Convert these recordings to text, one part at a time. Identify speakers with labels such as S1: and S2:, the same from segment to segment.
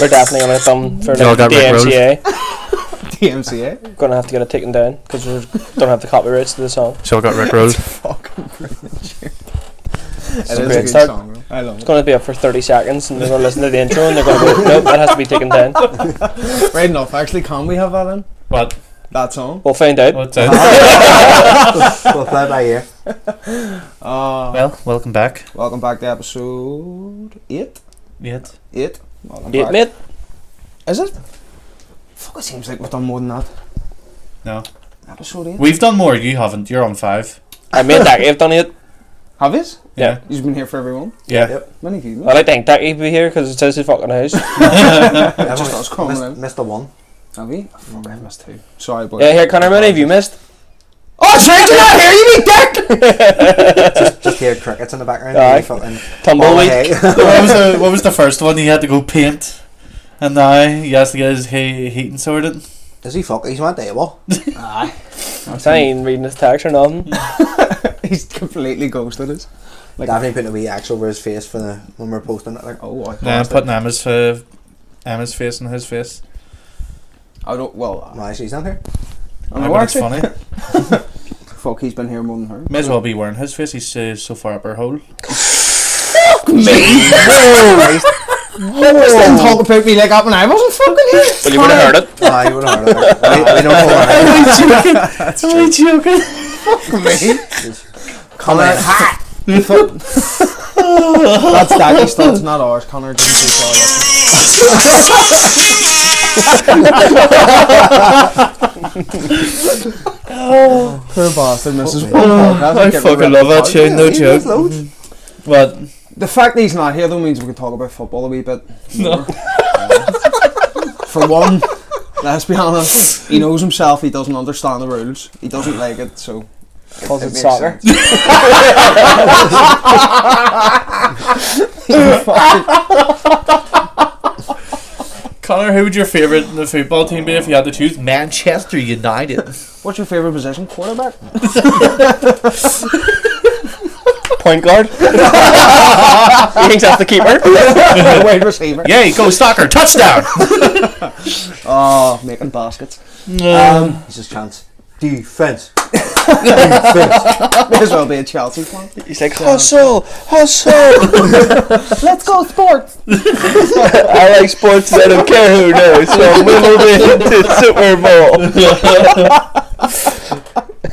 S1: We're definitely gonna come for
S2: They all
S1: the
S2: got red
S1: DMCA.
S3: DMCA.
S1: Gonna have to get it taken down because we don't have the copyrights to the song.
S2: So I got rickrolled.
S3: Fucking brilliant. Jared. It is
S1: a
S3: a
S1: great
S3: good
S1: start.
S3: song. though. I love
S1: It's gonna be up for 30 seconds, and they're gonna listen to the intro, and they're gonna go, "Nope, that has to be taken down."
S3: it. Right enough. Actually, can we have that in?
S4: What?
S3: That song. Ah.
S1: We'll find out.
S4: What's that?
S5: we'll play by ear.
S3: Uh,
S4: Well, welcome back.
S3: welcome back to episode eight.
S4: Yet.
S3: Eight. Welcome
S1: Eight,
S3: back.
S1: mate.
S3: Is it? Fuck, it seems like we've done more than that.
S4: No.
S3: Episode eight.
S4: We've done more, you haven't. You're on five.
S1: I mean, Dackie have done it.
S3: Have you?
S1: Yeah.
S3: You've been here for everyone.
S4: Yeah.
S5: Yep.
S3: Many of you.
S1: I like think Dackie be here because it's his fucking house.
S5: Yeah,
S3: just
S5: we
S3: us coming
S5: missed,
S3: in.
S5: missed the one.
S3: Have we? Oh, fuck, I've missed two. Sorry, boy.
S1: yeah, here, Connor, how many have you missed?
S3: Oh, sorry, did I hear you, me dick?
S5: Just hear crickets in the background.
S1: Aye.
S5: You fucking-
S1: Tumbleweed.
S5: Okay.
S4: what was the What was the first one? He had to go paint, and now he has to get his he- heating sorted.
S5: Is he fuck? He's went able.
S3: Aye.
S1: I ain't reading his text or nothing.
S3: He's completely ghosted us. Like,
S5: Definitely putting a wee X over his face for the when we're posting it. Like,
S3: oh, I
S4: Nah, I'm
S3: passed it.
S4: putting Emma's uh, Emma's face on his face.
S3: I don't, well, I-
S5: why "Oh, she's not here?
S3: I'm
S4: I
S3: aware
S4: bet it's
S3: too.
S4: funny.
S3: Fuck, he's been here more than her.
S4: May as well be wearing his face. He's uh, so far up her hole.
S3: Just
S4: Oh.
S3: didn't talk about me like that when I wasn't fucking here.
S1: Well, you would have heard it.
S5: Aye, you would have heard of it. We, we don't know
S4: Am I joking? Am I joking?
S5: Come in hot.
S3: That's Daggy's thoughts, not ours. Connor didn't do so. Poor bastard, Mrs.
S4: Oh, I fucking love that tune, no joke.
S5: loads.
S4: But
S3: The fact that he's not here though means we can talk about football a wee bit.
S4: no,
S3: For one, let's be honest, he knows himself. He doesn't understand the rules. He doesn't like it, so
S1: Calls it
S3: makes
S1: soccer.
S3: sense.
S4: Connor, who would your favourite in the football team be if you had to choose? Manchester United.
S3: What's your favourite position? Quarterback.
S1: Point guard. he thinks that's the keeper.
S3: Wide receiver.
S4: Yay, go soccer, touchdown!
S3: Oh, making baskets.
S5: Um, he's just chance. Defense. Defense.
S3: May as well be a Chelsea fan.
S1: He's like, hustle, hustle.
S3: Let's go sports.
S1: I like sports and I don't care who knows. So we move into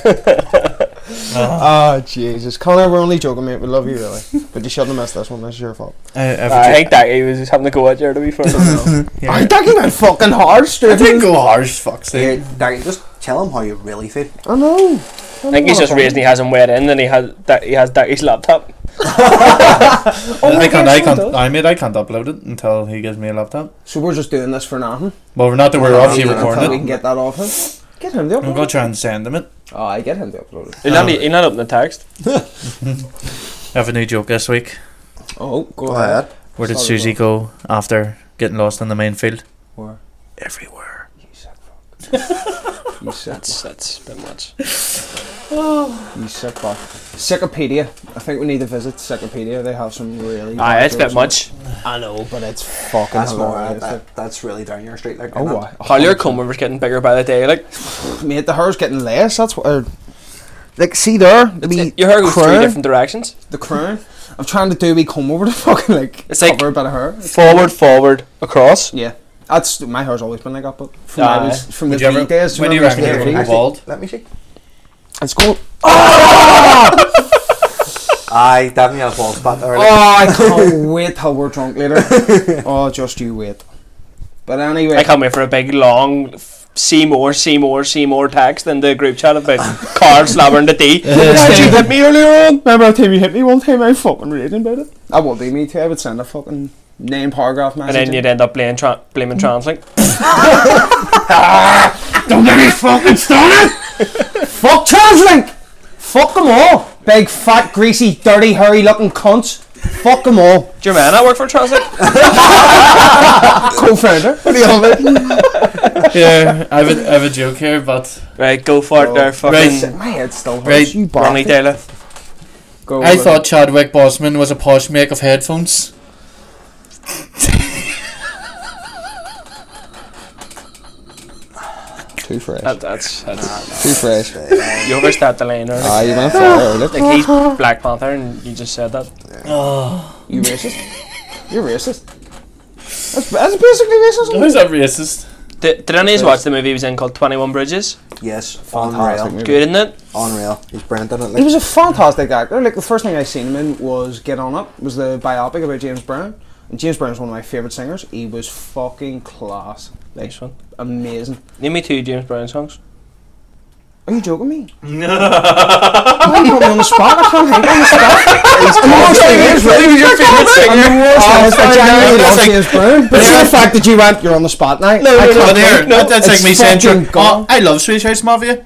S1: Super Bowl.
S3: Oh Jesus, Connor, we're only joking, mate. We love you really, but you shouldn't have missed this one. This is your fault.
S1: I think Dackie was just having to go out there to be fair.
S3: I'm talking about fucking hard,
S4: I
S3: stupid.
S4: think go harsh, fuck's sake.
S5: Here, Darren, just tell him how you really feel.
S3: I know.
S1: I think he's just raising he hasn't weighed in and he has that he has Dackie's laptop.
S4: I can't, I can't, I made, I can't upload it until he gives me a laptop.
S3: So we're just doing this for nothing.
S4: Well, we're not that we're
S5: No,
S4: obviously
S5: no, no,
S3: Until we
S4: recording
S3: can
S4: it.
S3: get that off him. Get him to
S4: I'm gonna
S3: upload.
S4: try and send him it.
S3: Oh, I get him to upload it.
S1: He's not, he's not up in the text.
S4: I have a new joke this week.
S3: Oh, go,
S5: Go
S3: ahead.
S5: ahead.
S4: Where did
S3: Solid
S4: Susie go after getting lost in the main field?
S3: Where?
S4: Everywhere.
S3: You sick fuck. you sick.
S1: That's that's a bit much.
S3: You sick fuck. Wikipedia. I think we need to visit Wikipedia. They have some really.
S1: Aye, it's a bit
S3: bad jokes.
S1: much.
S3: I know, but it's fucking
S5: That's more.
S3: hilarious.
S5: that, that's really down your street. Like,
S3: Oh,
S5: isn't it?
S3: why?
S1: Collier Comer's getting bigger by the day. Like
S3: Mate, the hair's getting less. That's what. Or, like, see there, the wee
S1: your hair goes three
S3: crown,
S1: different directions.
S3: the crown. I'm trying to do a wee comb over to fucking like
S1: It's like-
S3: cover a bit of hair.
S1: Forward, forward, across.
S3: Yeah, that's my hair's always been like that, but from I
S1: Aye.
S3: was from
S4: Would
S3: the
S4: you ever-
S3: wee days.
S4: when do you
S3: remember
S4: reckon you
S3: the wee
S4: ever-
S3: days?
S5: Actually,
S4: Bald.
S5: Let me see.
S3: It's cool.
S5: Aye, definitely has bald spot there. like.
S3: Oh, I can't wait till we're drunk later. oh, just you wait. But anyway,
S1: I can't wait for a big long f- see more, see more, see more text in the group chat about cars slabbering the D. Did you hit me earlier on?
S3: remember that time you hit me one time? I fucking raving about it. I would be me too. I would send a fucking name paragraph
S1: And
S3: message.
S1: then you'd end up blaming, tra- blaming Translink.
S3: Don't get me fucking started! Fuck Translink! Fuck them all! Big, fat, greasy, dirty, hairy looking cunts. Fuck them all.
S1: Do your man not work for Translink?
S3: Co founder.
S4: yeah, I have, a, I have a joke here, but
S1: right, go for it there, fucking
S3: My head still hurts.
S4: Right,
S3: You
S1: Ronnie
S3: bastard.
S1: Taylor.
S3: Go
S4: I
S3: with it.
S4: thought Chadwick Bosman was a posh make of headphones.
S6: Too fresh.
S1: That, that's, that's
S6: Too fresh.
S1: you overstepped the line there.
S6: Ah, you went for it. Look,
S1: Like he's Black Panther, and you just said that.
S6: you racist. You're racist. That's, that's basically
S3: Oh.
S6: racism.
S4: Who's that racist?
S1: Did, did any of you watch the movie he was in called Twenty One Bridges?
S5: Yes,
S6: Fantastic
S5: unreal.
S6: movie.
S1: Good, isn't it?
S5: Unreal. He's brilliant in it.
S3: He
S5: Like,
S3: was a fantastic actor. Like the first thing I seen him in was Get On Up, was the biopic about James Brown. And James Brown is one of my favourite singers. He was fucking class. Like
S1: Nice one.
S3: amazing.
S1: Name me two James Brown songs.
S3: Are you joking me? Why you put me on the spot? I can't think on the spot. I'm
S1: Oh,
S6: That's like-
S3: James Brown. But it's the fact that you went, you're on the spot now.
S1: no,
S3: I
S1: no,
S4: Over
S3: can't
S4: there.
S3: think.
S4: that- that's
S3: It's
S4: like me saying,
S3: fucking
S4: "Sure,
S3: gone.
S4: oh, I love Swedish House Mafia.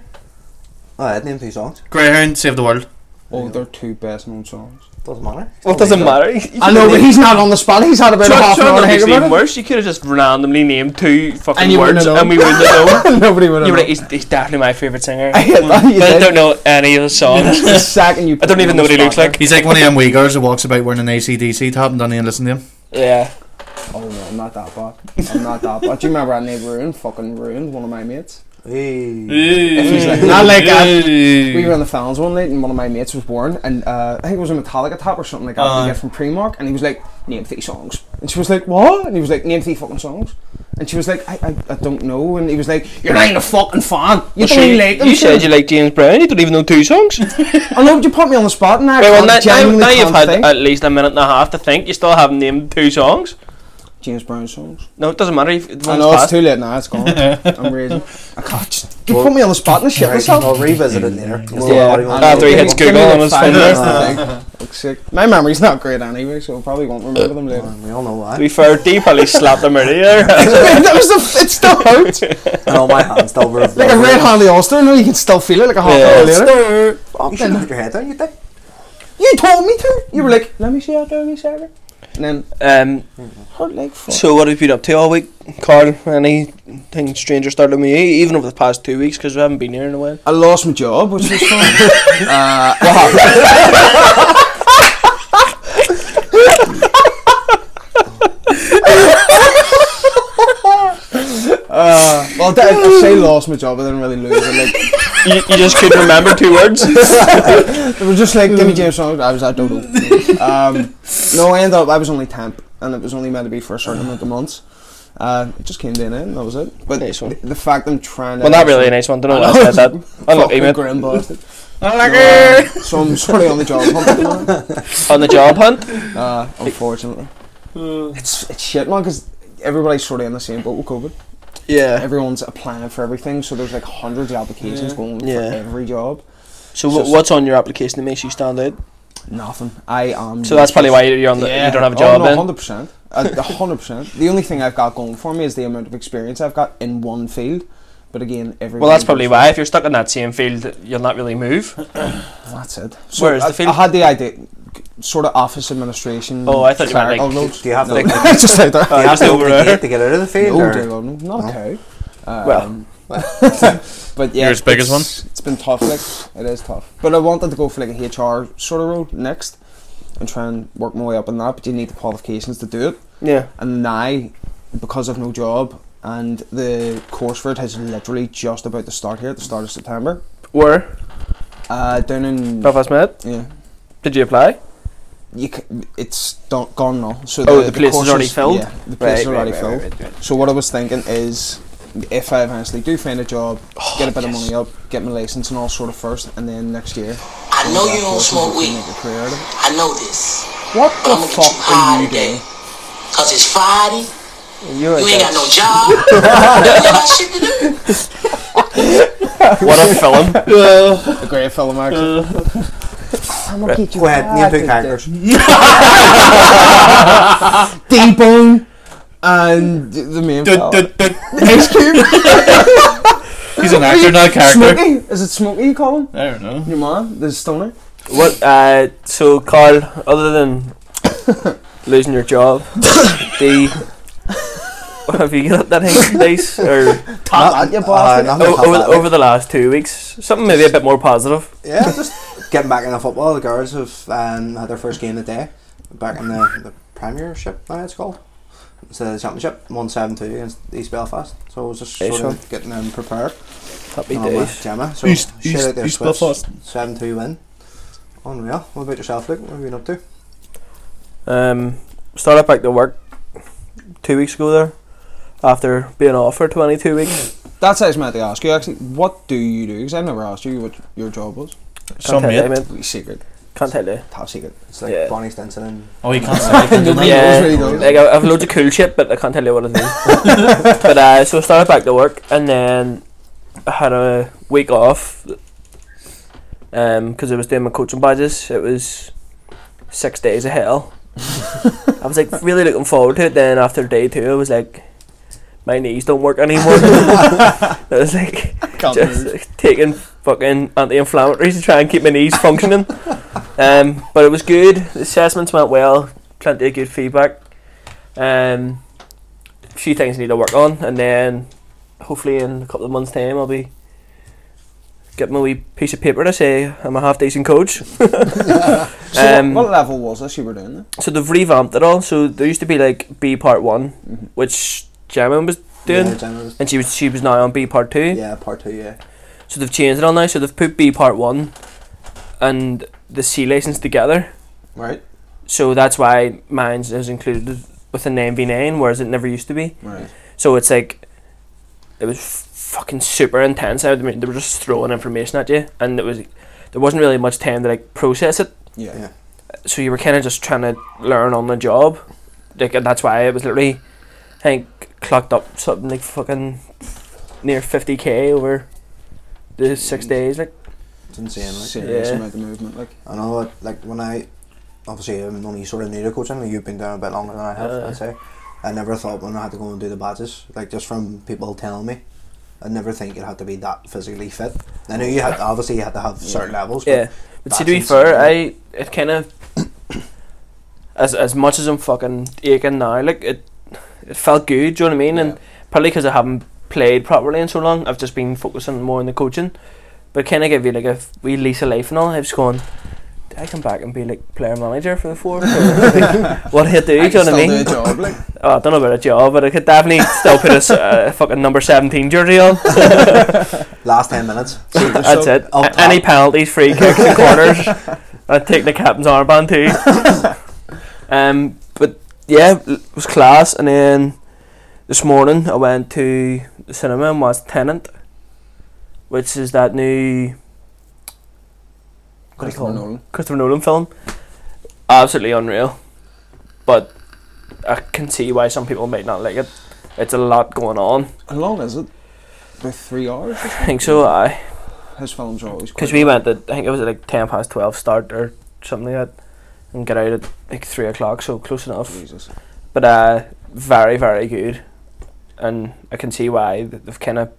S5: oh, I'd name two songs.
S4: Greyhound, Save the World.
S3: Oh, they're two best known songs.
S5: Doesn't matter.
S1: Well, it doesn't matter. You
S3: I know, but he's not on the spot. He's had about a half an hour to think
S1: even
S3: about it.
S1: worse. You could have just randomly named two fucking
S3: And you wouldn't
S1: words,
S3: have known.
S1: and we wouldn't have known.
S3: Nobody would
S1: You were
S3: have.
S1: like,
S3: known.
S1: he's, he's definitely my favourite singer.
S3: I hit that. you
S1: but I
S3: did.
S1: don't know any of the songs.
S3: The second you
S1: I
S3: put
S1: don't
S3: me
S1: even
S3: on
S1: know
S3: the
S1: what he looks
S3: spot
S1: like.
S4: He's like one of them wee girls who walks about wearing an ACDC top and doesn't even listen to him.
S1: Yeah.
S3: Oh no, I'm not that bad. I'm not that bad. Do you remember that name ruined? Fucking ruined one of my mates.
S5: Hey.
S3: Not like that. We were in the Fallons one night, and one of my mates was born, and uh, I think it was a Metallica tap or something like that.
S4: Aye.
S3: you get from Primark, and he was like, "Name three songs," and she was like, "What?" And he was like, "Name three fucking songs," and she was like, "I, I, I don't know," and he was like, "You're not even a fucking fan. You don't even like them."
S1: you said
S3: sure."
S1: you like James Brown. You don't even know two songs. Wait,
S3: I know, but you put me on the spot, and I
S1: well,
S3: well,
S1: now, now,
S3: genuinely
S1: now you've
S3: can't
S1: had
S3: think.
S1: at least a minute and a half to think. You still haven't named two songs.
S3: James Brown songs.
S1: No, it doesn't matter. If one's
S3: I know it's
S1: passed.
S3: too late now. It's gone. I'm raging. I can't. Just, you put me on the spot and I shit
S5: Right,
S3: myself.
S5: I'll revisit it later.
S1: Mm. Yeah. After he hits
S3: Give me
S1: Google
S3: like
S1: on his
S3: five
S1: phone
S3: minutes
S1: there.
S3: to think. Fuck's sake. My memory's not great anyway, so I probably won't remember them later.
S5: We all know
S1: To
S5: why.
S1: be fair, Dee probably slapped him earlier.
S3: that was the, it still hurts.
S5: And all my hands still were.
S3: Like a red Harley Ulster, no, you can still feel it like a half
S1: Yeah.
S3: hour later.
S5: You should put your head down, you think?
S3: You told me to. You were like, let me see how dirty Sarah. And then
S1: um,
S3: hurt like fuck.
S1: so what have you been up to all week, Carl? Anything strange or startling me? e-, Even over the past two weeks, because we haven't been here in a while.
S3: I lost my job, which was fun. uh, Uh, well, I- I say lost my job. I didn't really lose it. Like,
S1: You, you just couldn't remember two words.
S3: It was just like, give me James Arnold. I was at Dodo. um, no, I ended up, I was only temp, and it was only meant to be for a certain amount of months. Uh, it just came to an end, that was it. But
S1: Nice one.
S3: the, the fact I'm trying to.
S1: well, not really Oh, a nice one. Don't know why I said that. Unlucky,
S3: Fucking
S1: mate.
S3: grim bastard.
S1: Unlucky.
S3: So I'm sort of on the job hunt at the moment,
S1: On the job hunt.
S3: uh, unfortunately.
S1: Hmm.
S3: It's, it's shit, man, because everybody's sort of in the same boat with COVID.
S1: Yeah.
S3: Everyone's applying for everything, so there's like hundreds of applications going
S1: Yeah.
S3: for every job.
S1: So wh- what's on your application that makes you stand out?
S3: Nothing. I am.
S1: So that's probably why you're on the, you don't have a job
S3: oh, no,
S1: then.
S3: hundred percent, hundred percent. The only thing I've got going for me is the amount of experience I've got in one field. But again, every
S1: Well, that's probably why. If you're stuck in that same field, you'll not really move.
S3: That's it.
S1: Where is
S3: I,
S1: the field?
S3: I had the idea, sort of office administration.
S1: Oh, I thought you meant,
S3: clerical
S1: like,
S3: roles.
S5: Do you have to
S1: Like- Uh,
S5: do
S3: I just said that.
S5: you have
S1: just
S5: to
S1: over
S5: open the
S1: there.
S5: gate to get out of the field?
S3: No, dear
S5: or-
S3: Lord, no, not a cow.
S1: Well.
S3: Um, but yeah,
S4: You're as big as one.
S3: it's- It's been tough. Like it is tough. But I wanted to go for like a HR sort of role next, and try and work my way up in that. But you need the qualifications to do it.
S1: Yeah.
S3: and now because I've no job and the course for it has literally just about to start here at the start of September.
S1: Where?
S3: Uh, down in
S1: Belfast Med?
S3: yeah,
S1: Did you apply?
S3: you c- it's done, gone now. So
S1: Oh, the place is
S3: course
S1: already filled?
S3: Yeah, the place is already
S5: right,
S3: filled.
S5: right, right, right.
S3: So what I was thinking is, if I eventually do find a job, get a bit of money up, get my license and all sort of first, and then next year.
S7: I know you don't smoke weed. I know this.
S3: What
S7: But
S3: the
S7: I'm gonna get
S3: fuck
S7: you
S3: are
S7: high
S3: you
S7: today.
S3: doing?
S7: Cause it's Friday.
S1: You're
S7: You ain't got no job. you ain't got shit to do.
S1: What a film.
S3: A great film, actually.
S4: Uh,
S3: I'm gonna get you
S5: Go ahead, name
S3: high
S5: two
S3: today.
S5: characters.
S3: D Bone and the main
S4: Duh, duh,
S3: fella.
S4: duh.
S3: Ice Cube.
S4: He's an actor, not a character.
S3: Smokey? Is it Smokey you call him?
S4: I don't know.
S3: Your mom? The stoner?
S1: What, uh, so, Carl, other than losing your job, the. Have you got that hanging days? Or
S3: Top at you, bastard.
S5: Uh, nothing
S1: o-
S5: top
S1: over,
S5: that,
S1: over the last two weeks? Something maybe a bit more positive.
S5: like. Yeah, just getting back into football. The girls have um, had their first game of the day. Back in the, the Premiership, now it's called. to the championship, won seven two against East Belfast. So I was just
S1: Nice
S5: sort of getting them prepared.
S1: Happy
S5: along with
S1: days.
S5: Gemma. So
S4: East,
S5: shout
S4: East,
S5: out their
S4: East
S5: Swiss.
S4: Belfast.
S5: Seven two win. Unreal. What about yourself, Luke? What have you been up to?
S1: Um, started back to work two weeks ago there after being off for 22 weeks.
S8: That's what I was meant to ask you actually. What do you do? Because I've never asked you what your job was.
S4: Some
S1: tell you,
S4: mate.
S1: mate.
S8: Wee secret.
S1: Can't tell you.
S5: Top secret. It's like
S1: Yeah.
S5: Bonnie Stinson and
S4: Oh, he can't say. it,
S8: Nobody
S4: can
S1: Yeah.
S8: knows what he does.
S1: Like I I have loads of cool shit, but I can't tell you what it is. but uh, so I started back to work, and then I had a week off because I was doing my coaching badges. It was six days of hell. I was like really looking forward to it. Then after day two, I was like, my knees don't work anymore. I was like,
S4: Can't
S1: just like, taking fucking anti-inflammatories to try and keep my knees functioning. um, but it was good. The assessments went well. Plenty of good feedback. Um, a few things I need to work on, and then hopefully in a couple of months' time I'll be getting my wee piece of paper to say I'm a half decent coach.
S8: So
S1: Um,
S8: what, what level was this you were doing? Then?
S1: So they've revamped it all. So there used to be like B part one,
S8: Mhm.
S1: which Gemma was doing,
S5: Yeah, Gemma's-
S1: and she was she was now on B part two.
S5: yeah, part two, yeah.
S1: So they've changed it all now. So they've put B part one and the C license together.
S8: Right.
S1: So that's why mine is included with an MV9, whereas it never used to be.
S8: Right.
S1: So it's like it was f- fucking super intense. I mean, they were just throwing information at you, and it was there wasn't really much time to like process it.
S8: Yeah.
S5: Yeah.
S1: So you were kind of just trying to learn on the job. Like and that's why it was literally, I think, clocked up something like fucking near fifty k over the six days. Like
S5: It's insane. Like.
S8: Serious
S1: Yeah.
S8: amount of movement. Like
S5: I know, like, like when I obviously I'm only sort of new to coaching. You've been down a bit longer than I have.
S1: Uh.
S5: I'd say. I never thought when I had to go and do the badges, like just from people telling me. I never think you had to be that physically fit. I know you had obviously you had to have certain levels. But
S1: yeah, but see, to be
S5: that's
S1: fair, I
S5: insane.
S1: it kind of as as much as I'm fucking aching now, like it it felt good. Do you know what I mean? And probably because I haven't played properly in so long, I've just been focusing more on the coaching. But can I give you like a f- wee lease of life and all? I've just gone. "Did I come back and be like player manager for the four. Like, what do you
S8: I
S1: do? Do you
S8: can
S1: know
S8: still
S1: what I
S8: do
S1: mean?
S8: a job. Like
S1: Oh, I don't know about a job, but I could definitely still put a s- a fucking number seventeen jersey on.
S5: last ten minutes.
S1: That's it.
S5: up
S1: A- Any penalties, free kicks, and corners. I'd take the captain's armband too. um, but yeah, l- it was class. And then this morning I went to the cinema and watched Tenant, which is that new what do you call
S8: Christopher
S1: it?
S8: Nolan.
S1: Christopher Nolan film. Absolutely unreal. But I can see why some people might not like it. It's a lot going on.
S8: How long is it? About three hours.
S1: I think so. I.
S8: His films are always.
S1: Because
S8: quite
S1: we went at, I think it was at like 10 past 12 start or something like that, and get out at like 3 o'clock, so close enough.
S8: Jesus.
S1: But uh, very, very good. And I can see why th- they've kind of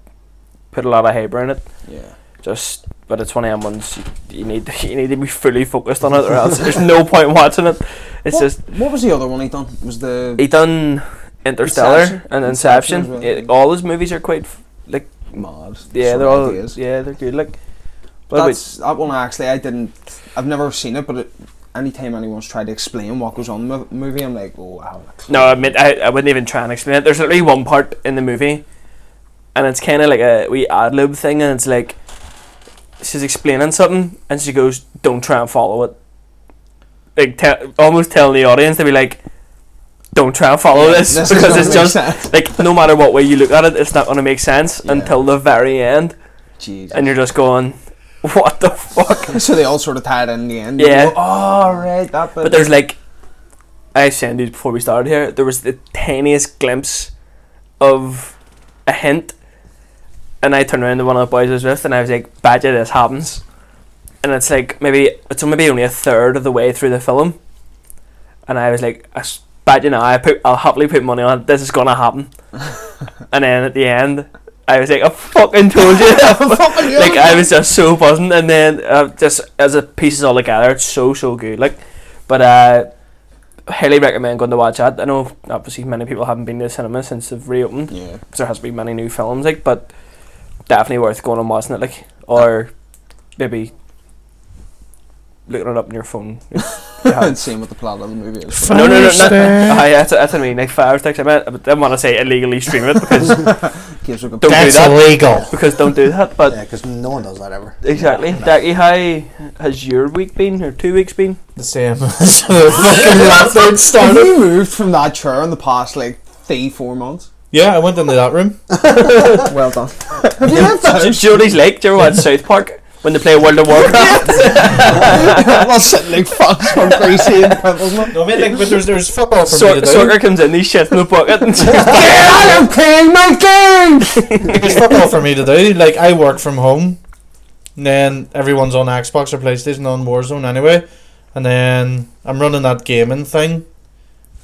S1: put a lot of hyper in it.
S8: Yeah.
S1: Just, but it's one of them ones you, you need you need to be fully focused on it, or else there's no point watching it. It's
S8: what,
S1: just
S8: what was the other one he done? Was the
S1: he done Interstellar
S8: Inception.
S1: and
S8: Inception
S1: Inception.
S8: as well,
S1: Yeah,
S8: yeah.
S1: all his movies are quite f- like
S8: mad?
S1: yeah,
S8: sort
S1: they're
S8: of
S1: all
S8: ideas?
S1: yeah they're good. Like, what about-
S8: That's that one actually. I didn't. I've never seen it, but it, anytime anyone's tried to explain what goes on in the mo- movie, I'm like, oh, wow.
S1: No, I mean, I, I wouldn't even try and explain it. There's literally one part in the movie, and it's kind of like a wee ad lib thing, and it's like she's explaining something, and she goes, "Don't try and follow it." Like, te- almost telling the audience to be like, "Don't try and follow this,
S8: This is
S1: because
S8: gonna
S1: it's
S8: make
S1: just
S8: sense.
S1: like no matter what way you look at it, it's not going to make sense
S8: Yeah.
S1: until the very end,
S8: Jesus.
S1: and you're just going, "What the fuck?"
S8: so they all sort of tied in the end.
S1: Yeah.
S8: You go, oh, right, that bit.
S1: But there's like, I was saying these before we started here. There was the tiniest glimpse of a hint, and I turned around to one of the boys I was with, and I was like, "Badger, this happens," and it's like maybe it's maybe only a third of the way through the film, and I was like, "I s- "Badger, now I put, I'll happily put money on it. This is gonna happen," and then at the end. I was like, I fucking told you. like I was just so buzzing, and then uh, just as the pieces all together, it's so so good. Like but uh, highly recommend going to watch that. I know obviously many people haven't been to the cinema since they've reopened 'cause
S8: Yeah.
S1: there has been many new films like, but definitely worth going and watching it like, or maybe looking it up on your phone. It's you had.
S3: Same with the plot of the movie. as well.
S1: No, no, no, no.
S9: Firestick.
S1: Aye, that's, that's what I mean. Like fire sticks. I meant, I didn't want to say illegally stream it because
S3: Gives like a
S1: don't do
S4: That's
S1: that.
S4: illegal.
S1: Because don't do that. But
S5: Yeah, because no one does that ever.
S1: exactly, Dackie, how has your week been or two weeks been?
S4: The same. as the fucking laptop
S3: Have
S4: started.
S3: you moved from that chair in the past like three, four months?
S4: Yeah, I went into that room.
S3: Well done. Have you left the
S1: Do
S3: house?
S1: you know what he's like? Do you ever watch South Park when they play World of Warcraft?
S3: I'm not sitting like fucks from greasy and pimples. man.
S4: No, I mean, like, but there's there's football for me
S1: Sor-
S4: to
S1: Sorker
S4: do.
S1: comes in, he shits in the bucket, and
S3: Get out of playing my game!
S4: There's football for me to do. Like, I work from home, and then everyone's on Xbox or PlayStation on Warzone anyway, and then I'm running that gaming thing,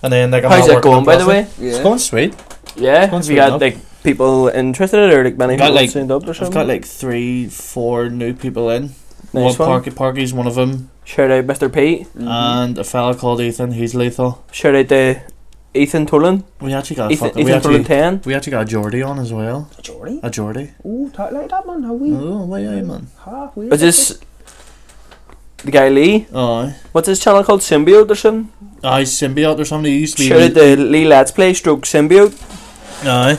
S4: and then like I'm
S1: how's
S4: not
S1: it
S4: working
S1: going?
S4: on
S1: By the
S4: Blaster.
S1: way,
S4: It's going sweet.
S1: yeah,
S4: Going
S1: have you
S4: straight
S1: got
S4: enough.
S1: like people interested in it or like many
S4: Got,
S1: people
S4: like-
S1: signed up or something?
S4: I've got like three, four new people in.
S1: Nice
S4: one,
S1: one. Mm-hmm.
S4: Parky, Parky's one of them,
S1: Shout out Mr. Pete.
S8: Mm.
S1: Uh,
S4: and a fella called Ethan. He's lethal.
S1: Shout out to Ethan Tolan.
S4: We actually got a
S1: Ethan,
S4: fucking. We
S1: Ethan Tolan
S4: actually,
S1: 10.
S4: we actually got a Geordie on as well.
S3: Jordy?
S4: A Geordie.
S3: Ooh, talk like that, man. How we?
S4: Oh, why, aye, man.
S3: Ha, we
S1: Is this the guy Lee?
S4: Oh,
S1: What's his channel called? Symbiote or something?
S4: aye, symbiote or something. He used to be.
S1: Shout out to Lee Let's Play Stroke Symbiote.
S4: Aye.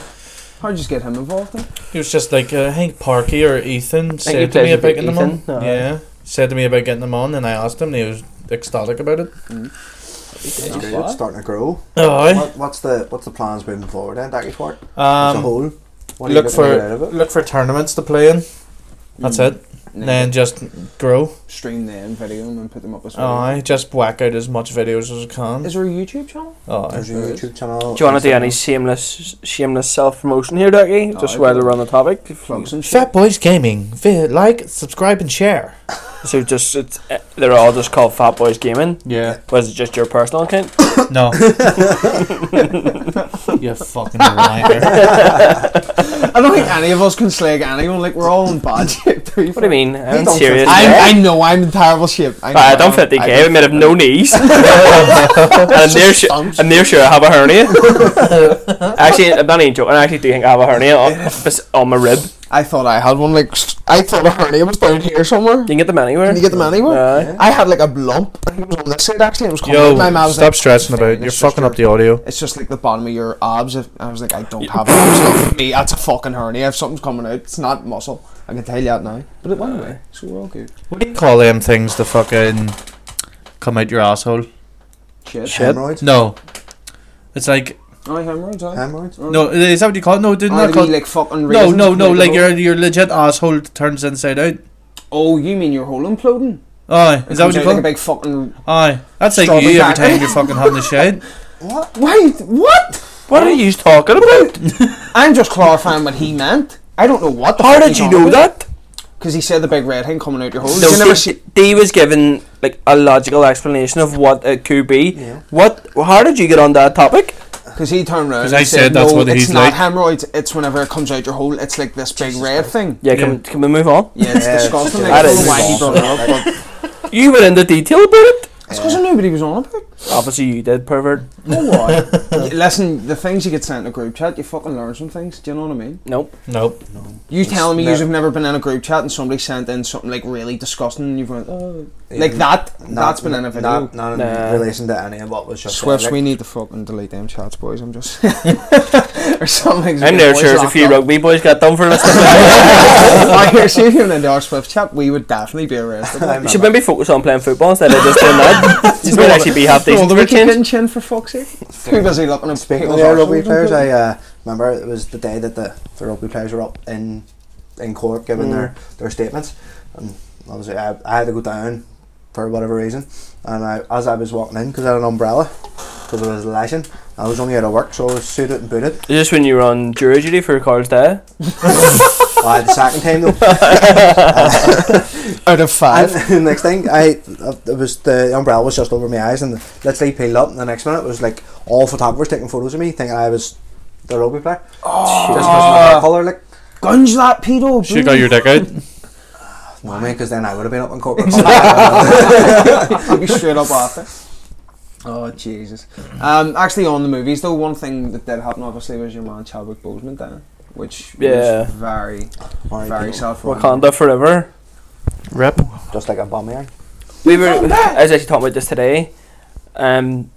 S3: How'd you just get him involved then?
S4: He was just like, uh, I think Parky or Ethan
S1: he
S4: said to
S1: plays
S4: me
S1: with
S4: about getting
S1: Ethan,
S4: them on.
S1: aye.
S4: Yeah, said to me about getting them on, and I asked him, and he was ecstatic about it.
S5: It's great. It's starting to grow.
S4: Aye.
S5: What, what's the what's the plans moving forward then, Dackie Fort? As a
S4: Um,
S5: whole, what are
S4: look
S5: you looking to get
S4: for
S5: out of it? Mm,
S4: look for tournaments to play in. That's it.
S3: No.
S4: Then just grow.
S3: Stream them, video them, and put them up as well.
S4: Aye, just whack out as much videos as I can.
S3: Is there a YouTube channel?
S4: Aye.
S5: There's your YouTube channel.
S1: Do you want to do any
S5: Instagram.
S1: shameless shameless self promotion here, Dougie? Just
S3: I
S1: while
S3: don't.
S1: we're on the topic.
S3: Plugs and shit.
S4: Fat Boys Gaming. Vi- like, subscribe, and share.
S1: So just it's, eh, they're all just called Fat Boys Gaming.
S4: Yeah.
S1: Was it just your personal account?
S4: No. you fucking liar.
S3: I don't think any of us can slag anyone. Like we're all in bad shape. Three,
S1: What do you mean? I'm
S5: don't
S1: serious.
S3: I, I know I'm in terrible shape. I know
S1: I
S3: am.
S1: done 50k.
S3: I-
S1: I made up no knees. and I'm near, sure,
S3: stumps.
S1: I'm near sure I have a hernia. actually, I'm not even joking. I actually do think I have a hernia on, bes- on my rib. You
S3: I thought I had one. Like I thought a hernia was down here somewhere.
S1: can get them anywhere.
S3: Can you get them anywhere?
S1: Aye.
S3: I had like a lump. I think it was on this side actually. It was coming. out.
S4: Yo,
S3: my mouth was
S4: stop
S3: like,
S4: stressing
S3: "Fine,
S4: about.
S3: it's
S4: You're
S3: just
S4: fucking
S3: your-
S4: up the audio.
S3: It's just like the bottom of your abs. If I was like, I don't have abs. Like, me, that's a fucking hernia. If something's coming out, it's not muscle. I can tell you that now. But it went away, so we're all good.
S4: What do you call them things to fucking come out your asshole?
S3: Shit.
S5: hemorrhoids?
S4: No. It's like
S3: I hemorrhoids. I.
S5: Hemorrhoids?
S4: no. Is that what you call it? No, didn't
S3: Oh,
S4: that
S3: the
S4: call?
S3: wee, like fucking
S4: no,
S3: raisins
S4: no, no.
S3: make
S4: Like
S3: it
S4: your your legit asshole turns inside out.
S3: Oh, you mean your whole imploding?
S4: Aye, is that what
S3: Comes
S4: you
S3: out
S4: call?
S3: Like a
S4: it?
S3: big fucking.
S4: Aye, that's like
S3: Strawberry
S4: you every
S3: pack.
S4: time you're fucking having a shit.
S3: Wait, what?
S1: What are you talking about?
S3: I'm just clarifying what he meant. I don't know what. the
S1: How
S3: fuck
S1: did
S3: he's
S1: you
S3: on
S1: know
S3: about.
S1: that?
S3: Because he said the big red thing coming out your hole.
S1: No,
S3: you never
S1: D-
S3: see.
S1: D was given like a logical explanation of what it could be. What? How did you get on that topic?
S3: Because he turned around.
S4: 'Cause
S3: and
S4: I said that's
S3: no,
S4: what
S3: it's
S4: he's
S3: not
S4: like."
S3: hemorrhoids. It's whenever it comes out your hole. It's like this big red thing.
S1: Yeah, can,
S4: Yeah.
S1: we- can we move on?
S3: Yeah, it's
S5: Yeah,
S3: disgusting.
S5: it's
S3: like, I don't
S1: just-
S3: know why he brought it up. But
S1: You went into detail about it.
S3: it's because I knew what he was on about.
S1: Obviously, you did, pervert.
S3: Oh, why? Listen, the things you get sent in a group chat, you fucking learn some things. Do you know what I mean?
S1: Nope.
S4: Nope.
S3: You telling me
S5: ne-
S3: you've never been in a group chat and somebody sent in something like really disgusting and you've went, oh. Like
S5: Yeah,
S3: that,
S5: Not-
S3: that's been in a video.
S5: Not, not in
S1: Nah.
S5: relation to any of what was just
S3: Swifts,
S5: said,
S3: we
S5: like,
S3: need to fucking delete them chats, boys. I'm just. or something.
S1: I'm there. Sure, as a few rugby boys got done for listening.
S3: I hear you in the Dark Swift chat, we would definitely be arrested.
S5: I'm
S1: You
S5: not
S1: should
S5: like
S1: maybe focus on playing football instead of just doing that. You might actually be half decent
S3: Although
S1: for
S3: we
S1: a
S3: keep
S1: change.
S3: getting chin for fuck's sake. Too busy looking at
S5: Speaking of
S3: people's
S5: the
S3: arseholes
S5: rugby
S3: and
S5: players,
S3: poo.
S5: I uh, remember it was the day that the, the rugby players were up in in court giving their, their statements, and obviously I, I had to go down for whatever reason, and I as I was walking in because I had an umbrella because I was lashing, I was only out of work, so I was suited and booted.
S1: Is this when you were on jury duty for Carl's day?
S5: I the second time though,
S3: Out
S5: and
S3: of five.
S5: the next thing I it was the umbrella was just over my eyes, and literally peeled up. And the next minute it was like all photographers taking photos of me, thinking I was the rugby player. Oh, just 'cause of my hair colour, like.
S3: Gunge that pedo.
S4: Should got your dick out.
S5: No, mate, because then I would have been up in corporate.
S3: I'll be straight up after. Oh Jesus! Um, actually, on the movies though, one thing that did happen obviously was your man Chadwick Boseman dying, which
S1: Yeah.
S3: was very, very self.
S1: Wakanda forever.
S4: Rip.
S5: Just like a bum here.
S1: We were. I was actually talking about this today. Um,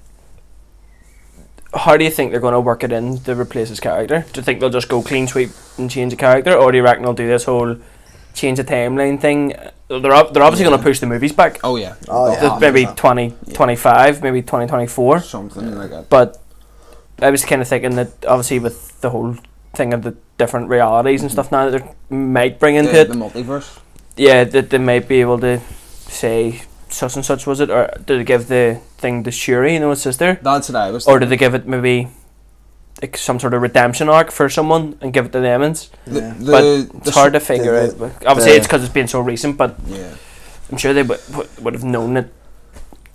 S1: how do you think they're going to work it in to replace his character? Do you think they'll just go clean sweep and change the character, or do you reckon they'll do this whole change the timeline thing? Uh, They're ob- they're obviously going to push the movies back.
S3: Oh yeah.
S5: Oh, yeah.
S1: to maybe
S3: 100%.
S1: 2025, maybe 2024.
S3: something like that.
S1: But I was kind of thinking that obviously with the whole thing of the different realities and stuff now that they might bring into
S3: the,
S1: it,
S3: the multiverse.
S1: yeah, that they might be able to say such and such was it, or did they give the thing to Shuri, you know, his sister,
S3: That's what I was.
S1: or did they give it maybe like some sort of redemption arc for someone and give it to the Emmons?
S3: The,
S5: Yeah.
S3: the,
S1: but
S3: the
S1: It's hard to
S5: the-
S1: figure
S5: the-
S1: out. but Obviously,
S5: the-
S1: it's because it's been so recent, but
S3: Yeah.
S1: I'm sure they would would have known that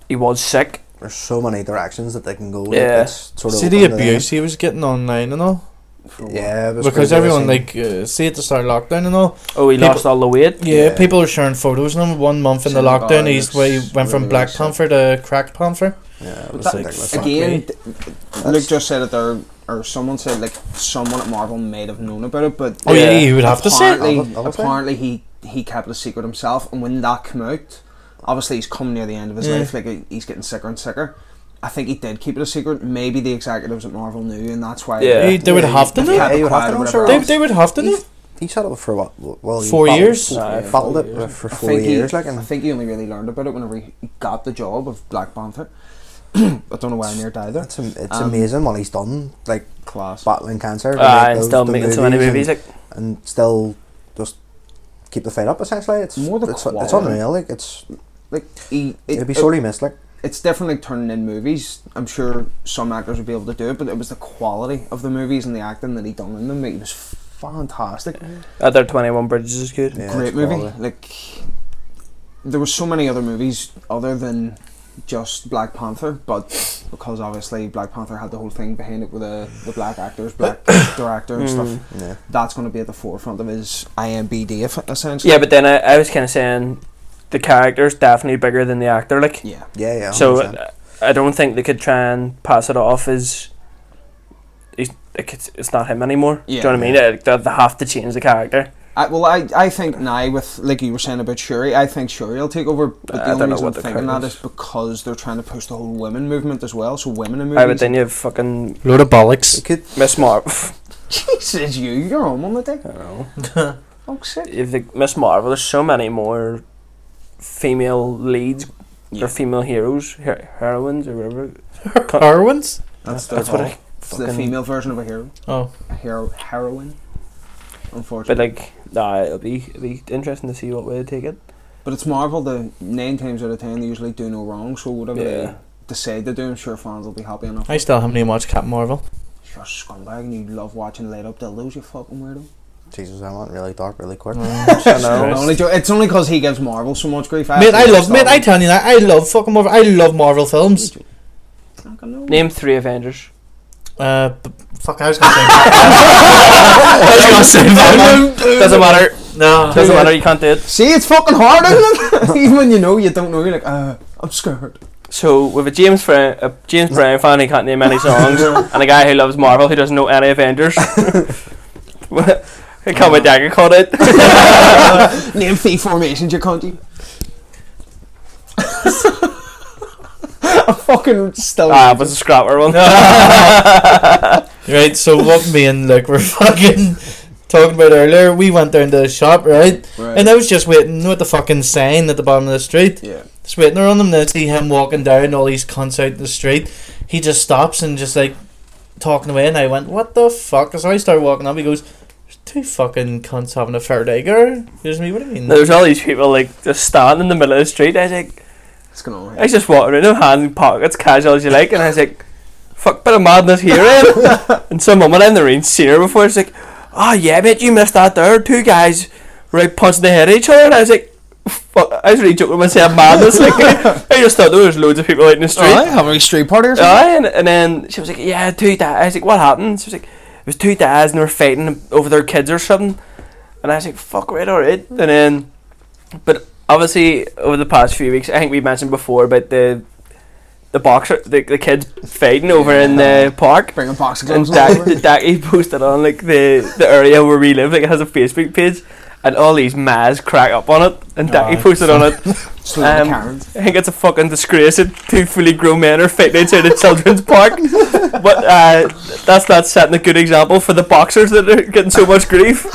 S1: he was sick.
S5: There's so many directions that they can go.
S1: Yeah.
S5: Yeah. It's sort of
S4: See the
S5: open to them.
S4: abuse he was getting online and all,
S5: Yeah, it was
S4: because
S5: crazy, I
S4: everyone
S5: seen-
S4: like uh, see at the start of lockdown and all.
S1: Oh, he
S4: People-
S1: lost all the weight.
S4: Yeah,
S5: Yeah.
S4: people are sharing photos. Now one month in the
S3: Oh my God,
S4: lockdown, he's
S3: that's
S4: way he went from
S5: really
S4: Black
S5: sick.
S4: Panther to Crack Panther.
S5: yeah, it was
S4: That-
S5: ridiculous.
S4: Fuck
S3: Again,
S4: me.
S3: th- Luke just said it there, or someone said like someone at Marvel may have known about it, but
S4: Oh yeah, you would have to say. it.
S3: apparently,
S5: I would- I would say.
S3: apparently he he kept it a secret himself, and when that came out, obviously he's come near the end of his
S4: Yeah.
S3: life, like he- he's getting sicker and sicker. I think he did keep it a secret. Maybe the executives at Marvel knew, and that's why.
S1: Yeah.
S4: They, they would have to
S3: If
S4: know.
S3: you had
S5: Yeah,
S3: it
S5: you would have to
S3: quiet or
S5: know,
S3: whatever
S5: sure.
S4: They,
S3: else.
S4: they would have to know.
S5: He set up for what? Well, he
S4: Four
S5: battled-
S4: years?
S1: Aye,
S5: battled it for
S3: I
S5: four
S3: think he-
S5: years, like,
S3: I
S5: and
S3: think he only really learned about it whenever he got the job of Black Panther. I don't know why I near died there.
S5: it's am- it's
S3: Um,
S5: amazing what he's done, like
S3: Class.
S5: battling cancer. to
S1: Ah,
S5: make
S1: and
S5: those-
S1: still
S5: the
S1: making so many movies.
S5: and,
S1: Like,
S5: and still just keep the fight up. Essentially, it's
S3: More the
S5: it's, it's
S3: quality.
S5: unreal. Like it's
S3: Like he,
S5: it,
S3: it,
S5: would be
S3: it-
S5: sorely missed. Like
S3: it's different like turning in movies. I'm sure some actors would be able to do it, but it was the quality of the movies and the acting that he done in them. It was fantastic.
S1: other 21 uh, Bridges is good.
S5: yeah,
S3: Great
S5: it's
S3: movie.
S5: quality.
S3: Like there were so many other movies other than just Black Panther, but because obviously Black Panther had the whole thing behind it with the, the black actors, black director and stuff.
S1: Mm.
S5: Yeah.
S3: That's going to be at the forefront of his IMBD eff- essentially.
S1: Yeah, but then I, I was kind of saying the character's definitely bigger than the actor. Like,
S3: Yeah.
S5: Yeah, yeah.
S1: so
S5: 100%.
S1: uh, I don't think they could try and pass it off as he's, like, it's, it's not him anymore.
S3: Yeah.
S1: Do you know what I mean? Like, They, they have to change the character.
S3: I, well, I, I think now with like you were saying about Shuri, I think Shuri will take over. But
S1: I
S3: the
S1: don't know
S3: only reason I'm
S1: what the
S3: thinking
S1: crowd
S3: that is because they're trying to push the whole women movement as well. So women in movies.
S1: I would then you have fucking
S4: Load of bollocks.
S5: It could
S1: Miss Marvel.
S3: Jesus, you you're home on the day.
S1: I don't know.
S3: Oh shit.
S1: If the Miss Marvel, there's so many more female leads
S3: Yeah.
S1: or female heroes, her- heroines or whatever.
S4: Harwins.
S3: That's,
S1: That's
S3: the,
S1: what I
S3: it's the
S1: fucking-
S3: female version of a hero,
S4: Oh,
S3: a hero heroine. Unfortunately,
S1: But like, nah, it'll be it'll be interesting to see what way they take it.
S3: But it's Marvel. The nine times out of ten, they usually do no wrong. So whatever
S1: Yeah.
S3: they decide to do, I'm sure fans will be happy enough.
S4: I still haven't even watched Captain Marvel.
S3: You're a scumbag, and you love watching light up dildos. You fucking weirdo.
S5: Jesus, I went really dark, really quick.
S3: Mm,
S1: I know.
S3: I'm only jo- it's only because he gives Marvel so much grief.
S4: Mate, I
S3: actually
S4: love. Mate,
S3: stopped
S4: I tell you that I love fucking Marvel. I love Marvel films.
S1: Name three Avengers.
S4: Uh, b- fuck, I was gonna say. I was gonna say Batman.
S1: Doesn't matter.
S4: No,
S1: Doesn't matter. You can't do it.
S3: See, it's fucking hard, isn't it? Even when you know you don't know, you're like, uh, I'm scared.
S1: So with a James Fra- a James Brown fan, he can't name any songs, and a guy who loves Marvel who doesn't know any Avengers. I can't wait. Dagger caught it.
S3: Name three formations, you can't you? I'm fucking still.
S1: ah, it was a scrapper one.
S4: Right, so what me and Luke were fucking talking about earlier, we went down to the shop, right?
S3: Right.
S4: And I was just waiting with the fucking sign at the bottom of the street.
S3: yeah.
S4: Just waiting there on him. Then I see him walking down, all these cunts out in the street. He just stops and just like talking away, and I went, What the fuck? So I started walking up, he goes, There's two fucking cunts having a fair day, girl. Here's me, what do you mean?
S1: There's all these people like just standing in the middle of the street. I was like,
S3: It's going on.
S1: I was just walking around, no hand in pockets, casual as you like, and I was like, fuck, bit of madness here, eh? and some woman in the rain seen her before, it's like, oh yeah, mate, you missed that there. Two guys were out punching the head at each other, and I was like, fuck, I was really joking when I said madness. Like, I just thought there was loads of people out in the street.
S3: have a street party or
S1: Aye, and, and then she was like, yeah, two dads. I was like, what happened? She was like, it was two dads and they were fighting over their kids or something. And I was like, fuck, right, alright. And then, but obviously over the past few weeks, I think we mentioned before about the the boxer, the, the kids fighting over in the park.
S3: Bring a box of
S1: And
S3: gloves.
S1: Dak,
S3: over.
S1: Dak, he posted on like the, the area where we live, like it has a Facebook page. and all these mas crack up on it, and Daddy
S4: Aye.
S1: posted on it.
S3: Slow
S1: Um,
S3: Karens.
S1: I think it's a fucking disgrace that two fully grown men are fighting outside a children's park. But uh, that's not setting a good example for the boxers that are getting so much grief.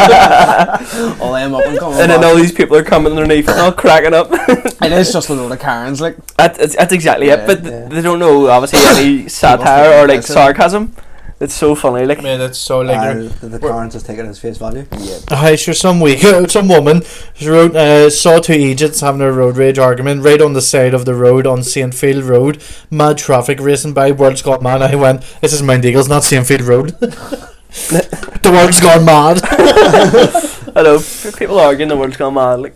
S3: All them up and coming.
S1: and then
S3: back.
S1: all these people are coming underneath and all cracking up.
S3: It is just a load of Karens, like
S1: That- That's, that's exactly
S3: Yeah,
S1: it, but th-
S5: yeah.
S1: they don't know, obviously, any satire or like sarcasm. It's so funny. Like,
S4: Man, that's so like.
S5: Aye, the, the Karens has taken it as face value.
S4: Hi, sure. Some week, some woman wrote, uh, saw two agents having a road rage argument right on the side of the road on St. Field Road. Mad traffic racing by. World's gone mad. I went, this is Mount Eagles, not St. Field Road. the world's gone mad.
S1: hello, p- people arguing the world's gone mad, like,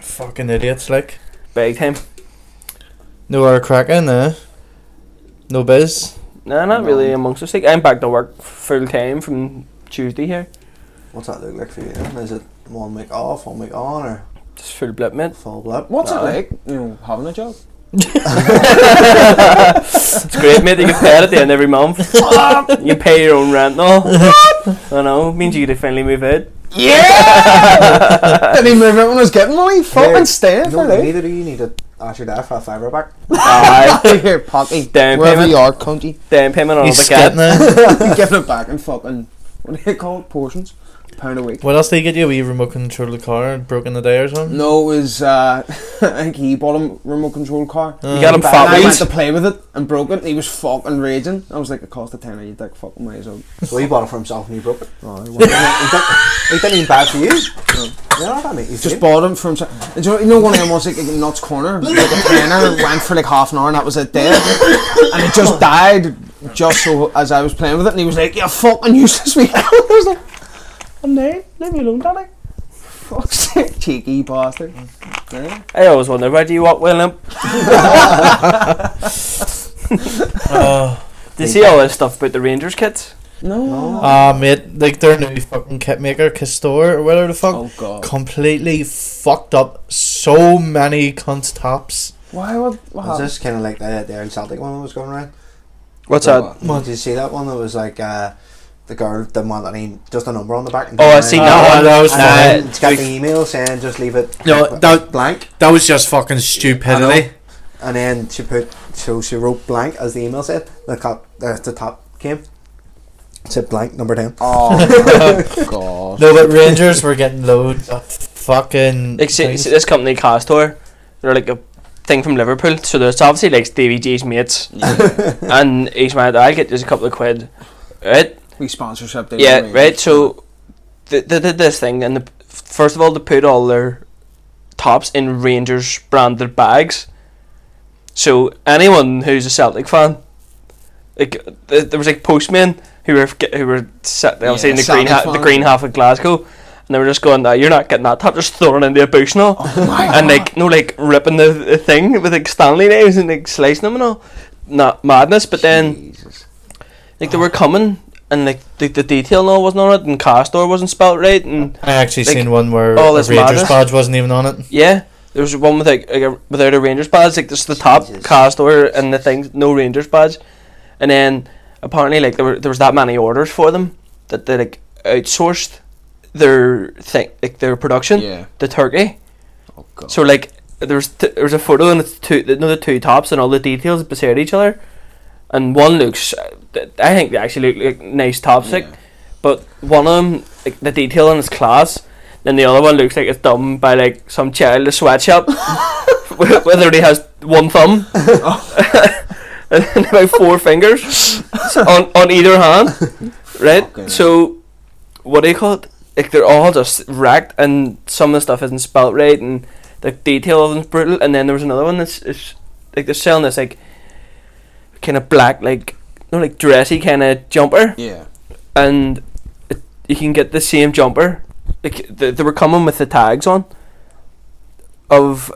S4: Fucking idiots, like.
S1: big time.
S4: No air cracking, eh? No biz.
S1: No, not really amongst us. Like, I'm back to work full time from Tuesday here.
S5: What's that look like for you? then? Is it one week off, one week on, or
S1: Just full blip, mate.
S5: full blip?
S3: what's it
S5: Aye.
S3: like? You know, having a job.
S1: It's great, mate. You get paid at the end every month. you pay your own rent and all. I know. Means you get to finally move out. Uh,
S3: Yeah! Did he move out when I was getting money?
S5: Here,
S3: Fucking stay
S5: You
S3: for
S5: don't
S3: life.
S5: need it, do you need to ask your dad for a fiver back.
S1: Aye.
S3: Here, Poppy.
S1: Down
S3: Wherever
S1: payment.
S3: you are, country.
S1: Down payment on all
S4: He's
S1: the cat.
S4: skitting eh?
S3: You give it back in fucking, what do they call it? Portions? Pound a week.
S4: What else did he get you? A wee remote control of the car and broken the day or something?
S3: No, it was, uh, I think he bought him a remote control car.
S1: You got him
S3: But I
S1: fat
S3: went
S1: wheels.
S3: to play with it and broke it and he was fucking raging. I was like, it cost a tenner, you dick fucking might as well.
S5: So he bought it for himself and he broke it.
S3: Oh, he wasn't.
S5: he, didn't, he didn't even buy it for you. You know what I mean? He's
S3: Just
S5: cheap.
S3: bought him from. Do you know, you know one of them was like in Nuts Corner, like a tenner, went for like half an hour and that was it there. And it just died just so as I was playing with it and he was like, You're fucking useless week. I was like, I'm there, leave me alone, daddy. Fuck's sake, cheeky bastard. Yeah.
S1: I always wonder why do you walk with a limp?
S4: Oh.
S1: Do you see all this stuff about the Rangers kids?
S3: No.
S4: Ah, mate. Like, their new fucking kit maker, Kistor, or whatever the fuck.
S3: Oh god.
S4: completely fucked up so many cunt tops.
S3: Why would. What
S5: Is
S3: happened?
S5: this kind of like the, the Irish Celtic one that was going around?
S1: What's
S5: Did you see that one that was like uh, the girl didn't want any, just a number on the back? and
S1: Oh, I
S5: didn't
S1: seen
S5: want
S1: that
S5: any-
S1: one.
S4: that was
S5: And then
S4: fine.
S5: it's got the email saying just leave it
S4: No, that-
S5: blank.
S4: That was just fucking stupidity.
S5: And then she put, so she wrote blank as the email said. The, cop, uh, the top came. It said blank, number 10.
S3: Oh god.
S4: No, but Rangers were getting loads of fucking.
S1: Like, see,
S4: things.
S1: see this company, Castor, they're like a thing from Liverpool. So there's obviously like Stevie G's mates. and he's my I'll get just a couple of quid. Right?
S3: We sponsorship deal.
S1: Yeah,
S3: we-
S1: right. So they, they did this thing, and the, first of all, they put all their tops in Rangers branded bags. So anyone who's a Celtic fan, like th- there was like postmen who were f- who were set, they were
S3: Yeah,
S1: saying the green
S3: Celtic
S1: ha- the
S3: fan.
S1: green half of Glasgow, and they were just going, "Nah, you're not getting that top." Just throwing it into a bush now, and like no, like ripping the, the thing with like Stanley knives and like slicing them and all. Not madness, but then like they were coming and like the, the detail and all wasn't on it and Castor wasn't spelt right and
S4: I actually
S1: like,
S4: seen one where
S1: all
S4: a
S1: this
S4: Rangers
S1: madness.
S4: badge wasn't even on it.
S1: yeah there was one with like, like a, without a Rangers badge like just the top
S5: Jesus.
S1: Castor and the thing no Rangers badge and then apparently like there were there was that many orders for them that they like outsourced their thing like their production
S3: Yeah.
S1: to Turkey
S3: Oh god.
S1: so like there's t- there's a photo and it's two no the two tops and all the details beside each other and one looks I think they actually look like nice tops like
S3: Yeah.
S1: But one of them, like the detail on his class, then the other one looks like it's done by like some child in a sweatshop, where where he has one thumb and then about four fingers on on either hand, right?
S3: Fucking
S1: so, what do you call it? Like they're all just racked, and some of the stuff isn't spelt right, and the detail of them's brutal. And then there was another one that's is like they're selling this like kind of black like. No, like dressy kind of jumper,
S3: Yeah.
S1: and it, you can get the same jumper. Like they, they were coming with the tags on of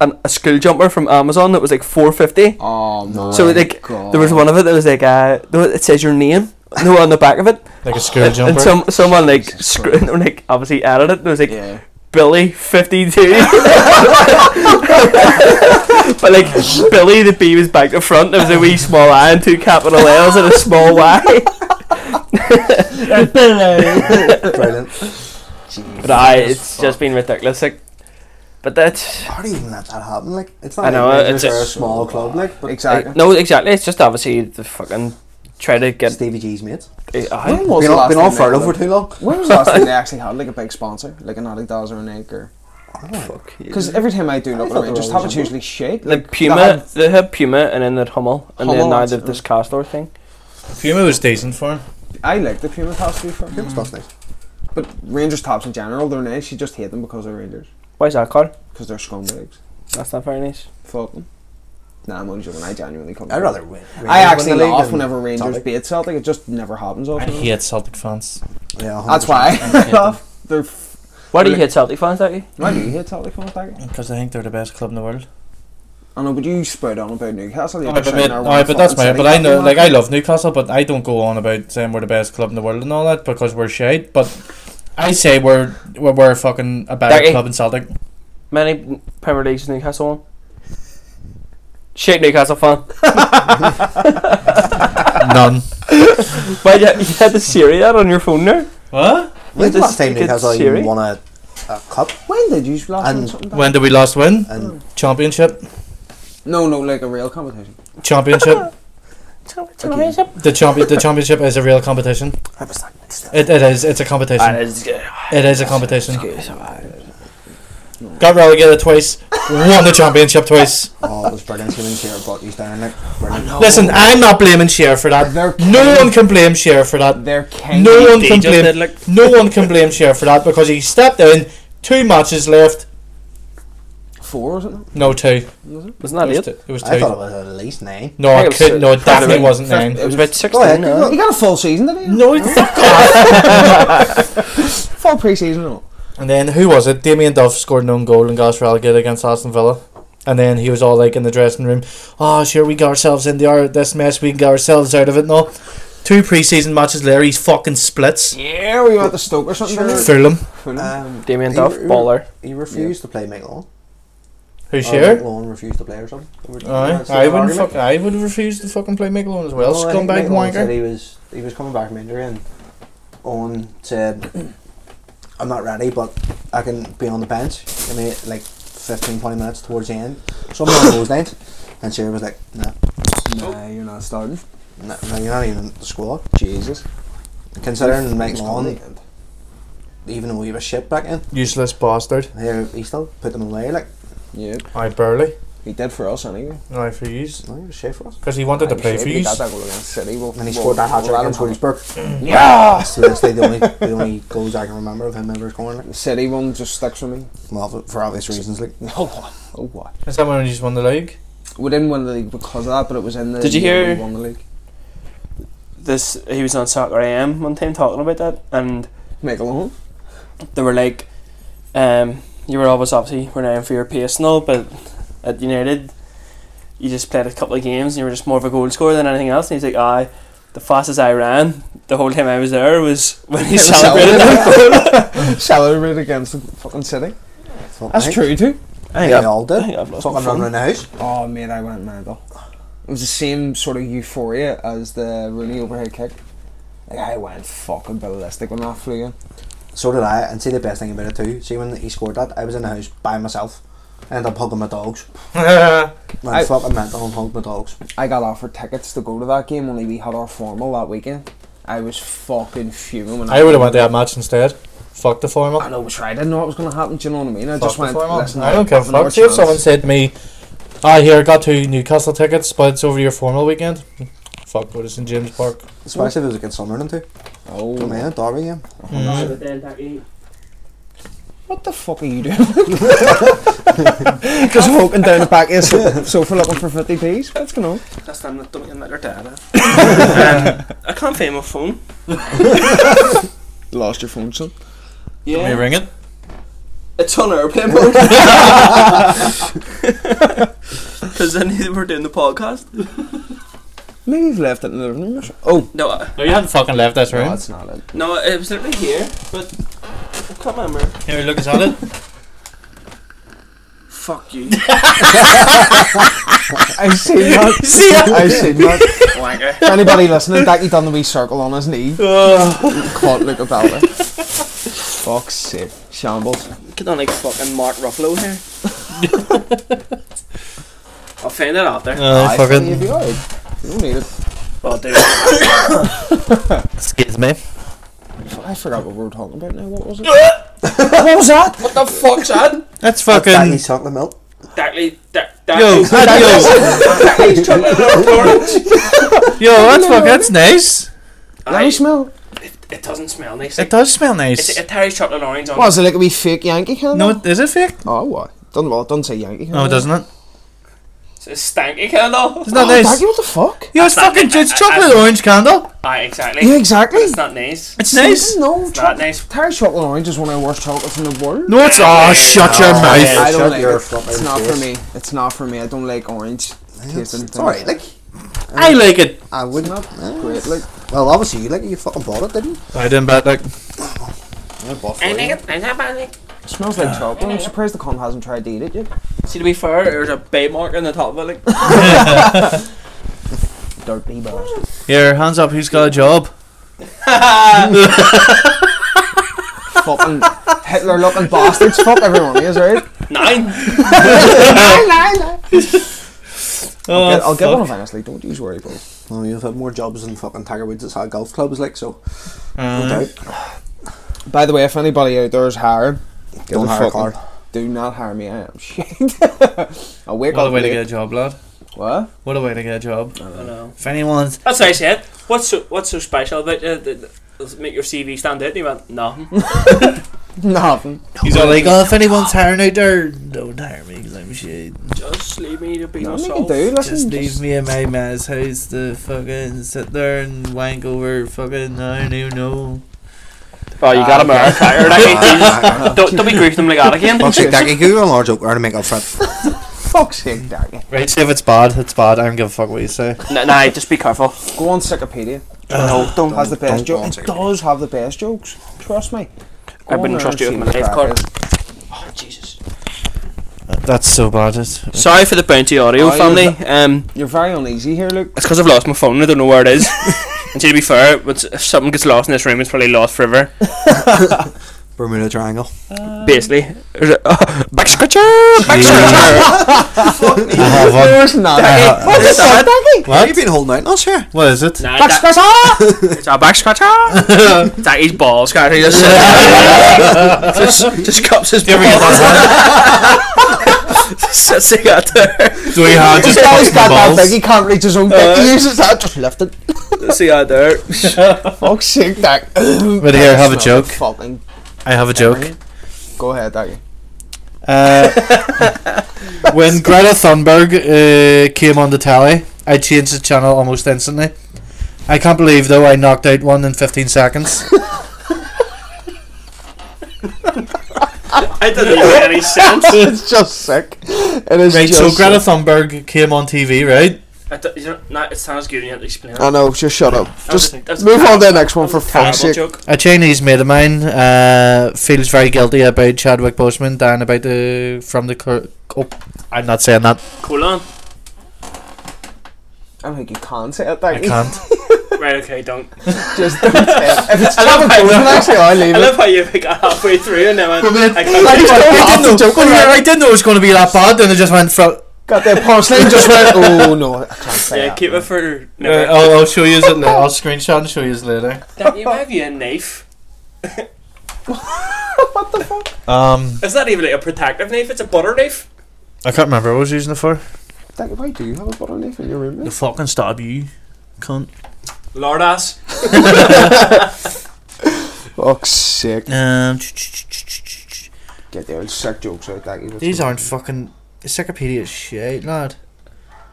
S1: an, a school jumper from Amazon that was like four fifty.
S3: Oh my
S1: So like
S3: god.
S1: there was one of it that was like uh, no, it says your name no on the back of it,
S4: Like a school
S1: and, and
S4: jumper.
S1: some someone like
S3: Jesus
S1: scr- like obviously added it. And it was like
S3: Yeah.
S1: Billy fifty two. But like Billy the B was back to front, there was a wee small I and two capital L's and a small Y.
S5: Brilliant.
S1: But I, it's just been ridiculous. Like, but that's
S5: How do you even let that happen? Like, it's not
S1: I know,
S5: like
S1: it's
S5: it's a
S1: just-
S5: small club, like, but
S3: Exactly.
S1: no, exactly. It's just obviously the fucking try to get.
S5: Stevie G's mates.
S1: Uh,
S3: When was
S5: been
S3: the
S5: all,
S3: last
S5: been all
S3: time they had
S5: furloughed
S3: a-
S5: for too long.
S3: When was the last time they actually had like a big sponsor, like an Adidas or an Nike?
S1: fuck.
S3: Because every time I do look
S5: thought
S3: at
S5: they
S3: it,
S5: were
S3: just
S5: always
S3: have it
S5: on.
S3: usually shit.
S1: The
S3: Like,
S1: Puma,
S3: They had,
S1: they had Puma, and then they had Hummel, and then
S3: Hummel,
S1: now
S3: that's
S1: they've
S3: it.
S1: this Castor thing.
S4: Puma was decent for him.
S3: I like the Puma tops to be fair.
S5: It was tough, nice.
S3: But Rangers tops in general, they're nice. You just hate them because they're Rangers.
S1: Why is that called?
S3: Because they're scumbags.
S1: That's not very nice.
S3: Fuck them. Nah, I'm only joking. I genuinely come.
S5: I'd rather win.
S3: I actually
S5: win the league
S3: laugh
S5: than
S3: whenever Rangers
S5: Celtic.
S3: beat Celtic. It just never happens.
S4: I
S3: Often.
S4: hate Celtic fans.
S5: Yeah, 100%.
S3: That's why I laugh. They're. F-
S1: Why do you hate Celtic fans, don't you?
S3: why do you hate Celtic fans, Dagger?
S4: Because I think they're the best club in the world.
S3: I know, but you spout on about Newcastle.
S4: Alright, but, mate, alright, but that's my. But I know, like, I love Newcastle, but I don't go on about saying we're the best club in the world and all that because we're shite. But I say we're we're, we're fucking a better
S1: Dougie.
S4: club in Celtic.
S1: Many Premier Leagues Newcastle won. Shake Newcastle fan.
S4: None.
S1: Why you, you had the Siri ad on your phone now?
S4: What?
S5: When's the
S1: Like
S5: last time
S1: this-
S5: Newcastle
S1: it's Siri.
S5: even won a, a cup?
S3: When did you last win
S5: And-
S3: something? Dagger?
S4: When did we last win?
S5: And
S4: Championship.
S3: No, no, like a real competition.
S4: Championship. the champion. The championship is a real competition. It, it is. It's a competition. It is a competition.
S1: uh,
S4: Got relegated twice. Won the championship twice.
S5: oh, it was brilliant. Human chair brought these down. Like, brilliant.
S4: Listen, I'm not blaming Cher for that.
S3: They're
S4: No one can blame Cher for that.
S3: They're king.
S4: No one
S1: They
S4: can
S1: just did,
S4: blame.
S1: like-
S4: No one can blame Cher for that because he stepped in. Two matches left.
S3: four, wasn't
S4: No two.
S1: Wasn't that
S4: it was
S1: it?
S4: two. It was
S5: I thought it
S4: two.
S5: was at least nine.
S4: No, I
S1: it was
S4: couldn't. No, it
S1: fifty
S4: definitely
S1: eight.
S4: wasn't nine.
S1: It was about uh,
S5: Go ahead.
S1: 16.
S5: go
S3: it?
S5: on.
S3: You got a full season, did you?
S4: No, it- fuck off.
S3: full pre-season. No.
S4: And then who was it? Damien Duff scored an own goal and got us relegated against Aston Villa. And then he was all like in the dressing room, "Oh, sure, we got ourselves in the ar- this mess. We can get ourselves out of it." No, two preseason matches later, he's fucking splits.
S3: Yeah, we went to Stoke or something.
S5: Sure.
S3: didn't we?
S4: Fulham,
S3: Fulham.
S5: Um,
S1: Damien
S5: he-
S1: Duff,
S5: he-
S1: baller.
S5: He refused to play McLaughlin.
S4: who's
S5: Sure.
S4: here?
S5: McLaughlin refused to play or something. They were- Oh,
S4: Aye,
S5: that's the
S4: I wouldn't.
S5: argument.
S4: Fuck, I would refuse to fucking play Michelin as well.
S5: No, Oh, I think
S4: Scumbag
S5: Michelin said
S4: wanker.
S5: He was he was coming back from injury and Owen said, "I'm not ready, but I can be on the bench." I mean, like 15, 20 minutes towards the end, something on those lines. And Sherry was like, "No,
S3: Nah, you're not starting.
S5: no, no, you're not even in the squad."
S3: Jesus.
S5: Considering
S3: It's
S5: Michelin,
S3: comedy.
S5: even though he was shit back in,
S4: Useless bastard.
S5: here he still put them away. Like,
S3: Yeah,
S4: I barely.
S3: he did for us anyway.
S4: I for yous.
S5: no, he was shit for us.
S4: Because he wanted to
S3: I'm
S4: play
S3: sure
S4: for
S3: he
S4: yous.
S3: got that goal against City. Well,
S5: And he
S3: well,
S5: scored that hat trick
S3: well,
S5: against
S3: Adam
S5: Williamsburg.
S3: Yeah.
S5: That's literally the only the only goals I can remember of him ever scoring. Like,
S3: The City one just sticks with me.
S5: well, for- for obvious reasons, like
S3: Oh, what? Oh, what?
S4: Is that when he just won the league?
S3: We didn't win the league because of that, but it was in the.
S1: Did you
S3: year
S1: hear-
S3: We won the league.
S1: This, he was on Soccer AM one time talking about that, and
S3: Michelin.
S1: they were like, um, you were always obviously renowned for your pace and all, but at United, you just played a couple of games and you were just more of a goal scorer than anything else. And he's like, aye, the fastest I ran the whole time I was there was when he celebrated that goal.
S3: Celebrated against the fucking City.
S5: fuck
S3: That's
S5: me.
S3: true too.
S1: I
S5: Yeah,
S1: think
S5: they all
S1: I
S5: did.
S1: think I've lost my
S5: Fucking
S1: phone.
S5: running the house.
S3: Oh mate, I went mad though. It was the same sort of euphoria as the Rooney overhead kick. Like I went fucking ballistic when that flew in.
S5: So did I, and see the best thing about it too. See when he scored that, I was in the house by myself. Ended up hugging my dogs. Man,
S3: I-
S5: fucking meant to hug my dogs.
S3: I got offered tickets to go to that game only we had our formal that weekend. I was fucking fuming when
S4: I would have went to that match instead. Fuck the formal.
S3: I know, was right. I didn't know what was going to happen. Do you know what I mean? I
S4: Fuck
S3: just
S4: the
S3: went.
S4: formal.
S3: Listen,
S4: I don't care.
S3: have another
S4: Fuck. See if
S3: chance."
S4: someone said to me, "I here got two Newcastle tickets, but it's over your formal weekend." Fuck, go to St James Park.
S5: Especially if it was against Sunderland too.
S3: "Oh
S5: Come here, Derby game.
S3: What the fuck are you doing? Just walking down the back of the sofa looking for 50 p's. What's going on?
S1: That's them that don't let their data. I can't find my phone.
S3: Lost your phone, son.
S4: Can we ring it?
S1: It's on airplane mode. Because I knew we were doing the podcast.
S3: Maybe you've left it in the living room. or something. Oh,
S1: No, I,
S4: No, you haven't fucking left this
S3: no,
S4: room.
S3: that's not it.
S1: no, it was literally here, but I can't remember.
S4: Here, look at it.
S1: Fuck you.
S3: I seen that.
S4: See ya.
S3: I seen that.
S1: Wanker.
S3: For anybody listening, Dacky done the wee circle on his knee. Caught Luca Balder. Fuck's sake. Shambles.
S1: Get on like fucking Mark Ruffalo here. I'll find it out there.
S4: Oh,
S3: Aye,
S4: fucking.
S3: you'd be alright. You don't need it.
S1: Oh, dude.
S4: Excuse me.
S3: I forgot what we were talking about now. What was it? what was that?
S1: what the fuck's that?
S4: That's
S5: That
S4: fucking.
S5: he's chocolate milk.
S1: Dackley, Dack,
S4: Yo,
S1: Dackley's
S4: that,
S1: Dackley's chocolate milk orange.
S4: yo, yo, that's fucking. That's nice.
S1: Aye,
S3: Nice smell.
S1: It doesn't smell nice.
S4: It
S1: Like,
S4: does smell
S1: it's,
S4: nice.
S1: it carries chocolate orange on
S3: What is it like a wee fake Yankee can?
S4: No, it- is it fake?
S3: Oh, what? Doesn't well, it doesn't say Yankee.
S4: No, it doesn't. It?
S1: it. It's stanky kind of.
S4: It's not nice.
S3: Daggy, Oh, what the fuck?
S4: Yo, it's
S1: That's not-
S4: fucking. It's
S1: I- I-
S4: chocolate orange candle.
S1: Aye, exactly.
S3: Yeah, exactly.
S1: It's not nice.
S4: It's nice.
S3: No,
S1: It's not nice.
S3: Thai chocolate orange is one of the worst chocolates in the world.
S4: No, it's. Oh, shut your mouth.
S3: I don't
S5: shut
S3: like
S5: your
S3: it.
S5: fucking
S3: It's not for
S5: face.
S3: me. It's not for me. I don't like orange.
S5: It's,
S3: tasting things.
S5: alright, like,
S4: I like it.
S5: I wouldn't.
S3: Great, like
S5: Well, obviously, you like it, you fucking bought it, didn't you?
S4: I didn't bet like.
S5: I bought
S1: I
S5: for
S1: like
S5: you.
S1: it. I like it. I like it.
S3: it smells like chocolate. I'm surprised the con hasn't tried to eat it yet.
S1: See, to be fair, there's a bite mark on the top of it. Like,
S3: Dirty bars.
S4: Here, hands up. Who's got a job?
S3: Fucking Hitler looking bastards. Fuck everyone. Is right.
S1: nine.
S4: Oh,
S3: I'll get one
S4: fuck.
S3: of honestly. Don't use worry, bro.
S5: No, you've had more jobs than fucking Tiger Woods has had golf clubs, like, so.
S4: Uh,
S5: No doubt.
S3: By the way, if anybody out there is hiring,
S5: Don't hire
S3: fucking-
S5: Carl.
S3: Do not hire me. I am shit. I wake
S4: What a
S3: up
S4: way to
S3: late.
S4: get a job, lad.
S3: What?
S4: What a way to get a job.
S1: I know.
S4: Oh. If anyone's.
S1: That's what I said. What's so, what's so special about you that that- that'll make your CV stand out? And he went, nothing.
S3: Nothing.
S4: He's all like, oh, if anyone's hiring out there, don't hire me because I'm shit.
S1: Just leave me to be
S3: Nothing you
S1: myself.
S3: do.
S4: Just
S3: Listen,
S4: leave me at my man's house to fucking sit there and wank over fucking I don't know.
S1: Oh, you got him out of fire.
S5: Ah,
S1: Don't, don't be griefing him like that again.
S5: Fuck's sake, Dackie, give you a large joke to make up for it.
S3: fuck's sake, Daggy.
S4: Right, so if it's bad, it's bad. I don't give a fuck what you say.
S1: Nah, nah, just be careful.
S3: Go on Wikipedia.
S4: Uh,
S5: No, don't.
S3: has the best
S5: don't go on
S3: jokes. It
S5: Wikipedia.
S3: does have the best jokes. Trust me. Go
S1: I wouldn't
S3: on there
S1: trust
S3: and
S1: you
S3: see
S1: with my
S3: what
S1: life,
S3: crack
S1: Oh, Jesus.
S4: That's so bad. It's,
S1: Sorry for the bounty audio,
S3: Oh,
S1: family.
S3: you're
S1: Um,
S3: is. You're very uneasy here, Luke.
S1: it's because I've lost my phone. I don't know where it is. and to be fair, once- if something gets lost in this room, it's probably lost forever.
S5: Bermuda Triangle.
S1: Basically, There's a- back scratcher, back scratcher.
S4: I have one.
S3: There's none.
S1: Daggy,
S3: What is that, Daggy?
S5: What? Have you been holding out on us here?
S4: What is it?
S1: Nah,
S3: Back
S1: that,
S3: scratcher!
S1: it's a back scratcher. Daggy's balls scratcher. He Just, just, just cups his balls. Sits like that there.
S4: Do we have
S3: This
S4: Uh, just
S3: guy's
S4: pucks
S3: got that
S4: balls?
S3: thing. He can't reach his own dick. He uses that. Just lift it.
S1: See that there.
S3: Fuck's sake, Dag.
S4: But here, have a joke.
S3: Fucking.
S4: I have a joke.
S3: Go ahead, Daggy.
S4: Uh, when Greta Thunberg uh, came on the telly, I changed the channel almost instantly. I can't believe though I knocked out one in 15 seconds.
S1: I didn't make any sense.
S3: It's just sick. It is
S4: right,
S3: just
S4: so Greta
S3: sick.
S4: Thunberg came on TV, right?
S1: I d- you don't- nah, it sounds good when you have to explain it.
S3: I know, just shut up.
S1: was
S3: Just
S1: a- that was a
S3: move on to the
S1: terrible-
S3: next one
S1: that
S3: for
S1: was a
S3: fuck's
S1: terrible
S3: sake.
S1: joke.
S4: A Chinese mate of mine uh, feels very guilty about Chadwick Boseman dying about the from the cur- oh, I'm not saying that.
S1: Colon.
S3: I don't think you can say it,
S4: I
S3: Daggy.
S4: can't.
S1: Right, okay, don't.
S3: Just don't say it. If it's
S1: I love
S3: not a
S1: how you-
S3: joke, then actually, I'll leave
S1: I
S3: it.
S1: love how you like, got halfway through and then went, I
S3: I
S1: can't
S3: just don't
S4: I
S3: laugh
S4: didn't
S3: at the
S4: know.
S3: joke.
S4: well, yeah, I didn't know it was going to be that bad. Then it just went from.
S3: Got that punchline, just went, oh no, I can't say
S1: Yeah,
S3: that.
S1: keep it for
S4: Uh,
S1: never.
S4: I'll, I'll show you. it later. I'll screenshot and show you later.
S1: Don't you have you a knife?
S3: What the fuck?
S4: Um,
S1: Is that even like a protective knife? It's a butter knife.
S4: I can't remember what I was using it for.
S3: Daggy, why do you have a bottleneck in your room?
S4: The
S3: mate?
S4: fucking stab you, cunt.
S1: Lord ass.
S3: Fuck's sake.
S4: Um,
S3: Get the old sick jokes out, Daggy. What's
S4: these
S3: going
S4: aren't fucking encyclopedia shit, lad.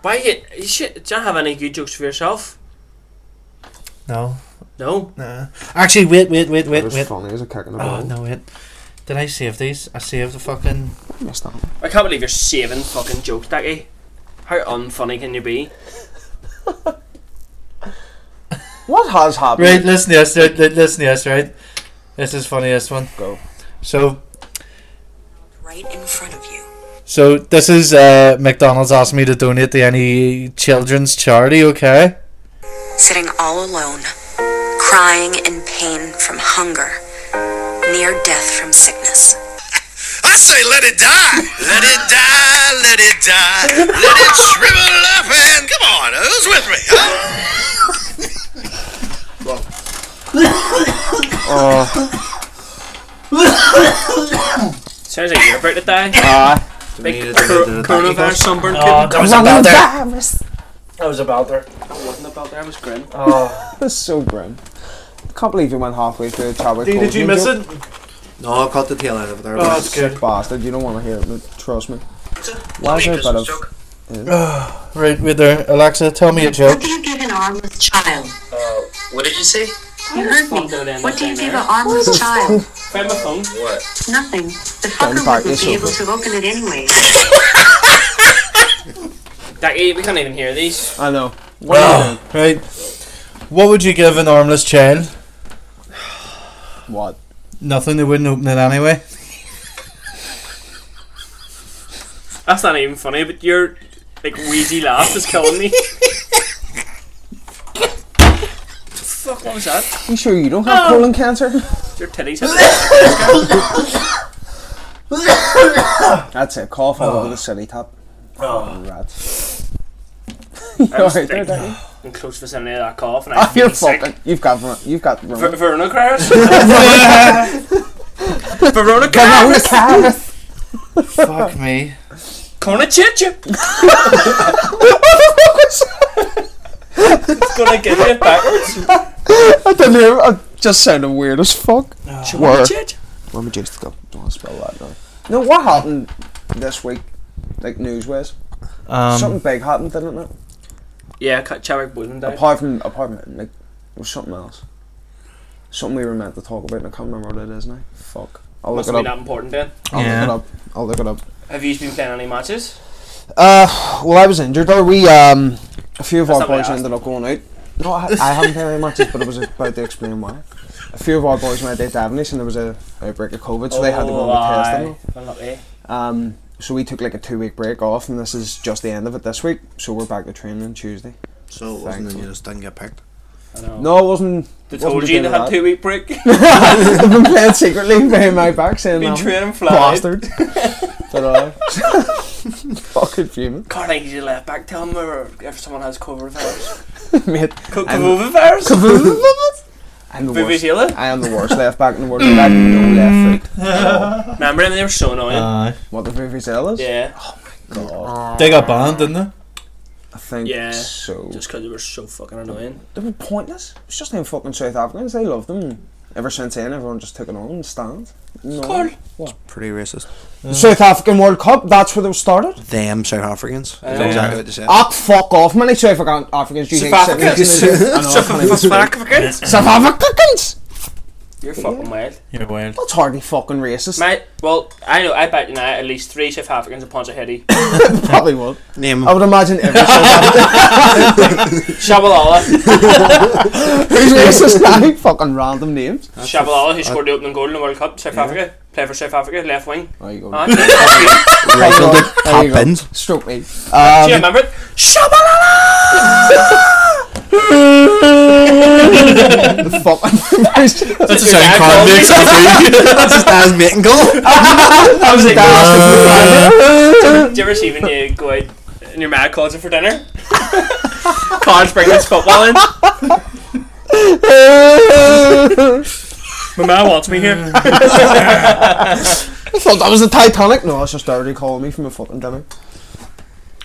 S1: Why you, you shit, do you have any good jokes for yourself?
S4: No,
S1: No.
S4: nah. Actually, wait, wait, wait,
S3: on?
S4: wait,
S3: It was
S4: wait.
S3: funny as a kick in the
S4: Oh
S3: ball.
S4: no, wait. Did I save these? I saved the fucking.
S3: I missed that.
S1: I can't believe you're saving fucking jokes, Daggy. How unfunny can you be?
S3: What has happened?
S4: Right, listen to this. Right, li- listen to this. Right, this is funniest one.
S3: Go.
S4: So,
S10: Right in front of you.
S4: so this is uh, McDonald's asked me to donate to any children's charity. Okay.
S10: Sitting all alone, crying in pain from hunger. near death from sickness.
S11: I say let it die, let it die, let it die, let it shrivel up and come on, who's with me? Huh?
S1: Sounds like you're about to die.
S3: Ah,
S1: Big cor- coronavirus sunburn.
S4: Oh, that was a belter. That was a belter.
S1: wasn't about there. I was grim.
S4: Oh,
S3: that's so grim. Can't believe you went halfway through the Chadwick
S4: Dee, did you
S3: Boseman
S4: miss
S3: joke.
S4: it?
S5: No, I caught the tail end of it there.
S4: Oh, that's good.
S3: Bastard, you don't want to hear it. but Trust me. Why is there a bit of
S4: Right, wait there, Alexa. Tell me a
S10: What
S4: joke.
S10: do you give an armless child?
S11: Uh, What did you say?
S10: You heard me.
S1: fuck out in
S10: What
S1: the
S10: do you
S1: thing
S10: give
S1: there.
S10: an armless child?
S1: Find my phone.
S10: Nothing. The fucker
S3: back
S10: wouldn't be
S3: yourself.
S10: able to open it anyway.
S1: Daggy, e- we can't even hear these.
S3: I know.
S4: Wow. Right. What would you give an armless child?
S3: What?
S4: Nothing. They wouldn't open it anyway.
S1: That's not even funny, but your like wheezy laugh is killing me. Fuck, what was that?
S3: You sure you don't
S4: Oh.
S3: have colon cancer?
S1: Your titties. hit-
S3: That's it. Cough all over the city top. Oh. Rats.
S1: I was
S3: Alright,
S1: like,
S3: there,
S1: in close vicinity of that cough, and I
S3: Ah,
S1: was
S3: you're
S1: really sick.
S3: fucking. You've got. ver- You've got.
S1: Ver-
S3: Ver-
S1: Verona Cyrus? Verona Cyrus?
S4: Fuck me.
S1: Gonna chit you. It's gonna get you backwards.
S3: I don't know. I just sounded weird as fuck.
S4: Oh.
S3: Were.
S1: Chit.
S3: Let me just go. Oh, Don't want to spell that now. No, what happened this week? Like news wise, something
S4: Um,
S3: big happened, didn't it?
S1: Yeah, cut Chadwick Boseman down.
S3: Apart from apart from like, it was something else. Something we were meant to talk about, and I can't remember what it is now. Fuck. I'll
S1: Must
S3: look
S1: be
S3: it up.
S1: not important then.
S3: I'll
S4: Yeah.
S3: look it up. I'll look it up.
S1: Have you been playing any matches?
S3: Uh, well, I was injured. Or we um, a few of
S1: That's
S3: our
S1: not what I
S3: boys
S1: asked.
S3: ended up going out. No, I, I haven't played any matches, but I was about to explain why. A few of our boys went out to Davenish, and there was a outbreak of COVID, so they had to go
S1: Oh,
S3: on the testing.
S1: Unlucky.
S3: Um, so we took like a two week break off, and this is just the end of it this week. So we're back to training Tuesday.
S5: So it wasn't that you just didn't get picked.
S1: I know.
S3: No, it wasn't.
S1: They
S3: wasn't
S1: told you they
S3: beginning
S1: had
S3: of
S1: two week break.
S3: that. I've been playing secretly behind my back, saying
S1: Been
S3: that
S1: training flat.
S3: bastard. but uh, fucking fuming,
S1: God, I need a left back. Tell them where- if someone has coronavirus.
S3: mate.
S1: Co-
S3: I'm-
S1: Coronavirus?
S3: I'm the
S1: Baby
S3: worst.
S1: Sheila?
S3: I am the worst left back in the world.
S1: Mm.
S3: I have no left foot. at all.
S1: Remember them? They were so annoying.
S4: uh,
S3: What the Vuvuzela is?
S1: yeah,
S3: God,
S4: they got banned, didn't they?
S3: I think
S1: Yeah.
S3: so.
S1: just because they were so fucking annoying.
S3: They were pointless. It's just them fucking South Africans. They love them. Ever since then, everyone just took it on and stand. No.
S1: Cool.
S5: Pretty racist.
S3: The South African World Cup, that's where they started.
S5: Them South Africans. That's
S1: know.
S5: exactly what you
S1: Ah,
S5: said.
S3: Up, Ah, fuck off, many South African Africans. Do you
S1: South
S3: think Africans? South
S1: Fuck
S3: South Africans.
S1: You're fucking wild.
S4: You're wild.
S3: That's hardly fucking racist.
S1: Mate, well, I know, I bet you now at least three South Africans will punch a heady.
S3: Probably would.
S5: Name.
S3: I would imagine every South African.
S1: Shabalala,
S3: Who's racist now? fucking random names.
S1: Shabalala, who scored the opening goal in the World Cup, South Africa, played for South Africa, left wing.
S3: There you go.
S1: Ah,
S3: There you go. There you go.
S5: Happens.
S3: Stroke me. Um,
S1: Do you remember it?
S3: Fuck.
S4: That's a
S1: sound card makes
S5: That's his dad's mating goal.
S1: I was like,
S3: Fantastic.
S1: Do you ever see when you go out and your mad calls you for dinner? College bring this football in. My man wants me here.
S3: I thought that was the Titanic. No, it's just Dirty calling me from a fucking dinner.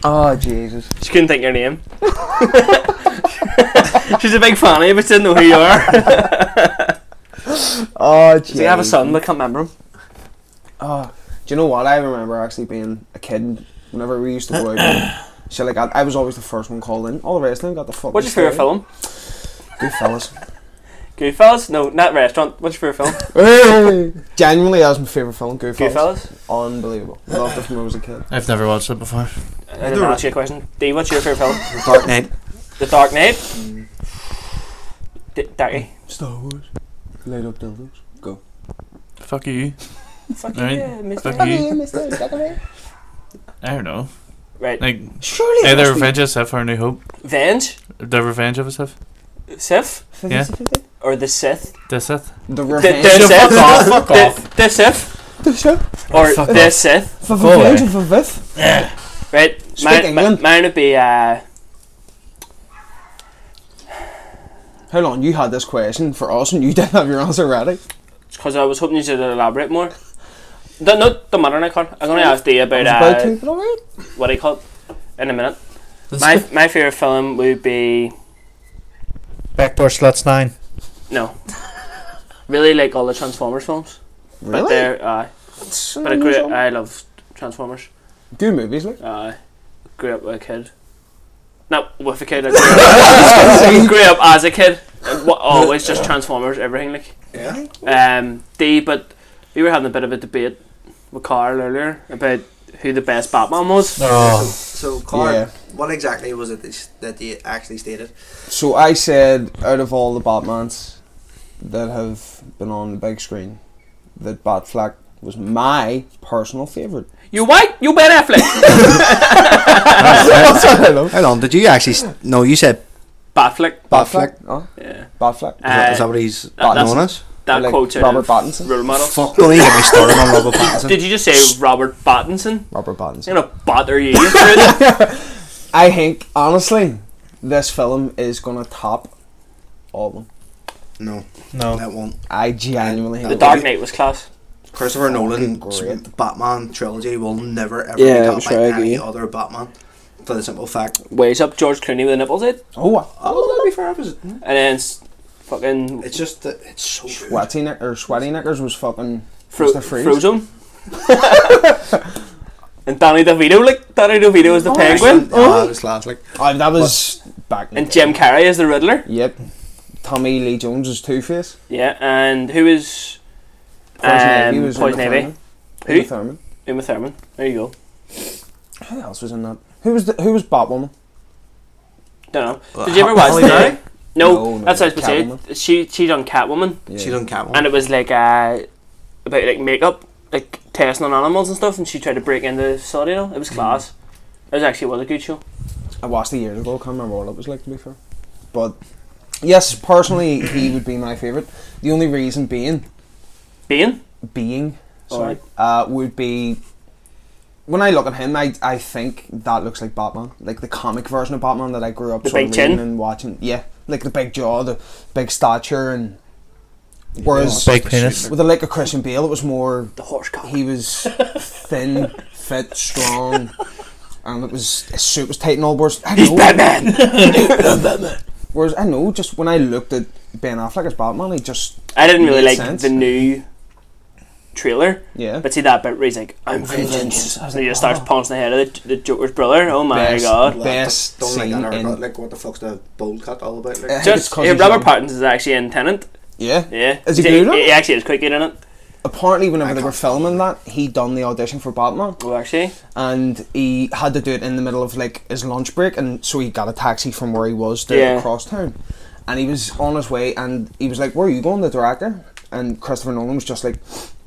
S3: Oh, Jesus.
S1: She couldn't think your name. She's a big fan of you, but she didn't know who you are.
S3: Oh, Jesus.
S1: Do you have a son? I can't remember him.
S3: Oh, do you know what? I remember actually being a kid whenever we used to go out. Shit like that. I was always the first one called in. All the rest of them got the fucking.
S1: What's your favourite
S3: story.
S1: film?
S3: Good fellas.
S1: Goodfellas? No, not restaurant. What's your favourite film?
S3: Hey! Genuinely, that was my favourite film. Goodfellas.
S1: Goodfellas?
S3: Unbelievable. Loved it when I was a kid.
S4: I've never watched it before.
S1: I didn't ask you a question. Dee, what's your favourite film?
S5: Dark Knight.
S1: The Dark Knight? D- Daggy.
S3: Star Wars. Light up dildos.
S4: Fuck you.
S1: Fuck
S4: Right.
S1: yeah, mister.
S4: Fuck you. I don't know.
S1: Right.
S4: Like
S1: Surely it
S4: either
S1: must be
S4: Revenge of Sith or New Hope.
S1: Venge?
S4: The Revenge of a Sith.
S1: Sith
S4: Yeah.
S1: or the Sith.
S4: The Sith.
S3: The
S1: The,
S3: revenge.
S1: the
S4: Fuck
S1: Sith.
S4: off, fuck off.
S1: The, the Sith
S3: The ship.
S1: or
S4: Fuck
S1: the
S4: off.
S1: Sith.
S3: For
S4: Go
S3: revenge
S4: away.
S3: of the Vith.
S1: Right.
S3: Speak
S1: Mine, mi-
S3: England.
S1: mine would be uh,
S3: How long you had this question for us and you didn't have your answer ready?
S1: because I was hoping you should elaborate more. The, not the modern icon. I'm gonna ask you about,
S3: About
S1: uh,
S3: two, but alright.
S1: what do you call it in a minute. My my favorite film would be
S4: Backdoor Sluts 9.
S1: no. Really like all the Transformers films, but
S3: Really?
S1: they're uh,
S3: It's
S1: but I
S3: an
S1: grew uh,
S3: unusual-
S1: I love Transformers.
S3: Good movies, like.
S1: I grew up with a kid. No, with a kid. I grew up, I grew up as a kid. And wa- Always just Transformers, everything like.
S5: Yeah.
S1: Um, D, but we were having a bit of a debate with Carl earlier about who the best Batman was.
S4: Oh.
S5: So, Clark,
S3: Yeah.
S5: what exactly was it that s- that they actually stated?
S3: So I said, out of all the Batmans that have been on the big screen, that Batfleck was my personal favourite.
S1: You white, you Ben Affleck.
S3: Hello.
S5: Hold on, did you actually? s- No, you said
S1: Batfleck.
S3: Batfleck. Oh,
S1: Yeah.
S3: Batfleck.
S5: is, that, is
S1: Uh,
S5: that what he's
S1: that-
S5: known as?
S1: That
S3: Like
S1: quote
S3: Robert
S1: out
S3: Pattinson.
S1: of role model.
S5: Fuck, don't even get me started on Robert Pattinson.
S1: Did you just say Robert Pattinson?
S3: Robert
S1: I'm
S3: Pattinson.
S1: gonna batter you. Alright,
S3: I think, honestly, this film is going to top all of them.
S5: No,
S4: No.
S5: that won't.
S3: I genuinely
S1: the
S3: think
S1: Dark Knight was class.
S5: Christopher Nolan's
S3: great.
S5: Batman trilogy will never ever
S3: Yeah,
S5: be
S3: I'm
S5: topped
S3: sure
S5: by
S3: I
S5: any
S3: agree.
S5: other Batman. For the simple fact,
S1: Ways up George Clooney with the nipples out,
S3: Oh, wow.
S5: oh, that'd be fair. Was it?
S1: and then s- fucking
S5: It's just that it's so good.
S3: Sweaty Knick- or Sweaty Knickers was fucking.
S1: Fro-
S3: What's the phrase?
S1: Frozone. and Danny DeVito, like Danny DeVito is the penguin,
S5: Oh, it's class. Like
S3: Oh, that was back. in-
S1: and Jim Carrey is the Riddler.
S3: Yep. Tommy Lee Jones is Two Face.
S1: Yeah, and who is um, Poison Ivy? Who?
S3: Uma Thurman.
S1: Uma Thurman. There you go.
S3: Who else was in that? Who was the, who was Batwoman?
S1: Don't know. Did you ever watch
S5: Halle
S1: that?
S5: Berry?
S1: No,
S3: No, no,
S1: that's what I was going to say.
S3: Catwoman.
S1: She she done Catwoman,
S3: Yeah.
S5: She's on Catwoman.
S1: and it was like uh, about like makeup, like testing on animals and stuff, and she tried to break into the facility. and all.
S3: Hmm.
S1: It was class. It was actually was a good show.
S3: I watched it Uh, years ago. I can't remember what it was like to be fair. But yes, personally, he would be my favorite. The only reason being,
S1: Bane.
S3: being, sorry,
S1: Alright.
S3: uh, would be when I look at him, I I think that looks like Batman, like the comic version of Batman that I grew up
S1: The
S3: sort of
S1: big chin?
S3: reading and watching. Yeah, like the big jaw, the big stature, and whereas
S4: Big penis.
S3: with the like of Christian Bale, it was more
S1: The horse cock.
S3: he was thin, fit, strong, and it was his suit was tight and all. Whereas I
S1: He's
S3: know,
S1: Batman.
S3: Whereas I know, just when I looked at Ben Affleck as Batman, he just
S1: I didn't really like
S3: Makes sense.
S1: the new trailer,
S3: yeah.
S1: but see that bit where he's like, "I'm vengeance,"
S3: I
S1: and
S3: was
S1: he
S3: like,
S1: just starts
S3: "Oh."
S1: punching the head of the, the Joker's brother. Oh my
S3: Best.
S1: god!
S5: Like,
S3: Best
S5: don't like
S3: scene
S5: that
S3: in-
S5: haircut, Like what the fuck's the bowl cut all about? Like
S3: I think it's
S1: Just
S3: 'cause
S1: yeah,
S3: he's
S1: Robert
S3: young.
S1: Pattinson is actually in Tenant.
S3: Yeah.
S1: Yeah,
S3: Is he
S1: He's-
S3: good in it?
S1: He actually is quite good in it.
S3: Apparently, whenever
S5: I
S3: they were
S5: can't-
S3: filming that, he done the audition for Batman,
S1: Oh, actually,
S3: and he had to do it in the middle of like his lunch break, and so he got a taxi from where he was to
S1: Yeah.
S3: across town, and he was on his way, and he was like, "Where are you going, the director?" And Christopher Nolan was just like,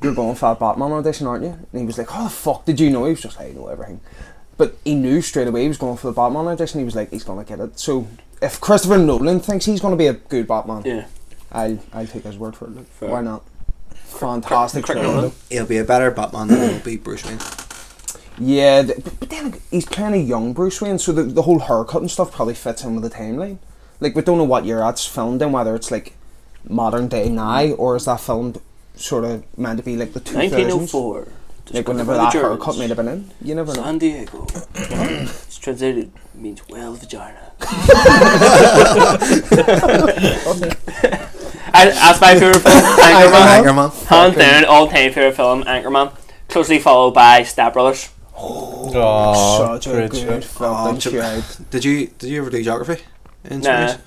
S3: "You're going for that Batman audition, aren't you?" And he was like, "How the fuck did you know?" He was just like, "I know everything," but he knew straight away he was going for the Batman audition. He was like, "He's gonna get it." So if Christopher Nolan thinks he's gonna be a good Batman,
S1: yeah.
S3: I'll I'll take his word for it. Like,
S1: Fair.
S3: why not? Fantastic.
S1: Crick
S3: trailer.
S1: Nolan.
S5: he'll be a better Batman than he'll be Bruce Wayne.
S3: Yeah, th- but, but then ag- he's kind of young, Bruce Wayne, so the, the whole haircut and stuff probably fits in with the timeline. Like, we don't know what year that's filmed in, whether it's like modern day now, or is that filmed sort of meant to be like the 2000s?
S1: 1904.
S3: Like,
S1: Discovered
S3: whenever
S1: by the
S3: that
S1: Germans.
S3: haircut might have been in. You never know.
S1: San Diego. it's translated means well vagina. I, that's my favorite film. Anchorman.
S5: Angerman.
S1: Hands down, all time favorite film, Anchorman. Closely followed by Step Brothers.
S4: Oh,
S3: Such a good
S5: Oh,
S3: fucking
S5: Jim-
S3: shout.
S5: Did you did you ever do geography? In
S1: Nah.
S5: school?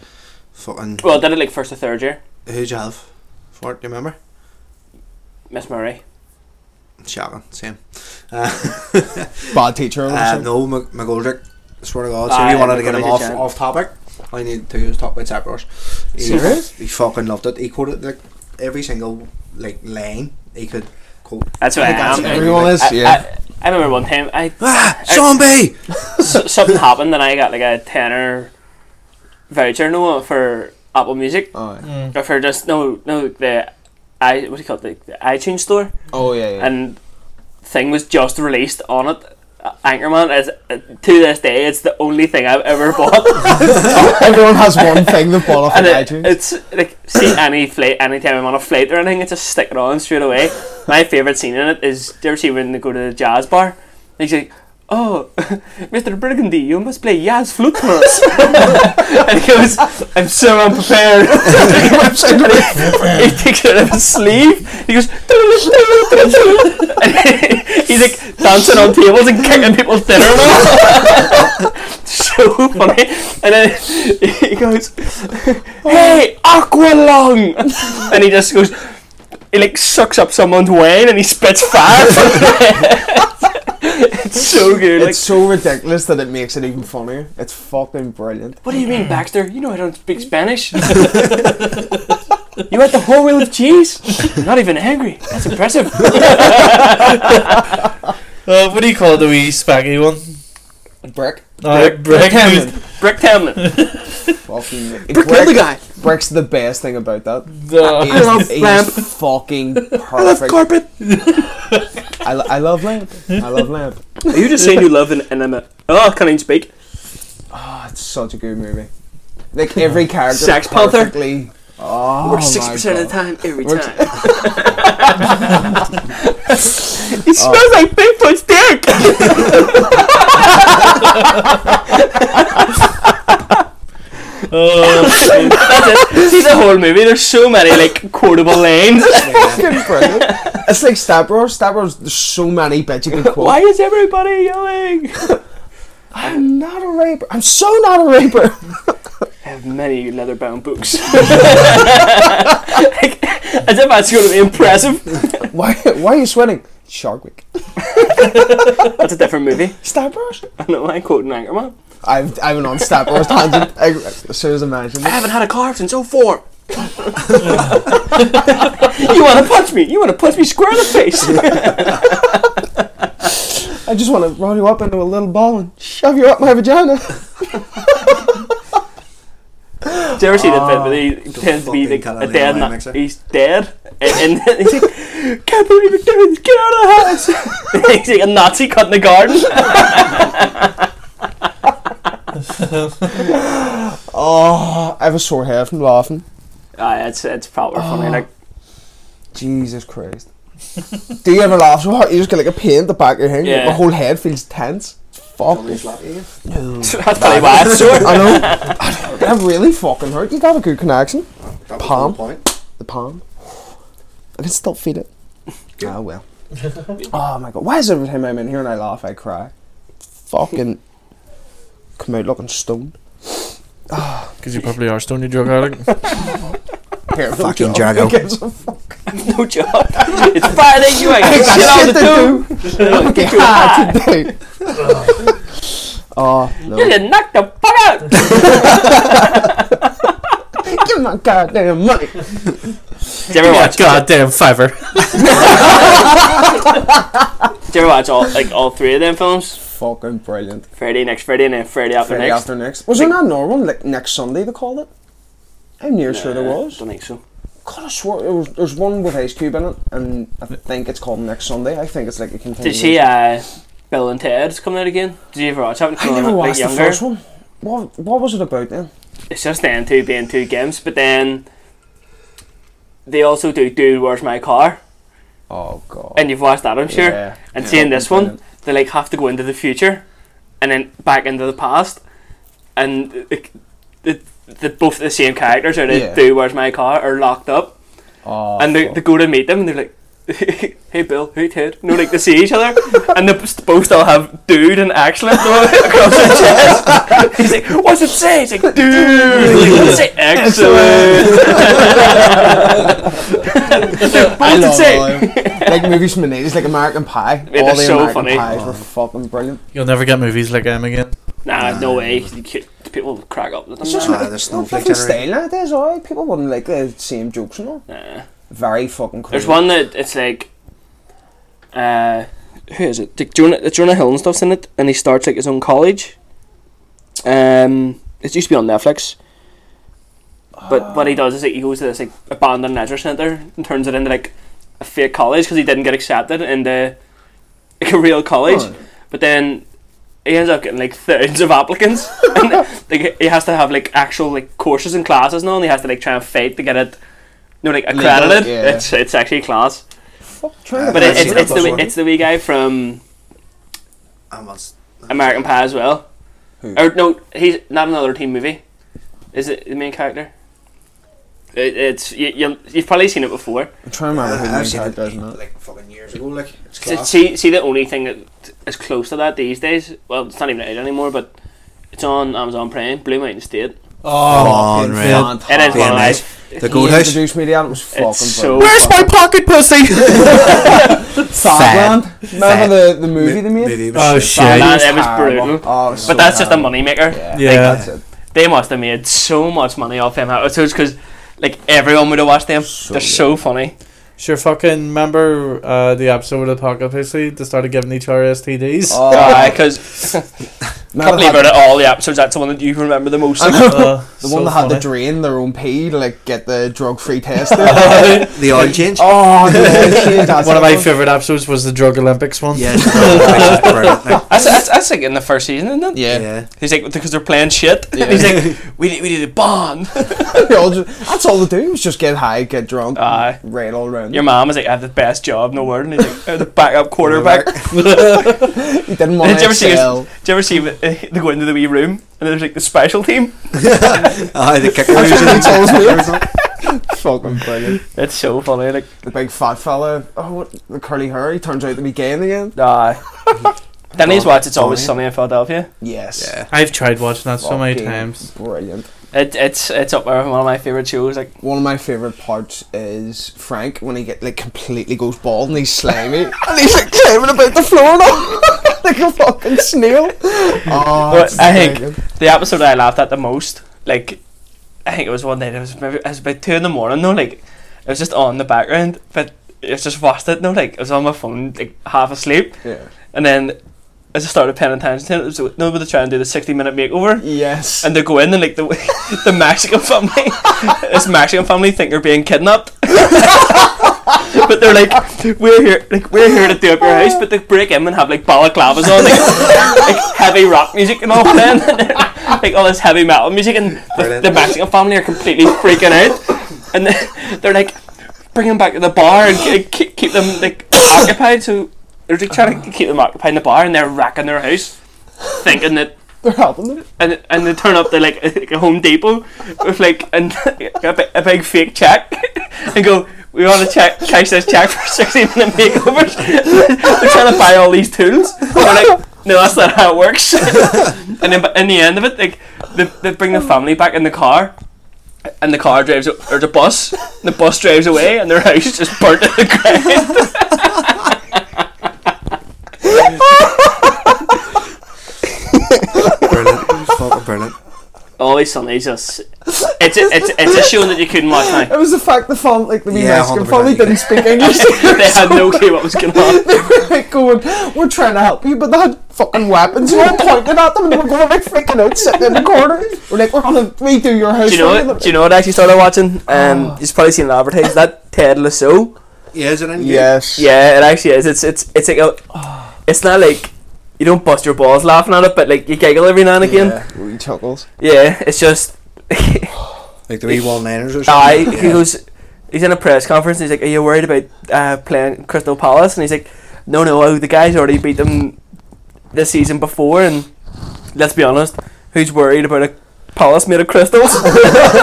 S5: Fucking.
S1: Well, I did it like first to third year.
S5: Who'd you have? For it, do you remember?
S1: Miss Murray.
S5: Shotgun, same. Uh,
S3: Bad teacher.
S5: uh,
S3: Uh,
S5: no, Mc- McGoldrick. Swear to God.
S3: Ah,
S5: So
S1: Aye,
S5: you wanted to get him
S1: McGoldrick,
S5: off
S1: yeah.
S5: off topic. All you need to do is talk about Cyprus. He,
S3: Serious?
S5: He fucking loved it. He quoted like every single like line he could quote.
S1: That's what I,
S3: that's
S1: am.
S3: everyone is,
S1: I,
S3: yeah.
S1: I, I remember one time I
S5: Ah, zombie!
S1: s- something happened and I got like a tenner voucher no for Apple Music.
S3: Oh, yeah.
S1: I've heard this. No, no, the i what do you call it? The, the iTunes store
S3: oh yeah, yeah.
S1: and thing was just released on it. Uh, Anchorman is uh, to this day it's the only thing I've ever bought,
S3: Everyone has one thing they've bought off
S1: and
S3: of
S1: it,
S3: iTunes.
S1: it's like see any flight, anytime I'm on a flight or anything, I just stick it on straight away. My favorite scene in it is do you ever see when they go to the jazz bar? And he's like, "Oh, Mr. Burgundy, you must play jazz flute for us," and he goes, "I'm so unprepared." And he, he takes it out of his sleeve. He goes, and he- he's like dancing on tables and kicking people's dinner. and all. so funny. And then he goes, "Hey, Aqualung," and he just goes, he like sucks up someone's wine and he spits fire. from it. it's so good.
S3: It's
S1: like,
S3: so ridiculous that it makes it even funnier. It's fucking brilliant.
S1: what do you mean, Baxter? You know I don't speak Spanish. you had the whole wheel of cheese? You're not even angry. That's impressive.
S4: Uh, what do you call the wee spaghetti one?
S3: Brick.
S4: Uh, brick.
S3: Tamlin.
S1: Brick Tamlin.
S3: Fucking.
S1: Brick killed the guy.
S3: Brick's the best thing about that.
S4: Uh,
S3: He's,
S1: love
S3: he's
S1: lamp.
S3: fucking perfect. I love
S1: Carpet.
S3: I, love lamp. I love lamp.
S1: Are you just saying you love an anime? Oh, I can't even speak.
S3: Oh, it's such a good movie. Like every character.
S1: Sex
S3: Sex
S1: Panther.
S3: perfectly. Oh
S1: Works
S3: my
S1: 60% of the
S3: God.
S1: time, every
S3: Works-
S1: time. he smells like Bigfoot's dick!
S4: uh,
S1: Oh, That's it. See the whole movie, there's so many like quotable lines.
S3: Fucking brilliant. It's like Stab Wars. Stab Wars, there's so many bits you can quote.
S1: Why is everybody yelling?
S3: I'm not a raper. I'm so not a raper.
S1: I have many leather bound books. like, as if that's going to be impressive.
S3: Why, why are you sweating? Shark Week.
S1: That's a different movie.
S3: Stab Wars.
S1: I know I'm quoting Anchorman.
S3: I've, I've been on Stab Wars tangent. I, as soon as I mentioned
S1: I
S3: it.
S1: haven't had a car since 04. you want to punch me? You want to punch me square in the face?
S3: I just want to roll you up into a little ball and shove you up my vagina.
S1: Did you ever see that bit
S5: Ah,
S1: where he pretends to be
S5: fucking
S1: like
S5: cut out
S1: a
S5: of the
S1: dead
S5: online
S1: man?
S5: mixer.
S1: uh, He's dead, and, and he's like, "Can't believe you're doing this! Get out of the house!" he's like a Nazi cut in the garden.
S3: Oh, I have a sore head from laughing.
S1: Ah, it's it's probably funny. Like,
S3: Jesus Christ. Do you ever laugh so hard? You just get like a pain in the back of your head.
S1: Yeah.
S3: Yeah. My whole head feels tense. Fuck.
S1: that's probably why it's so.
S3: I know. That really fucking hurt. You got a good connection. Palm.
S5: point.
S3: The palm. I can still feel it. Ah, well. oh my god. Why is every time I'm in here and I laugh, I cry? Fucking. Come out looking stoned.
S4: Because you probably are stoned, you drug addict.
S3: Here,
S5: Fucking
S3: no job.
S5: Jago.
S3: Who gives a fuck?
S1: No job. It's Friday. You ain't got shit on
S3: Shit
S1: the
S3: to
S1: do.
S3: do.
S1: You don't
S3: Okay,
S1: get your
S3: ah,
S1: high.
S3: today. Oh, no.
S1: You just knocked the fuck out.
S3: Give my goddamn money.
S1: Did you ever watch?
S4: Goddamn fiver.
S1: Did you ever watch all like all three of them films?
S3: Fucking brilliant.
S1: Friday next Friday and then Friday after
S3: Friday
S1: next.
S3: after next. Was there not another one? Like next Sunday they called it? I'm near sure there was.
S1: Don't think so.
S3: God, I swore there was, there's one with Ice Cube in it, and I think it's called Next Sunday. I think it's like a continuation.
S1: Did she? Uh, Bill and Ted's coming out again. Did you ever watch that?
S3: Mm. I never watched the first one. What, what was it about then?
S1: it's just them two being two gimps, but then they also do Dude Where's My Car?
S3: Oh god.
S1: And you've watched that I'm sure.
S3: Yeah.
S1: And
S3: Yeah.
S1: seeing this one,
S3: Brilliant.
S1: they like have to go into the future and then back into the past. And like the, the both the same characters are the
S3: Yeah.
S1: Dude Where's My Car are locked up
S3: Oh,
S1: and they,
S3: fuck.
S1: they go to meet them and they're like Hey Bill, hey Ted, no, like they see each other, and they both all have dude and excellent across their chest. He's like, "What's it say?" He's like, "Dude." He's like, "What's it say?" Excellent. They're
S3: I
S1: both the
S3: love all
S1: same.
S3: of them. like movies from the 80s, like American Pie.
S1: Yeah,
S3: all
S1: they're
S3: the
S1: so
S3: American
S1: funny.
S3: Pies were fucking brilliant.
S4: You'll never get movies like them again.
S1: Nah, no way. You can't- People crack up with them.
S3: It's just
S5: Nah,
S3: like,
S5: the
S3: it's not
S5: snowflake
S3: fucking
S5: generation.
S3: style nowadays, alright? People wouldn't like the same jokes and all.
S1: Nah.
S3: Very fucking crazy.
S1: There's one that it's like, uh, who is it? Like Jonah, it's Jonah Hill and stuff's in it, and he starts like his own college. Um, it used to be on Netflix. But what he does is like, he goes to this like abandoned leisure center and turns it into like a fake college because he didn't get accepted into like a real college. But then he ends up getting like thirds of applicants, and like he has to have like actual like courses and classes now, and he has to like try and fight to get it, you know, like accredited.
S3: yeah.
S1: It's it's actually class.
S3: Trying to
S1: But it,
S5: I've
S1: it's
S5: seen it
S1: it's the wee-
S5: before.
S1: it's the wee guy from
S5: And what's
S1: American Pie as well. Or no, he's not another team movie. Is it the main character? It, it's you, you, you've probably seen it before.
S3: I'm trying to remember who the
S5: I've
S3: main
S5: seen it
S3: character is in that.
S5: like fucking years ago. Like it's
S1: See,
S5: class.
S1: see, see the only thing that is close to that these days. Well, it's not even out anymore, but it's on Amazon Prime. Blue Mountain State.
S5: Oh,
S3: Fucking
S5: unreal.
S1: It is
S3: fantastic.
S1: one of
S5: nice.
S1: those.
S5: The
S3: He
S5: Gold House.
S3: introduced me to that. It was fucking
S1: It's so.
S3: brilliant.
S5: Where's my pocket pussy?
S3: Fabland. Remember the, the movie they made?
S5: Movie was
S4: Oh
S5: shit.
S4: shit!
S1: That it was
S3: Terrible.
S1: brutal.
S3: Oh, it was so
S1: But that's just Ah, a
S3: terrible.
S1: moneymaker.
S3: Yeah.
S4: Yeah.
S3: That's it.
S1: They must have made so much money off them episodes because, like, everyone would have watched them. They're so funny.
S4: Sure, fucking remember uh, the episode of the Pocket Pussy? They started giving each other STDs.
S3: Uh, Oh,
S1: Oh, Because
S3: Now
S1: can't
S3: they
S1: believe out
S3: had-
S1: of all the episodes, that's the one that you remember the most.
S4: Uh, so
S3: The one that had
S4: funny.
S3: to drain their own pee to like get the drug free test.
S5: The oil change.
S3: oh, yeah, that's
S4: One of my
S3: it.
S4: favorite episodes was the Drug Olympics one.
S5: Yes. that was brilliant, like,
S1: That's, that's, that's like in the first season, isn't it?
S3: Yeah.
S5: Yeah.
S1: He's like, because they're playing shit. He's like, we need, we need a bond.
S3: They all ju- that's all they do is just get high, get drunk,
S1: Aye.
S3: raid all around.
S1: Ah. Your mom is like, I have the best job in the world. And he's like, I'm the backup quarterback.
S3: He didn't
S1: Did
S3: want
S1: you
S3: to
S1: ever see,
S3: excel.
S1: did you ever see uh, they go into the wee room and there's like the special team?
S5: Aye, the kicker.
S3: It's always me. Fucking brilliant.
S1: It's so funny. Like,
S3: The big fat fella, oh, what, the curly hair, he turns out to be gay in the end.
S1: nah. Then he's watched It's Always Sunny in Philadelphia.
S3: Yes.
S5: Yeah.
S4: I've tried watching that so many
S3: Fucking
S4: times.
S3: Brilliant.
S1: It, it's it's up there with one of my favourite shows. Like,
S3: One of my favourite parts is Frank when he get like completely goes bald and he's slimy and he's like climbing about the floor now like a fucking snail. Oh,
S1: But
S3: it's
S1: I think-
S3: brilliant.
S1: the episode I laughed at the most, like, I think it was one night, it was maybe, it was about two in the morning, though, like, it was just on the background, but I just watched it, no, like, it was on my phone, like, half asleep,
S3: Yeah.
S1: and then I just started paying attention to it, it was, no, but they're trying to do the 60 minute makeover,
S3: Yes.
S1: and they go in, and, like, the the Mexican family, this Mexican family think they're being kidnapped. But they're like, we're here, like we're here to do up your house. But they break in and have like balaclavas on, like, like heavy rock music and all playing, like all this heavy metal music, and the,
S5: Brilliant.
S1: the Mexican family are completely freaking out, and they- they're like, bring them back to the bar and ke- keep, keep them like occupied. So they're like trying to keep them occupied in the bar, and they're racking their house, thinking that
S3: they're helping them.
S1: and and they turn up to like a, like a Home Depot with like an, a, bi- a big fake check and go, we want to check cash this check for sixty minute makeovers. They're trying to buy all these tools. And they're like, no, that's not how it works. and then but in the end of it, like they, they bring the family back in the car. And the car drives, or the bus, and the bus drives away, and their house is just burnt to the ground.
S5: Brilliant. Fucking brilliant.
S1: Always something, it's just. It's a, it's, a- it's a show that you couldn't watch
S3: It
S1: now.
S3: was the fact the fam, like the wee
S5: Yeah,
S3: Mexican
S5: 100%.
S3: family didn't speak English.
S1: They had no clue what was going on.
S3: they were like going, "We're trying to help you," but they had fucking weapons. We were pointing at them and they were going like freaking out, sitting in the corner. We're like, "We're gonna redo your house."
S1: Do you know
S3: for
S1: what? Do you know what I actually started watching? Um, you've probably seen it advertised. That Ted Lasso.
S5: Yeah, is it any
S3: Yes.
S1: Yeah, it actually is. It's it's it's like a, it's not like you don't bust your balls laughing at it, but like you giggle every now and again.
S3: Yeah. Wee chuckles.
S1: Yeah, it's just.
S5: Like the wee one-liners or something?
S1: I he goes. He's in a press conference. and He's like, "Are you worried about uh, playing Crystal Palace?" And he's like, "No, no. The guys already beat them this season before, and let's be honest, who's worried about a Palace made of crystals?"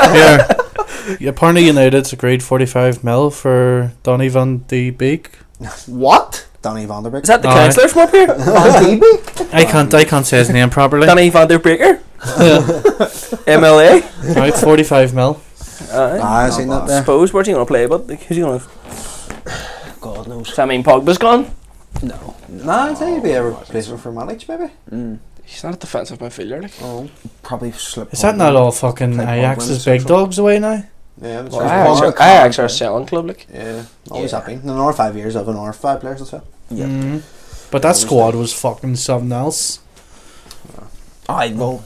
S4: Here. Apparently United's agreed 45 mil for Donny van de Beek.
S3: What?
S5: Danny Vanderbeek.
S1: Is that the
S4: Aye.
S1: councillor from up here?
S4: I can't I can't say his name properly.
S1: Danny Van Der Breaker? MLA?
S4: Right, 45 mil.
S1: Uh,
S5: Ah, I seen that there.
S1: suppose, where's he going to play? But like, who's he going to...
S3: God knows.
S1: Does that mean Pogba's gone?
S3: No.
S5: Nah, I'd say he'd be a replacement for Malic, maybe.
S1: He's not a defensive midfielder, like.
S3: Oh, probably slip.
S4: Is that not all fucking
S3: Played
S4: Ajax's
S3: Baldwin's
S4: big
S3: or
S4: dogs away now?
S5: Yeah, that's
S1: Well,
S5: right.
S1: Ajax,
S3: Pogba
S1: are,
S3: can't
S1: Ajax are
S3: play.
S1: a selling club, like.
S5: Yeah, always
S3: Yeah.
S5: happy. In another five years, I've another five players as well.
S3: Yeah.
S4: Mm. But that squad was fucking something else.
S3: I well,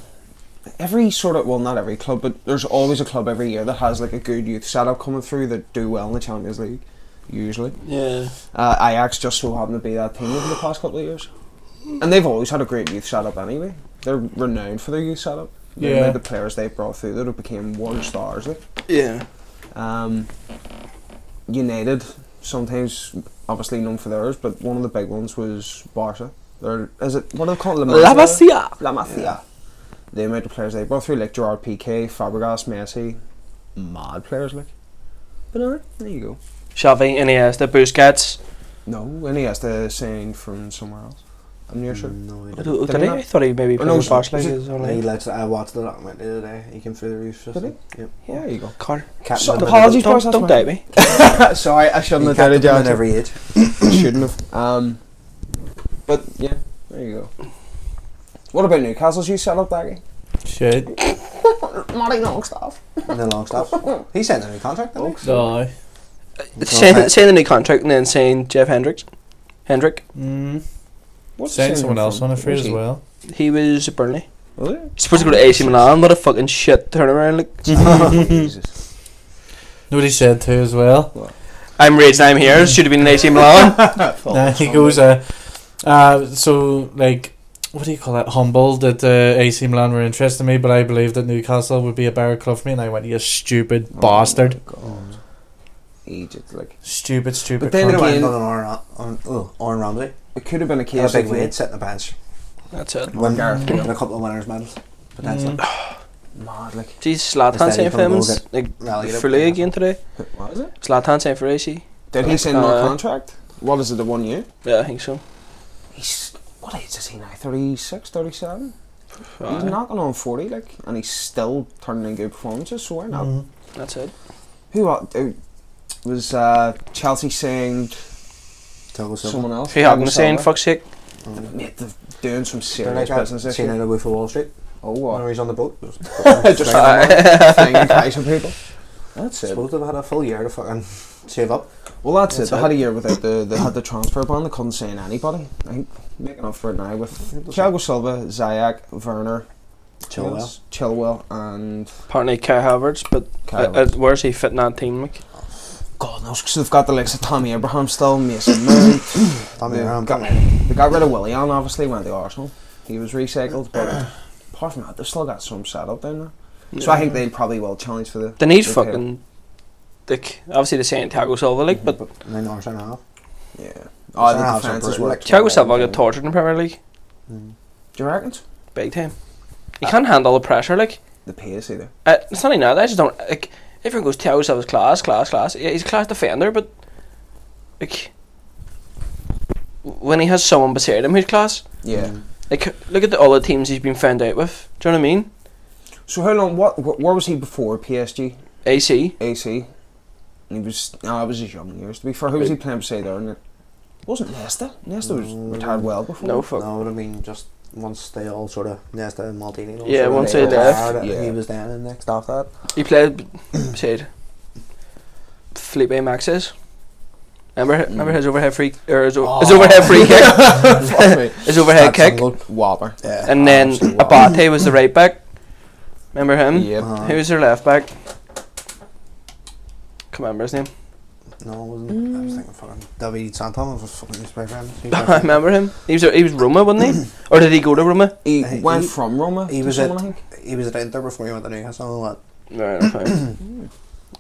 S3: every sort of well, not every club, but there's always a club every year that has like a good youth setup coming through that do well in the Champions League. Usually,
S1: Yeah.
S3: uh, Ajax just so happened to be that team over the past couple of years, and they've always had a great youth setup anyway. They're renowned for their youth setup. They
S4: Yeah.
S3: made the players they brought through that have became world stars. Like.
S1: Yeah.
S3: Um, United, sometimes obviously known for theirs, but one of the big ones was Barca. They're, is it what do they call it?
S1: La Masia.
S3: La Masia. The amount of players they brought through, like Gerard Piqué, Fabregas, Messi, mad players like. But alright, there you go.
S1: Xavi, Iniesta, Busquets.
S3: No, Iniesta signed from somewhere else. I'm near sure.
S5: No, he
S1: Did,
S5: didn't.
S1: he? I thought he maybe
S3: Oh,
S1: played
S3: no,
S1: with Barcelona.
S3: is
S1: as well,
S5: He
S1: like-
S5: lets, I watched the documentary the other day. He came through the roof system.
S3: Did
S5: Yep.
S3: Yeah, there you go.
S1: Carter.
S5: Captain
S3: So-
S5: him at
S3: apologies,
S5: every-
S1: Don't,
S3: boys, that's
S1: don't
S3: my-
S1: doubt me.
S3: Sorry, I
S5: He
S3: shouldn't have
S5: captained him
S3: done it,
S5: at
S3: John.
S5: every age.
S3: Shouldn't have. Um, but yeah, there you go. What about Newcastle's you set up, Daggy?
S4: Shit.
S3: Marty Longstaff.
S5: And then long stops. He sent a new contract, didn't he?
S4: No.
S1: Saying saying the new contract and then saying Jeff Hendricks. Hendrick.
S4: Mm.
S3: What's
S4: Saying
S3: his
S4: someone
S3: name
S4: else
S3: from-
S4: on a free
S3: who's
S4: as
S3: he?
S4: well.
S1: He was at Burnley.
S3: Was it?
S1: He's supposed to go to AC Milan. What a fucking shit turnaround. Like,
S3: Jesus.
S4: Nobody said too as well.
S1: I'm raging. I'm here. Should have been in AC Milan.
S4: Nah, he goes, uh, uh, so, like, what do you call that? Humbled that uh, AC Milan were interested in me, but I believed that Newcastle would be a better club for me, and I went, you stupid
S3: Oh,
S4: bastard.
S3: God. Egypt, like
S4: Stupid, stupid
S3: But then
S4: cunt."
S5: He went
S3: Again-
S5: on Oran, on, oh, Oran Ramsey.
S3: it could have been a
S5: He had
S3: case
S5: a big
S3: of
S5: wage sitting on the bench.
S1: That's it.
S5: Win,
S3: Gareth
S5: win a couple of winners' medals, potentially.
S3: mad, like
S1: Geez,
S5: Instead
S1: Zlatan
S5: he
S1: saying for
S5: probably
S1: him
S5: will
S1: is,
S5: get
S1: like
S5: relegated.
S1: for league again today.
S3: what is it?
S1: Zlatan saying for AC.
S3: Did he sign
S1: Uh,
S3: no contract? What is it? The one year?
S1: Yeah, I think so.
S3: He's what age is he now? 36, 37?
S1: Aye.
S3: He's knocking on forty, like, and he's still turning in good performances. So why not?
S4: Mm.
S1: That's it.
S3: Who el- uh, was uh, Chelsea signed?
S5: Togo Silva.
S3: Someone else.
S1: Hey, I'm
S3: Thiago
S1: saying
S3: Silva?
S1: fuck's sake.
S3: Mate, they're doing some
S5: They're
S3: serious
S5: like
S3: business
S5: I've
S3: this
S5: Mm. seen
S3: year.
S5: in the Wolf of Wall Street.
S3: Oh
S5: When
S3: what?
S5: he's on the boat. Just,
S3: Just
S5: just
S3: thinging guys and people. That's it.
S5: supposed to have had a full year to fucking save up.
S3: Well, that's,
S1: That's
S3: it. They
S1: it.
S3: had a year without the they had the transfer ban. They couldn't sign anybody. I think making up for it now with Thiago Silva, Zayak, Werner, who
S5: Chilwell.
S3: else? Chilwell, and
S1: Apparently Kai Havertz, but
S3: Kai
S1: uh, uh, where's he fitting that team? Like?
S3: God knows because they've got the likes of Tommy Abraham still, Mason Mount.
S5: Tommy
S3: they,
S5: Abraham.
S3: got, they got rid of Willian. Obviously, went to Arsenal. He was recycled, but apart from that, they've still got some set up down there. So I think they probably will challenge for the.
S1: They need
S3: the title.
S1: fucking. Like, obviously, they're saying Thiago Silva, like, but
S5: Nine hours and a half.
S3: Yeah.
S5: Arsenal
S3: Oh, the
S5: have
S3: defense
S5: some
S3: is
S5: brutal-
S3: what.
S1: Thiago Silva got tortured in Premier League,
S3: Do you reckon?
S1: big time. He can't handle the pressure, like.
S3: The pace either.
S1: Uh, it's not even that. I just don't like. Everyone goes Thiago Silva's class, class, class. Yeah, he's a class defender, but like when he has someone beside him who's class,
S3: Yeah.
S5: Mm.
S1: like look at the other teams he's been found out with. Do you know what I mean?
S3: So how long? What? wh- Where was he before PSG?
S1: AC,
S3: AC. And he was. No, it was his young years. To be fair, who was he playing beside there? And it wasn't Nesta. Nesta was
S5: Mm.
S3: retired well before.
S1: no fuck.
S5: No, but Nou, I mean, just once they all sort of Nesta and Maldini. and all
S1: Yeah,
S5: sort of
S1: once
S5: all
S1: they left.
S5: retired,
S3: Yeah.
S5: He was down and next off that.
S1: He played beside Felipe Maxes. Remember, remember his overhead free or his, o- his overhead free kick,
S3: Fuck me.
S1: his overhead
S5: That's
S1: kick,
S5: single.
S3: Whopper.
S5: Yeah.
S1: and then
S3: Absolute
S1: Abate was the right back. Remember him?
S3: Yep.
S5: Uh-huh.
S1: Who was their left back? Can't remember his name.
S5: No, it wasn't. I was thinking fucking David Santon was fucking his best friend. He
S1: I
S5: was-
S1: remember him. He was he was Roma, wasn't he? or did he go to Roma?
S3: He
S5: Hey,
S3: went
S5: he-
S3: from Roma.
S5: He
S3: to
S5: was
S3: someone, I
S5: at
S3: think.
S5: he was at Inter before he went to Newcastle. What?
S1: Right, okay.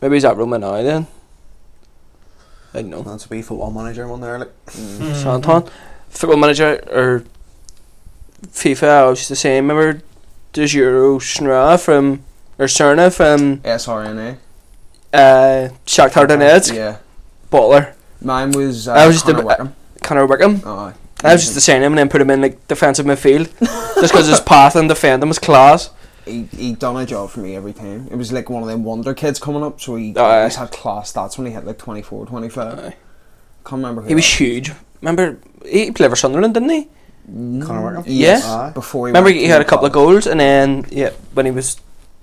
S1: Maybe he's at Roma now then. I don't know.
S5: That's a wee football manager one there. Like,
S1: Mm-hmm.
S3: Mm.
S1: Santon, football manager or FIFA? I was just the same. Remember, there's Euro Snra from or Cerna from
S3: SRNA.
S1: uh, Shakhtar Donetsk.
S3: Yeah.
S1: Butler,
S3: Mine was. Uh,
S1: I was just
S3: Connor
S1: a bit-
S3: Wickham.
S1: Conor Wickham.
S3: Oh, aye.
S1: I was just to sign him and then put him in like defensive midfield, just because his path and defend him was class.
S3: he he done a job for me every time. It was like one of them wonder kids coming up, so he
S1: Oh, Aye.
S3: always had class stats when he hit like 24, 25.
S1: Aye.
S3: Can't remember who
S1: He was
S3: that-
S1: huge. Remember, he played for Sunderland, didn't he?
S5: Conor Wickham.
S1: Yes.
S5: Aye.
S3: Mm, Before he
S1: Remember,
S3: went
S1: he
S3: to
S1: had a couple of
S3: Palace.
S1: goals, and then yeah, when he was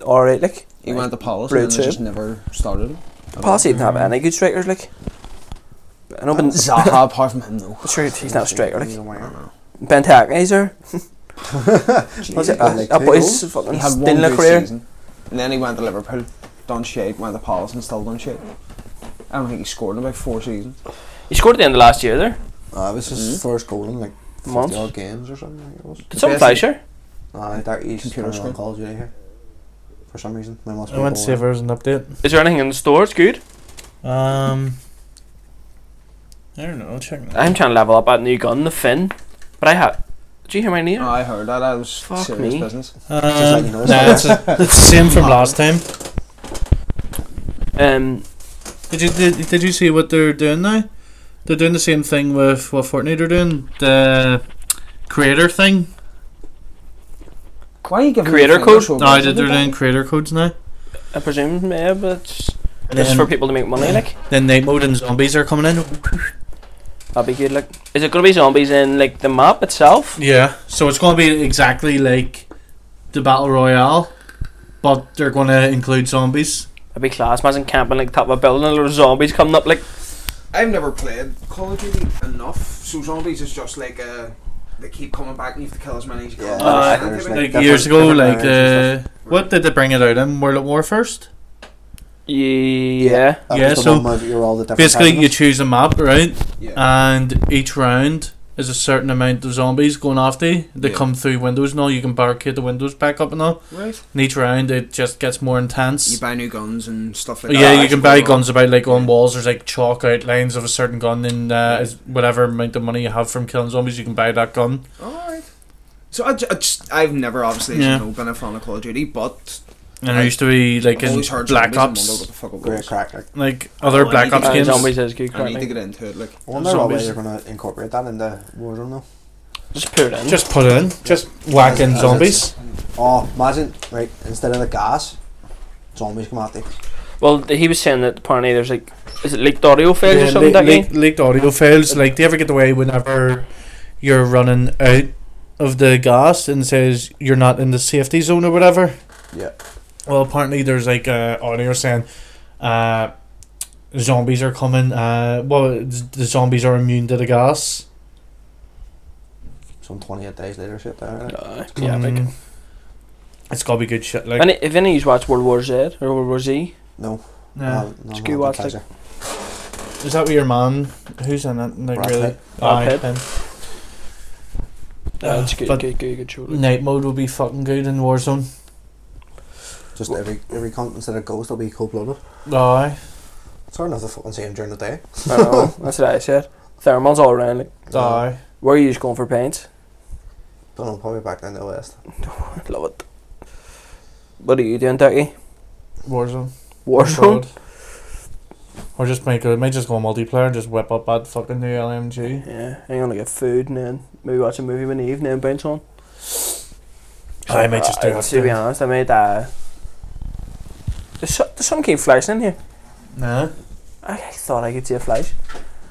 S1: all right, like
S3: He went to Palace
S1: Blue
S3: and then they
S1: chip.
S3: just never started him.
S1: Palace didn't have any good strikers, like. I know, but
S3: Zaha, apart from him, though.
S1: sure he's not a striker,
S5: He's
S1: like
S5: a winger.
S1: Ben Hackney's there.
S5: Was it
S1: Uh,
S5: like
S1: that
S5: two
S1: boy's
S5: goals?
S1: fucking
S3: He had
S1: still
S3: one
S1: in a
S3: good
S1: career.
S3: season, and then he went to Liverpool, done shit, went to Palace, and still done shit. I don't think he scored in about four seasons.
S1: He scored at the end of last year there.
S5: Ah, it was his first goal in like
S1: Mhm. Months.
S5: fifty odd games or something. I think it was.
S1: Did someone
S3: best-
S1: Fleischer?
S5: Ah, that he's
S3: Computer
S5: computer on
S3: screen.
S5: Call of Duty here. For some reason, there must
S4: I
S5: be
S4: went to
S5: goal
S4: see if
S5: there.
S4: there was an update.
S1: Is there anything in the store? It's good.
S4: Um, I don't know. Check. now.
S1: I'm trying to level up that new gun, the Finn. But I have. Do you hear my name?
S3: I heard that. That was
S1: Fuck
S3: serious
S1: me.
S3: business.
S4: Um,
S5: you know,
S4: no,
S5: it's
S4: it's, the same from last time.
S1: Um,
S4: Did you did, did you see what they're doing now? They're doing the same thing with what Fortnite are doing. The creator thing.
S3: Why are you giving
S1: Creator
S3: me fingers
S1: code?
S3: so
S4: No, I
S3: aggressively
S4: did. They're
S3: like
S4: doing creator codes now.
S1: I presume, yeah, but it's
S4: And
S1: just
S4: then,
S1: for people to make money, like.
S4: then night mode and zombies are coming in.
S1: That'd be good, like. Is it gonna be zombies in, like, the map itself?
S4: Yeah, so it's going to be exactly like the battle royale, but they're going to include zombies.
S1: That'd be class. Imagine camping, like, top of a building and there's zombies coming up, like.
S3: that? I've never played Call of Duty enough, so zombies is just like a. They keep coming back, and you have to kill as many as you can.
S5: Yeah,
S1: Uh,
S5: there's
S3: Like,
S4: Like
S5: different-
S4: years ago,
S5: different
S4: like
S5: variants and
S4: uh, what did they bring it out in World at War first?
S1: Yeah.
S5: stuff. That
S4: yeah,
S5: was the
S4: so
S5: one where you're all the different
S4: Basically, you
S5: titles.
S4: choose a map, right?
S3: yeah.
S4: And each round is a certain amount of zombies going after you. They
S3: Yeah.
S4: come through windows and all. You can barricade the windows back up and all.
S3: right.
S4: And each round, it just gets more
S3: You
S4: intense.
S3: buy new guns and stuff like that.
S4: yeah, you can buy guns about like on walls. There's like chalk outlines of a certain gun, and uh, is- whatever amount of money you have from killing zombies, you can buy that gun.
S3: Alright. So I, ju- I just, I've never obviously
S4: Yeah.
S3: you know, been a fan of Call of Duty, but
S4: And there used to be like
S3: I've
S4: in
S3: always heard
S4: Black
S3: zombies and
S4: Ops,
S3: wonder what the fuck it
S5: Great
S3: was.
S5: crack. Like,
S4: like other
S3: Oh, I
S4: Black
S3: need to
S4: Ops
S3: get
S1: Uh,
S4: games.
S3: into
S1: zombies is good,
S3: I need to
S1: correctly.
S3: get into it. Like,
S5: I wonder what way
S4: Zombies.
S5: they're going to incorporate that into Warzone though.
S1: Just put it in.
S4: Just put it in. Just whack
S5: As-
S4: in
S5: as
S4: zombies.
S5: Oh, imagine right instead of the gas, zombies come at you.
S1: Well, th- he was saying that apparently there's, like. Is it leaked audio files or
S4: Yeah,
S1: something,
S4: le-
S1: that
S4: leak-
S1: game?
S4: leaked audio files. Like, do you ever get away whenever you're running out of the gas and says you're not in the safety zone or whatever?
S5: Yeah.
S4: Well, apparently there's like uh, audio saying uh, zombies are coming. Uh, well, it's- the zombies are immune to the gas.
S5: Some twenty eight days later, shit there. Like,
S1: Uh, yeah, like.
S4: Mm. it's gotta be good shit. Like,
S1: Any, if any of you watch World War Z or World War Z,
S4: yeah.
S5: no, no,
S1: Scoo
S5: no,
S1: watch,
S5: pleasure.
S4: is that with your man? Who's in it? Like,
S5: Brad
S4: really?
S5: Pitt.
S1: Brad
S4: Aye,
S1: Pitt.
S4: him.
S1: uh, it's good,
S4: Ah, But-
S1: good, good, good show. like.
S4: Night mode will be fucking good in Warzone.
S5: Just every every cunt instead of ghost, will be cold blooded.
S4: Aye.
S5: It's hard enough to fucking see him during the day.
S1: I know, that's what I said. Thermals all around. Like,
S4: Aye.
S1: where are you just going for paint?
S5: Don't know, probably back down the west.
S1: Love it. What are you doing, Ducky?
S4: Warzone.
S1: Warzone?
S4: Broad. Or just make it, might just go multiplayer and just whip up that fucking new LMG.
S1: Yeah, I'm gonna get food and then maybe watch a movie when the evening bounce on.
S4: I might just do
S1: Uh,
S4: that
S1: To be
S4: too.
S1: honest, I made uh, there's, so, there's some keep flashing in here.
S4: Nah.
S1: I, I thought I could see a flash.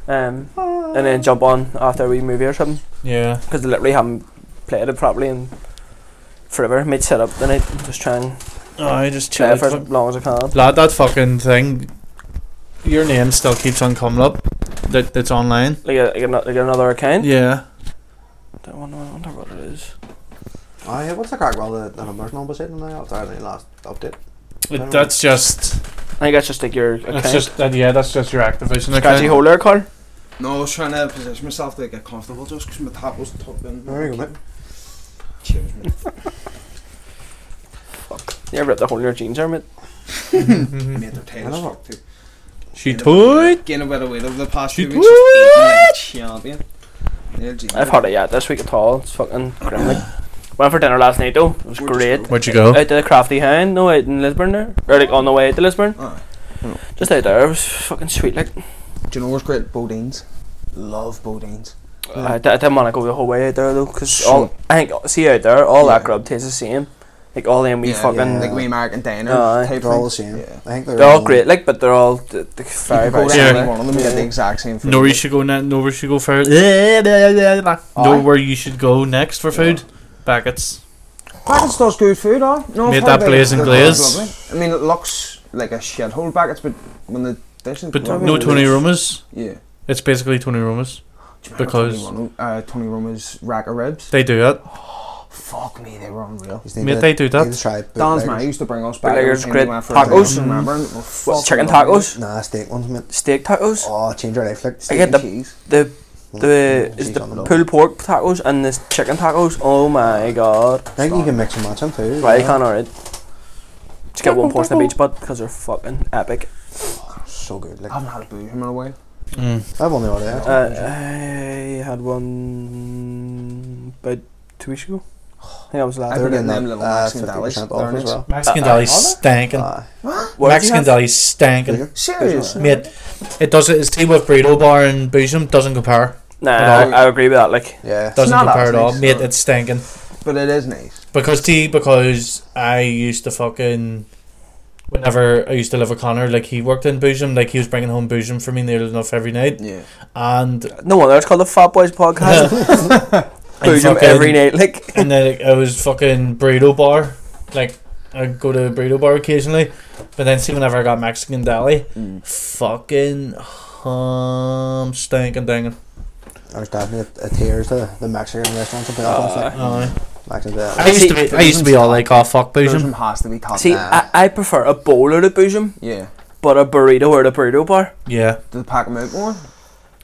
S1: Um, and then jump on after we movie or something.
S4: Yeah.
S1: because I literally haven't played it properly in forever. Made set up the night, just try and
S4: I just
S1: play
S4: chill.
S1: it for as long as I can.
S4: Lad, that fucking thing, your name still keeps on coming up. That that's online.
S1: Like, a, like, ano- like another account.
S4: Yeah.
S1: I wonder, I wonder what it is.
S5: Aye, what's the crack? Well, the, the numbers number sitting now after the last update.
S4: It, that's just.
S1: I think that's just like your account.
S4: That's just. That, yeah, that's just your Activision
S1: Scratchy
S4: account.
S1: holder card.
S3: no, I was trying to position myself to get comfortable just because my top was tucked in.
S5: There you go, mate.
S3: Cheers, mate.
S1: You ever ripped the hole in your jeans arm? It.
S3: Mate, their tail is
S5: Hello.
S3: fucked too.
S4: She
S3: Gain a bit
S4: toyed.
S3: of- Gain a bit of weight over the past
S4: She
S3: few weeks. Just eating like a champion. Yeah, geez.
S1: I've had it yet this week at all. It's fucking grim. Like. Went for dinner last night though. It was
S3: Where'd you
S1: great.
S4: Where'd you go?
S1: Out to the Crafty Hound, no, out in Lisburn there. Or like on the way out to Lisburn.
S4: Ah.
S3: Aye.
S1: Just out there, it was fucking sweet. Like,
S3: Do you know what's great? Bodines. Love Bodines.
S1: I, d- I didn't want to go the whole way out there though, because all I think see out there, all that
S3: Yeah.
S1: grub tastes the same. Like all them wee
S3: yeah,
S1: fucking,
S5: yeah.
S3: like we American diner
S1: Aye.
S3: type
S5: They're all the
S3: thing.
S5: same.
S3: Yeah.
S5: I think they're,
S1: they're all
S5: all
S1: great. Like, but they're all d- d- very
S3: You go
S1: very
S3: to
S4: Yeah.
S3: any
S1: similar.
S3: one of them, you get the exact same food.
S4: Know where you should go next. Know where you should go first. Know where you should go next for food. Baggett's.
S3: Packets does good food, aye. No, I've
S4: Made
S3: heard
S4: that
S3: about
S4: blaze
S3: it.
S4: and
S3: They're
S4: glaze.
S3: lovely. I mean, it looks like a shithole packets, but when the dish is
S4: But
S3: lovely,
S4: no
S3: it
S4: Tony
S3: is.
S4: Romas.
S3: Yeah.
S4: It's basically Tony Romas.
S3: Do you remember
S4: Because-
S3: Tony, Romo, uh, Tony Roma's rack of ribs.
S4: They do it.
S3: Fuck me, they were unreal.
S5: Just need
S4: Mate,
S5: to-
S4: they do that.
S5: need to try
S3: Dan's
S5: bootleggers.
S3: man used to bring us back.
S1: Bootleggers,
S3: and
S1: great
S3: we went for
S1: tacos. Mm.
S3: a drink, remember? And we fucking
S1: chicken
S3: loved it.
S1: tacos,
S5: Nah, steak ones, mate.
S1: steak tacos.
S5: Oh, change your life, like.
S1: I get the
S3: cheese.
S1: the
S3: Hmm.
S1: the
S5: Mm,
S1: is
S5: cheese
S1: the
S5: on the dog.
S1: pulled pork tacos and this chicken tacos. Oh my god!
S5: I think you can mix and match them too.
S1: Right, I
S5: yeah.
S1: can't alright. Just get one portion of each, but because they're fucking epic.
S5: So good. Like,
S3: I haven't had a booze in a while.
S5: I've only ordered
S3: Oh,
S5: that.
S1: Uh, I had one about two weeks ago. I think I was
S3: I
S1: last.
S3: think
S5: They're
S3: getting
S5: getting that
S3: them little
S5: uh,
S3: Mexican
S5: 50%
S3: delis.
S5: off
S3: They're
S5: as
S3: nice.
S5: well.
S1: Uh,
S4: Mexican Dali's stankin'.
S5: Uh,
S1: What did you
S4: Mexican
S1: have?
S4: Dali's stankin'.
S3: Serious?
S4: Mate, it does It's tea with burrito bar and boozum doesn't compare.
S1: Nah,
S4: At all.
S1: I, I agree with that. Like,
S5: yeah.
S4: Doesn't
S3: not
S4: compare
S3: as
S4: at all.
S3: nice,
S4: Mate,
S3: no.
S4: it's stankin'.
S3: But it is nice.
S4: Because tea, because I used to fucking. Whenever I used to live with Connor, like he worked in Boozum, like he was bringing home Boozum for me nearly enough every night.
S3: Yeah.
S4: And
S1: no wonder it's called the Fat Boys Podcast.
S4: And
S1: Boozum
S4: fucking-
S1: every night. Like,
S4: and then like, I was fucking burrito bar. Like I'd go to a burrito bar occasionally, but then see whenever I got Mexican deli,
S1: Mm.
S4: fucking hum stinking dinging.
S5: There's definitely a, a tier to the Mexican restaurants and playoffs. like,
S1: Ah.
S4: Aye.
S5: Mexican
S4: I used to be I used to be all like oh fuck
S3: Boozum
S4: boozum.
S3: has to be top
S1: see,
S3: notch.
S1: I, I prefer a bowl at a boozum,
S3: Yeah.
S1: but a burrito at a burrito bar.
S4: Yeah,
S3: Do they pack them out more?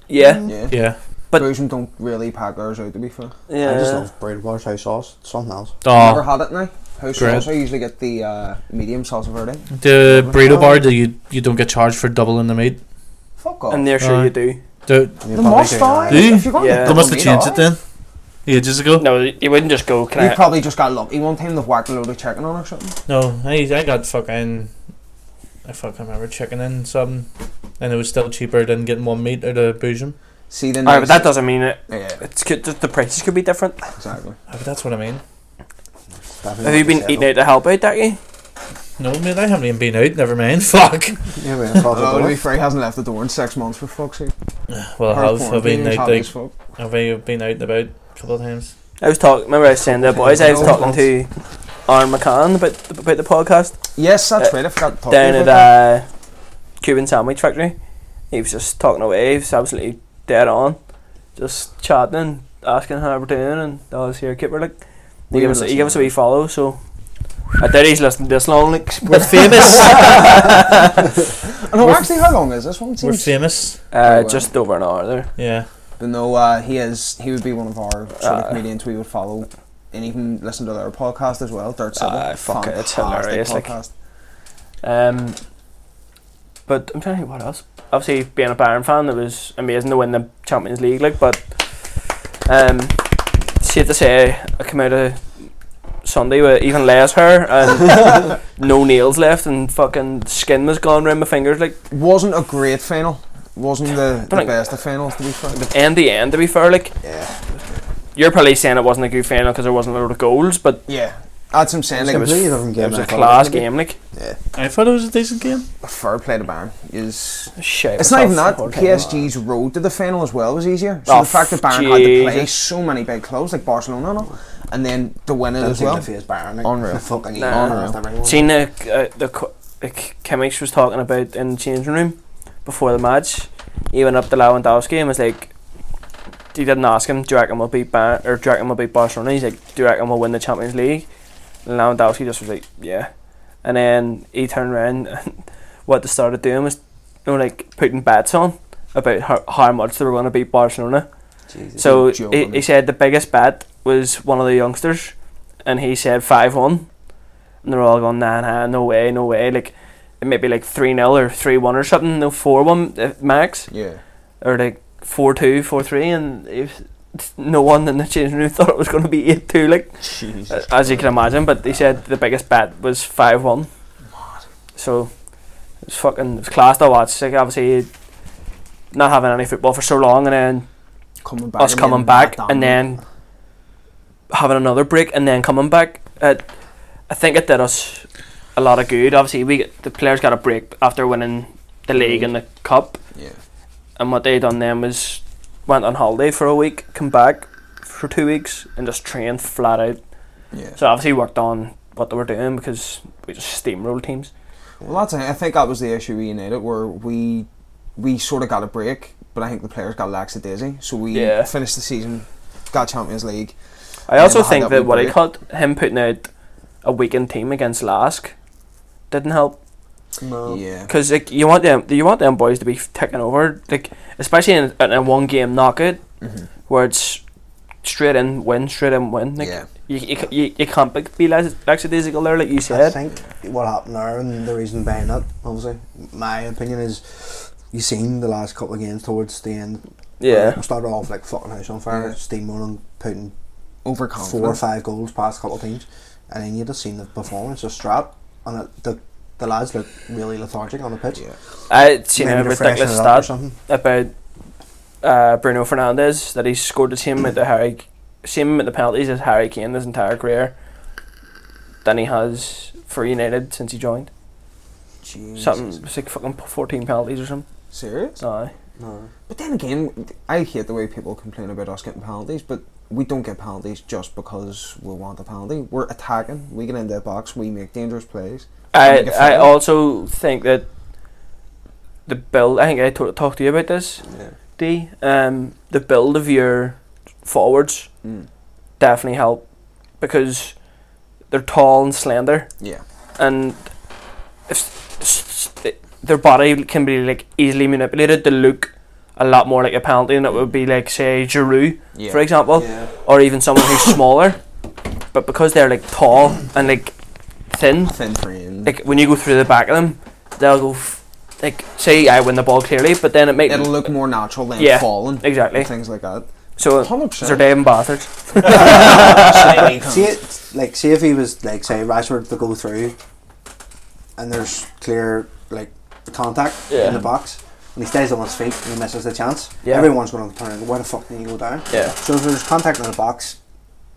S1: Yeah,
S3: Yeah.
S4: yeah.
S1: But-
S3: Boozum don't really pack theirs out, to be fair.
S1: yeah.
S5: I just love bread wash house sauce. It's something else.
S3: Never
S4: Oh,
S3: had it now. House
S4: Great.
S3: sauce, I usually get the uh, medium salsa verde.
S4: the burrito bar, do you you don't get charged for doubling the meat?
S3: Fuck off.
S1: and they're sure
S4: Aye.
S1: you do.
S4: Do,
S5: And you
S3: the
S5: probably
S3: must
S5: do
S3: die.
S5: that.
S4: Do you?
S3: If you're going
S1: Yeah.
S3: to
S4: they must have
S3: double
S4: changed
S3: meat,
S4: it then. Ages ago.
S1: No, you wouldn't just go. Can
S3: You
S1: I?
S3: probably just got lucky. One time they've whacked a load of chicken on or something.
S4: No, I I got fucking I fucking remember checking in some, and it was still cheaper than getting one meat out of boozum.
S3: See, then.
S1: Alright, but
S3: next-
S1: that doesn't mean it.
S3: Yeah,
S1: It's good. just The prices could be different.
S3: exactly.
S4: Ah, But that's what I mean.
S5: Definitely
S1: Have you
S5: not the
S1: been
S5: same.
S1: eating out to help out, Ducky?
S4: No, mate, I haven't even been out. Never mind. Fuck.
S5: Yeah, we have coffee
S3: Oh, to be
S5: bowl.
S3: fair, he hasn't left the door in six months, for fuck's sake.
S4: Well, I have. I've been out. Like,
S3: fuck.
S4: have I been out and about a couple of times?
S1: I was talking. Remember, I was saying the boys. I was
S3: No,
S1: talking to Aaron McCann about the, about the podcast
S3: Yes, that's
S1: Uh,
S3: right. I forgot to talk to you
S1: down
S3: about
S1: at
S3: that.
S1: uh, Cuban Sandwich Factory. He was just talking away. He was absolutely dead on, just chatting, and asking how we're doing, and I was here. Keeper, like he
S3: We
S1: gave
S3: were
S1: us he
S3: listening.
S1: gave us a wee follow. So I doubt he's listened this long. Like we're famous.
S3: Oh, no, actually, how long is this one? It
S4: We're
S3: seems-
S4: famous.
S1: uh, just over an hour there.
S4: Yeah.
S3: But no, uh, he is. He would be one of our sort
S1: Uh,
S3: of comedians we would follow, and even listen to their podcast as well. Dirt Civil.
S1: Aye, Uh, fuck it, it's
S3: Fantastic
S1: hilarious, like-
S3: podcast.
S1: Um, but I'm trying to think what else. Obviously, being a Bayern fan, it was amazing to win the Champions League. Like, but um, safe to say, I came out of Sunday with even less hair and no nails left, and fucking skin was gone round my fingers. Like,
S3: Wasn't a great final. Wasn't the, the
S1: think-
S3: best of finals to be fair.
S1: and the end, to be fair, like
S5: Yeah.
S1: you're probably saying it wasn't a good final because there wasn't a lot of goals, but
S3: Yeah, that's what I'm saying. Like,
S1: It was
S5: Completely different game.
S1: it was
S5: than
S1: a
S5: I thought
S1: class
S5: would be.
S1: game. Like,
S4: I thought it was a decent game.
S3: fair play to Bayern is.
S1: shit,
S3: It's
S1: we're
S3: not even
S1: tough.
S3: that. PSG's road to the final as well was easier. So
S1: Oh,
S3: the fact that Bayern had to play
S1: Jesus.
S3: so many big clubs like Barcelona and all, and then to win it
S5: Them
S3: as well.
S5: taking the face Bayern, like,
S3: Unreal.
S5: Fucking eating
S1: Nah.
S5: past everyone.
S1: Seen the uh, the co- like Kimmich was talking about in the changing room before the match. He went up to Lewandowski and was like, he didn't ask him, do you reckon we'll beat Bayern or do you reckon we'll beat Barcelona? He's like, do you reckon we'll win the Champions League? And Lewandowski just was like, yeah. And then he turned around and what they started doing was, they were like putting bets on about how, how much they were going to beat Barcelona.
S5: Jesus.
S1: So
S3: Joe
S1: he, he
S3: Gomez.
S1: said the biggest bet was one of the youngsters, and he said five one, and they're all going nah nah no way no way like it may be like three 0 or three one or something no four one uh, max
S3: Yeah.
S1: or like four two four three and if no one in the changing room thought it was going to be eight two like uh, as you can imagine but they said the biggest bet was five one, so it's fucking it was class to watch like obviously not having any football for so long and then
S3: Coming back.
S1: us
S3: and
S1: coming
S3: being
S1: back
S3: that
S1: and
S3: dominant.
S1: then having another break and then coming back. It, I think it did us a lot of good. Obviously, we the players got a break after winning the
S3: Mm-hmm.
S1: league and the cup,
S3: Yeah.
S1: and what they done then was went on holiday for a week, come back for two weeks, and just trained flat out.
S3: Yeah.
S1: So obviously worked on what they were doing because we just steamrolled teams.
S3: Well, that's it. I think that was the issue we United where we we sort of got a break, but I think the players got lax daisy. So we
S1: Yeah.
S3: finished the season, got Champions League,
S1: I also
S3: then I had
S1: think
S3: that
S1: that
S3: wee
S1: what I
S3: break.
S1: caught him putting out a weakened team against Lask didn't help
S5: No.
S3: Yeah.
S1: because like you want them you want them boys to be taking over like especially in, in a one game knockout
S3: Mm-hmm.
S1: where it's straight in win straight in win like
S3: Yeah.
S1: you, you, ca- you, you can't be- be lax- lackadaisical there like you
S5: I
S1: said
S5: think what happened there and the reason behind that, obviously, my opinion is you've seen the last couple of games towards the end.
S1: yeah
S5: We started off like fucking house on fire,
S3: Yeah.
S5: steamrolling, putting
S3: Overconfident.
S5: four or five goals past a couple of teams, and then you'd have seen the performance of Strap, and it, the the lads looked really lethargic on the pitch.
S3: Yeah.
S1: I'd seen a
S5: Maybe they're freshening
S1: ridiculous
S5: it up or
S1: stat
S5: something.
S1: about uh, Bruno Fernandez that he scored the same amount the Harry same amount of penalties as Harry Kane his entire career than he has for United since he joined
S3: Jesus.
S1: something it's like fucking 14 penalties or something
S3: Serious?
S1: aye
S5: No.
S3: But then again, I hate the way people complain about us getting penalties, but we don't get penalties just because we want the penalty. We're attacking. We get into the box. We make dangerous plays.
S1: I,
S3: Like a
S1: I
S3: fan.
S1: also think that the build. I think I to- talked to you about this.
S5: Yeah.
S1: D. Um, the build of your forwards
S3: Mm.
S1: definitely help because they're tall and slender,
S3: Yeah.
S1: and if s- s- their body can be like easily manipulated to look a lot more like a penalty, and it would be like say Giroud,
S3: Yeah.
S1: for example
S5: Yeah.
S1: or even someone who's smaller, but because they're like tall and like thin,
S3: Thin frame.
S1: like when you go through the back of them, they'll go f- like say I win the ball clearly, but then it might
S3: It'll look more natural than
S1: Yeah,
S3: falling.
S1: exactly.
S3: and Things like that.
S1: so they're
S3: 100%.
S1: David Bathard.
S5: see it like see if he was like say Rashford to go through, and there's clear like contact
S1: Yeah.
S5: in the box, and he stays on his feet and he misses the chance.
S1: Yeah.
S5: Everyone's going to turn. Why the fuck did he go down?
S1: Yeah.
S5: So if there's contact in the box,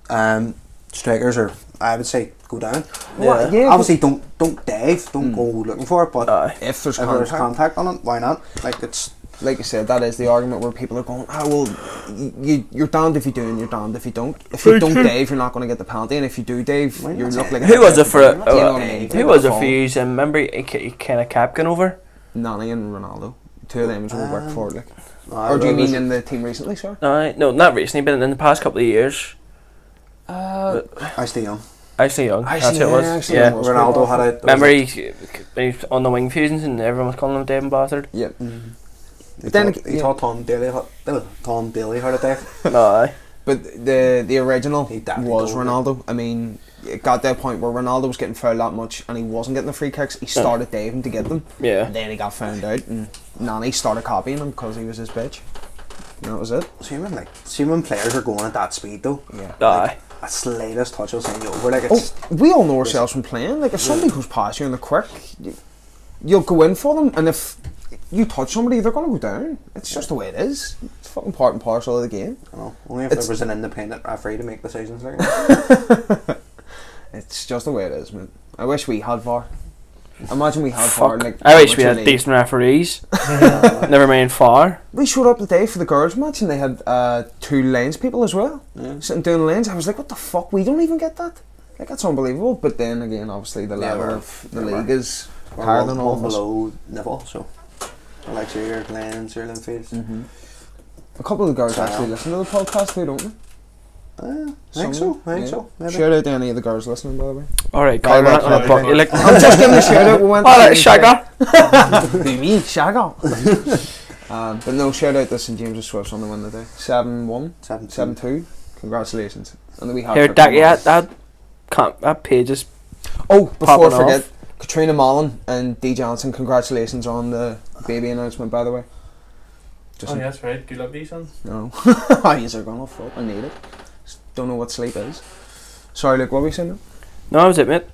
S5: um, strikers or I would say go down.
S1: Well,
S3: yeah.
S5: Obviously, don't don't dive, don't go looking for it, but.
S1: Hmm. Aye.
S3: If there's
S5: if there's
S3: contact,
S5: contact on it, why not? Like it's
S3: like I said, that is the argument where people are going, ah, well, y- you, you're damned if you do and you're damned if you don't. If you don't dive, you're not going to get the penalty, and if you do dive,
S5: Why
S3: you
S5: not?
S3: look like a
S1: Who was it for? uh,
S3: You know what I mean?
S1: who was it for you? And remember, he, he kind of kept going over.
S3: Nani and Ronaldo. Two of them is what we
S5: Um,
S3: worked for. Like.
S5: no,
S3: Or do you
S5: it
S3: mean
S5: was-
S3: in the team recently, sir?
S1: No, no, not recently, but in the past couple of years.
S5: Uh, I stay young?
S1: Actually, young.
S3: Actually,
S1: That's who
S3: yeah,
S1: it was.
S3: actually,
S1: yeah.
S3: it was.
S5: Ronaldo had it.
S1: Remember, he, he was on the wing fusions and everyone was calling him David Bathard.
S3: Yep.
S5: mm. he
S3: then
S5: thought,
S3: ag-
S5: he
S3: yeah.
S5: thought Tom Daly, had- uh, Tom Daly heart attack.
S1: No, aye.
S3: But the the original
S5: He died, he
S3: was
S5: told me.
S3: Ronaldo. I mean, it got to a point where Ronaldo was getting fouled that much and he wasn't getting the free kicks. He started diving to get them.
S1: Yeah.
S3: And then he got found out and Nani started copying him because he was his bitch. And that was it.
S5: See when like see when players are going at that speed though.
S3: Yeah.
S1: aye.
S5: A slightest touch will send you over. Like
S3: Oh,
S5: it's
S3: we all know ourselves from playing. Like, if somebody goes past you and they're quick, you, you'll go in for them. And if you touch somebody, they're going to go down. It's just the way it is. It's fucking part and parcel of the game.
S5: you know, only if
S3: It's-
S5: there was an independent referee to make decisions. Like
S3: It's just the way it is, man. I wish we had VAR. Imagine we had VAR.
S1: Fuck.
S3: Like,
S1: I wish we
S3: amateur
S1: had
S3: league.
S1: decent referees. Never mind far.
S3: We showed up the day for the girls' match and they had uh, two lanes people as well sitting down the lanes. I was like, what the fuck? We don't even get that. Like that's unbelievable. But then again, obviously the level
S5: we're-
S3: of the
S5: yeah, we're-
S3: league is
S5: we're
S3: higher
S5: one-
S3: than all
S5: one
S3: of us.
S5: below Neville, so I like your your Glens, your Linfields.
S3: A couple of the girls
S5: Wow.
S3: actually listen to the podcast, they don't. They?
S5: Uh, I
S3: Some
S5: think
S3: of
S5: so.
S3: them,
S5: I think
S3: yeah.
S5: so. Maybe.
S3: Shout out to any of the girls listening, by the way.
S1: All right, Kyle, we're not
S5: Sorry,
S1: gonna buck you.
S5: sorry.
S1: Like,
S3: I'm just giving a shout out. We went
S1: all right,
S3: to-
S1: Shagger.
S3: Be me, Shagger. Uh, but no, shout out to St James's Swifts on the win today. 7 1,
S5: Seven,
S3: 7 2. Congratulations. And then we had
S1: Here,
S3: Kirk
S1: Dak, yeah,
S3: Mullins.
S1: that, can't, that page is.
S3: Oh, before
S1: Popping
S3: I forget, Katrina Mullen and Dee Johnson, congratulations on the baby announcement, by the way. Just
S4: Oh, yeah, that's right. Good luck, to you, son.
S3: no, oh, yes, they're gonna fuck. I need it. S- Don't know what sleep is. Sorry, Luke. What were you saying? now?
S1: No, that was it, mate.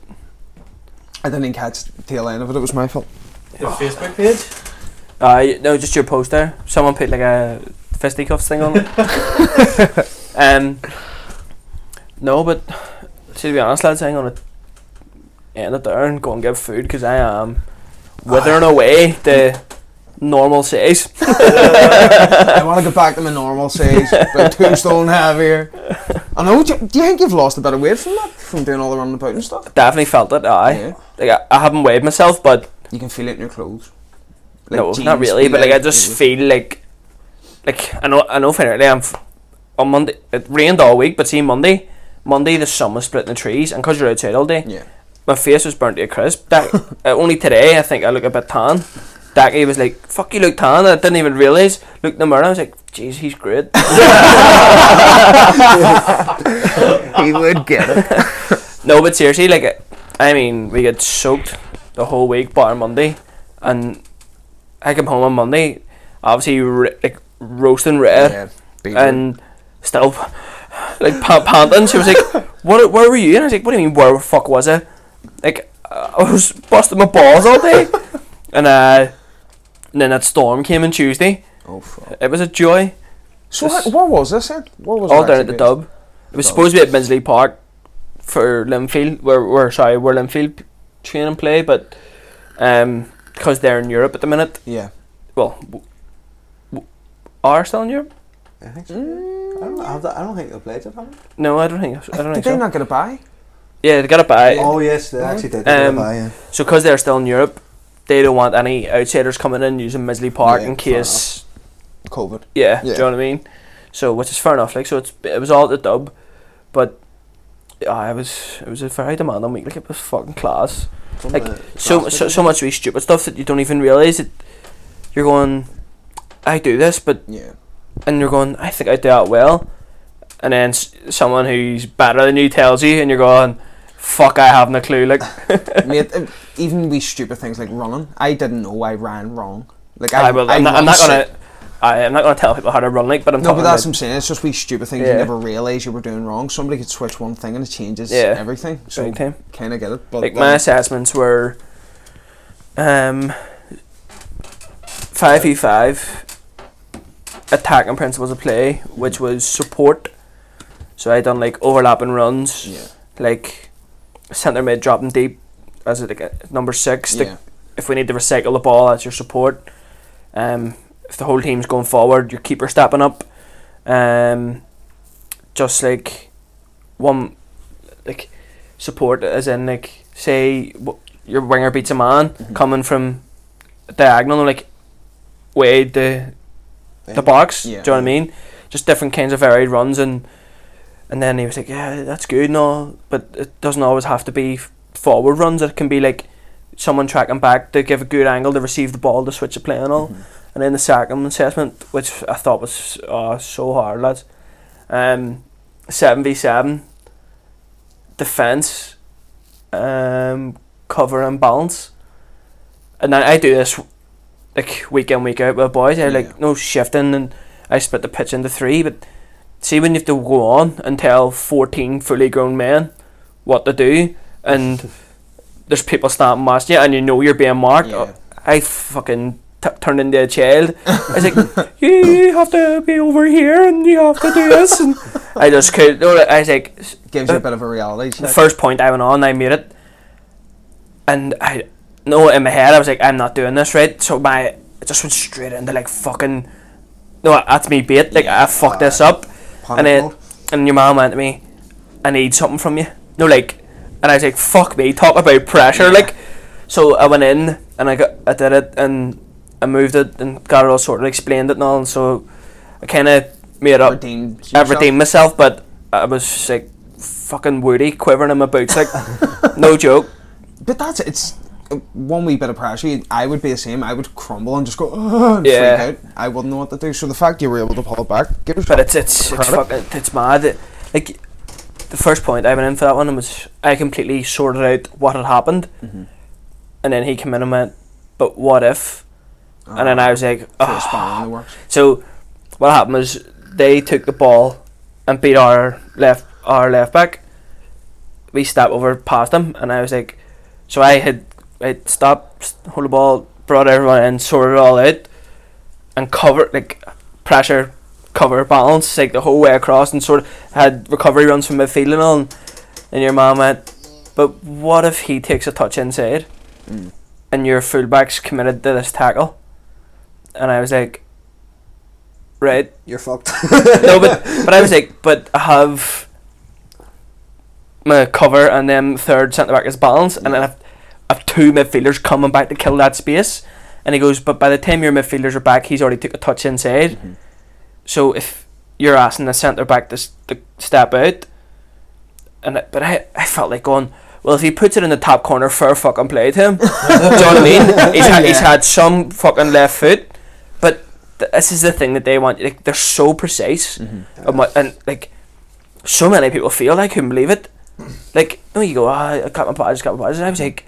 S3: I didn't even catch the tail end of it. It was my fault.
S1: Oh.
S4: The Facebook page.
S1: Uh, no, just your post there. Someone put like a fisticuffs thing on it. um, no, but to be honest, lads, I'm gonna end it there and go and get food because I am withering away the normal size.
S3: I want to get back to my normal size, about two stone heavier. I know. Do you, do you think you've lost a bit of weight from that, from doing all the running about and stuff?
S1: Definitely felt it. Aye,
S3: Yeah.
S1: like I, I haven't weighed myself, but
S3: You can feel it in your clothes.
S1: no,
S3: jeans,
S1: not really. But like, I just
S3: legs.
S1: feel like, like I know, I know. Finally, I'm f- on Monday. It rained all week, but see Monday, Monday the sun was splitting the trees, and because you're outside all day,
S3: Yeah.
S1: my face was burnt to a crisp. Dak, uh, only today I think I look a bit tan. Dacky was like, "Fuck, you look tan." and I didn't even realize. Looked in the mirror, I was like, "Jeez, he's great."
S3: he would get it.
S1: No, but seriously, like, I mean, we get soaked the whole week, bar Monday, and I come home on Monday, obviously, re- like, roasting red, Uh, and still, like, pa- panting. She was like, what, where were you? And I was like, what do you mean, where the fuck was I? Like, I was busting my balls all day, and, uh, and then that storm came on Tuesday.
S3: Oh fuck.
S1: It was a joy,
S3: So
S1: This-
S3: what, what was this? Ed? What was it
S1: all down at
S3: actually
S1: the
S3: based?
S1: dub. It was supposed to be at Minsley Park for Linfield, where, where sorry, where Linfield train and play, but um, because they're in Europe at the minute,
S3: Yeah.
S1: well, w- w- are still in Europe?
S5: I think so.
S1: Mm.
S5: I don't have that. I don't think they played it. Have they?
S1: No, I don't think. I don't
S3: Did
S1: think
S3: they
S1: so.
S3: not get a buy?
S1: Yeah, they got it by.
S5: Oh yes, they actually did.
S1: Uh, Um, So because they're still in Europe, they don't want any outsiders coming in using Misley Park
S3: Yeah,
S1: in
S3: fair
S1: case.
S3: COVID.
S1: Yeah, do
S3: Yeah.
S1: you know what I mean? So which is fair enough. Like so, it's it was all at the dub, but. I was it was a very demanding week. Like it was fucking class. Like, so, so so much really stupid stuff that you don't even realize it. You're going, I do this, but
S3: Yeah.
S1: and you're going, I think I do that well, and then s- someone who's better than you tells you, and you're going, fuck, I haven't a clue. Like,
S3: Mate, uh, even these stupid things like running. I didn't know I ran wrong. Like I,
S1: I will.
S3: I
S1: I'm not, I'm
S3: run
S1: not
S3: sick.
S1: gonna. I, I'm not gonna tell people how to run like, but I'm
S3: No,
S1: talking
S3: but that's
S1: about.
S3: what I'm saying. It's just these stupid things
S1: Yeah.
S3: you never realise you were doing wrong. Somebody could switch one thing and it changes
S1: Yeah.
S3: everything. So
S1: Big time.
S3: kind of get it. But
S1: Like
S3: then-
S1: my assessments were, um, five v five, attack and principles of play,
S3: Mm.
S1: which was support. So I done like overlapping runs,
S3: Yeah.
S1: like centre mid dropping deep as it like uh, number six. the-
S3: Yeah.
S1: if we need to recycle the ball, that's your support. Um, if the whole team's going forward, your keeper stepping up. Um, just like one, like support as in like say w- your winger beats a man coming from diagonal like way the the box.
S3: Yeah.
S1: Do you know what I mean? Just different kinds of varied runs and and then he was like, yeah, that's good and all, but it doesn't always have to be f- forward runs. It can be like someone tracking back to give a good angle to receive the ball to switch the play and all. And then the second assessment, which I thought was uh, so hard, lads. Um, seven v seven, defense, um, cover and balance. And I, I do this like week in week out with boys. I
S3: Yeah.
S1: like no shifting, and I split the pitch into three. But see when you have to go on and tell fourteen fully grown men what to do, and there's people standing past you, and you know you're being marked.
S3: Yeah.
S1: I fucking t- turned into a child. I was like, you, you have to be over here, and you have to do this, and I just could. no, I was like, s-
S3: gives you a bit of a reality
S1: the
S3: check.
S1: first point I went on, I made it, and I no in my head I was like, I'm not doing this right. So my I just went straight into like fucking no, that's me bait. Like I fucked this up, and then and your mom went to me, I need something from you. No, like, and I was like, fuck me, talk about pressure, like. So I went in and I got I did it and I moved it and got it all sorted, explained it and all. And so I kind of made up
S3: Redeemed
S1: I
S3: yourself.
S1: redeemed myself, but I was like fucking woody, quivering in my boots, like no joke.
S3: But that's it. it's uh, one wee bit of pressure. you- I would be the same. I would crumble and just go "Ugh," and
S1: Yeah.
S3: freak out. I wouldn't know what to do. So the fact you were able to pull it back, give yourself
S1: But it's it's it's
S3: credit.
S1: fucking it's mad. It- like the first point I went in for that one was I completely sorted out what had happened, and then he came in and went, "But what if?" and then I was like,
S3: a
S1: oh.
S3: spanner in the works.
S1: So what happened was they took the ball and beat our left our left back. We stepped over past them, and I was like, so I had I had stopped, hold the ball, brought everyone in, sorted it all out, and covered like pressure, cover balance like the whole way across, and sort of had recovery runs from midfield and all. And, and your mom went, but what if he takes a touch inside, and your fullback's committed to this tackle? And I was like, right,
S5: you're fucked.
S1: no, but but I was like, but I have my cover and then third centre back is balance, and then I've, I've two midfielders coming back to kill that space. And he goes, but by the time your midfielders are back, he's already took a touch inside. So if you're asking the centre back to, s- to step out, And I, but I, I felt like going, well, if he puts it in the top corner, fair fucking play to him. Do you know what I mean? He's had, he's had some fucking left foot, but th- this is the thing that they want. Like they're so precise, and, what, and like so many people feel like couldn't believe it. Like no, you go, ah, I cut my badges, cut my badges. And I was like,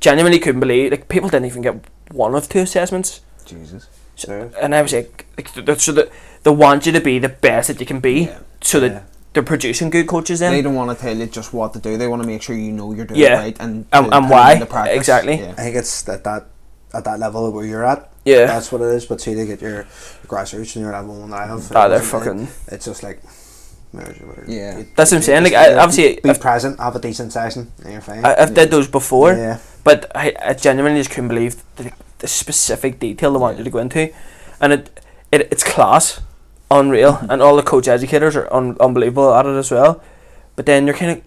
S1: genuinely couldn't believe. Like people didn't even get one of two assessments.
S3: Jesus.
S1: So, and I was like, like th- th- so that they want you to be the best that you can be, so that they're producing good coaches. Then
S3: They don't want to tell you just what to do. They want to make sure you know you're doing it
S1: Yeah.
S3: right and
S1: And- and
S3: put- put it
S1: why.
S3: into practice.
S1: Exactly.
S3: Yeah.
S5: I think it's at that at that level where you're at.
S1: Yeah.
S5: That's what it is. But see, they get your grassroots and your level one I have.
S1: Ah, they're
S5: It's like-
S1: fucking-
S5: It's just like.
S3: Yeah.
S1: That's what I'm saying, like, I- obviously,
S5: be
S1: if-
S5: present, have a decent session, and you're fine.
S1: I, I've did those before,
S5: Yeah.
S1: but I, I genuinely just couldn't believe the, the specific detail they wanted you to go into, and it, it it's class, unreal, and all the coach educators are un- unbelievable at it as well, but then you're kind of,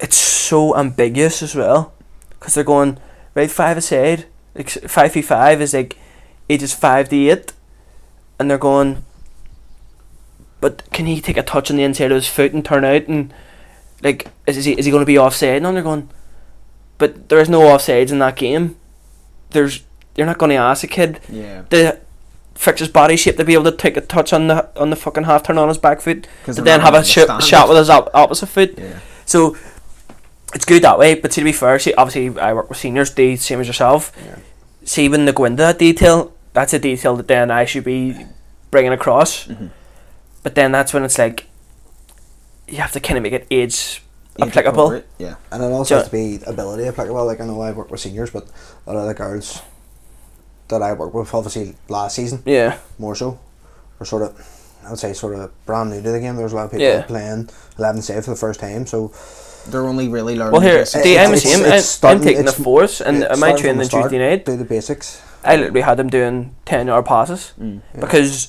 S1: it's so ambiguous as well, because they're going right five aside, like s- five v five is like ages five to eight, and they're going. But can he take a touch on the inside of his foot and turn out and like is, is he is he going to be offside? And they're going, but there is no offsides in that game. There's you're not going to ask a kid
S3: Yeah.
S1: to fix his body shape to be able to take a touch on the on the fucking half turn on his back foot
S3: 'Cause
S1: to
S3: they're
S1: then have
S3: not
S1: a
S3: gonna
S1: shot
S3: understand
S1: shot
S3: it.
S1: with his op- opposite foot.
S3: Yeah.
S1: So it's good that way. But to be fair, see, obviously I work with seniors, they same as yourself. See when they go into that detail, that's a detail that then I should be bringing across.
S3: Mm-hmm.
S1: But then that's when it's like you have to kind of make it age
S3: Age
S1: applicable.
S3: appropriate, Yeah.
S5: And it also
S1: So-
S5: has to be ability applicable. Like I know I work with seniors, but a lot of the girls that I work with, obviously last season,
S1: Yeah.
S5: more so, were sort of, I would say, sort of brand new to the game. There was a lot of people
S1: Yeah.
S5: playing eleven save for the first time, so
S3: They're only really learning.
S1: Well, here,
S3: basic-
S1: see, I'm the
S5: It's-
S1: same.
S5: it's
S1: I- I'm
S5: starting-
S1: taking the
S5: it's-
S1: force, and
S5: yeah,
S1: am I
S5: starting from
S1: training
S5: the start,
S1: Tuesday night?
S5: Do the basics.
S1: I literally had them doing 10 hour passes because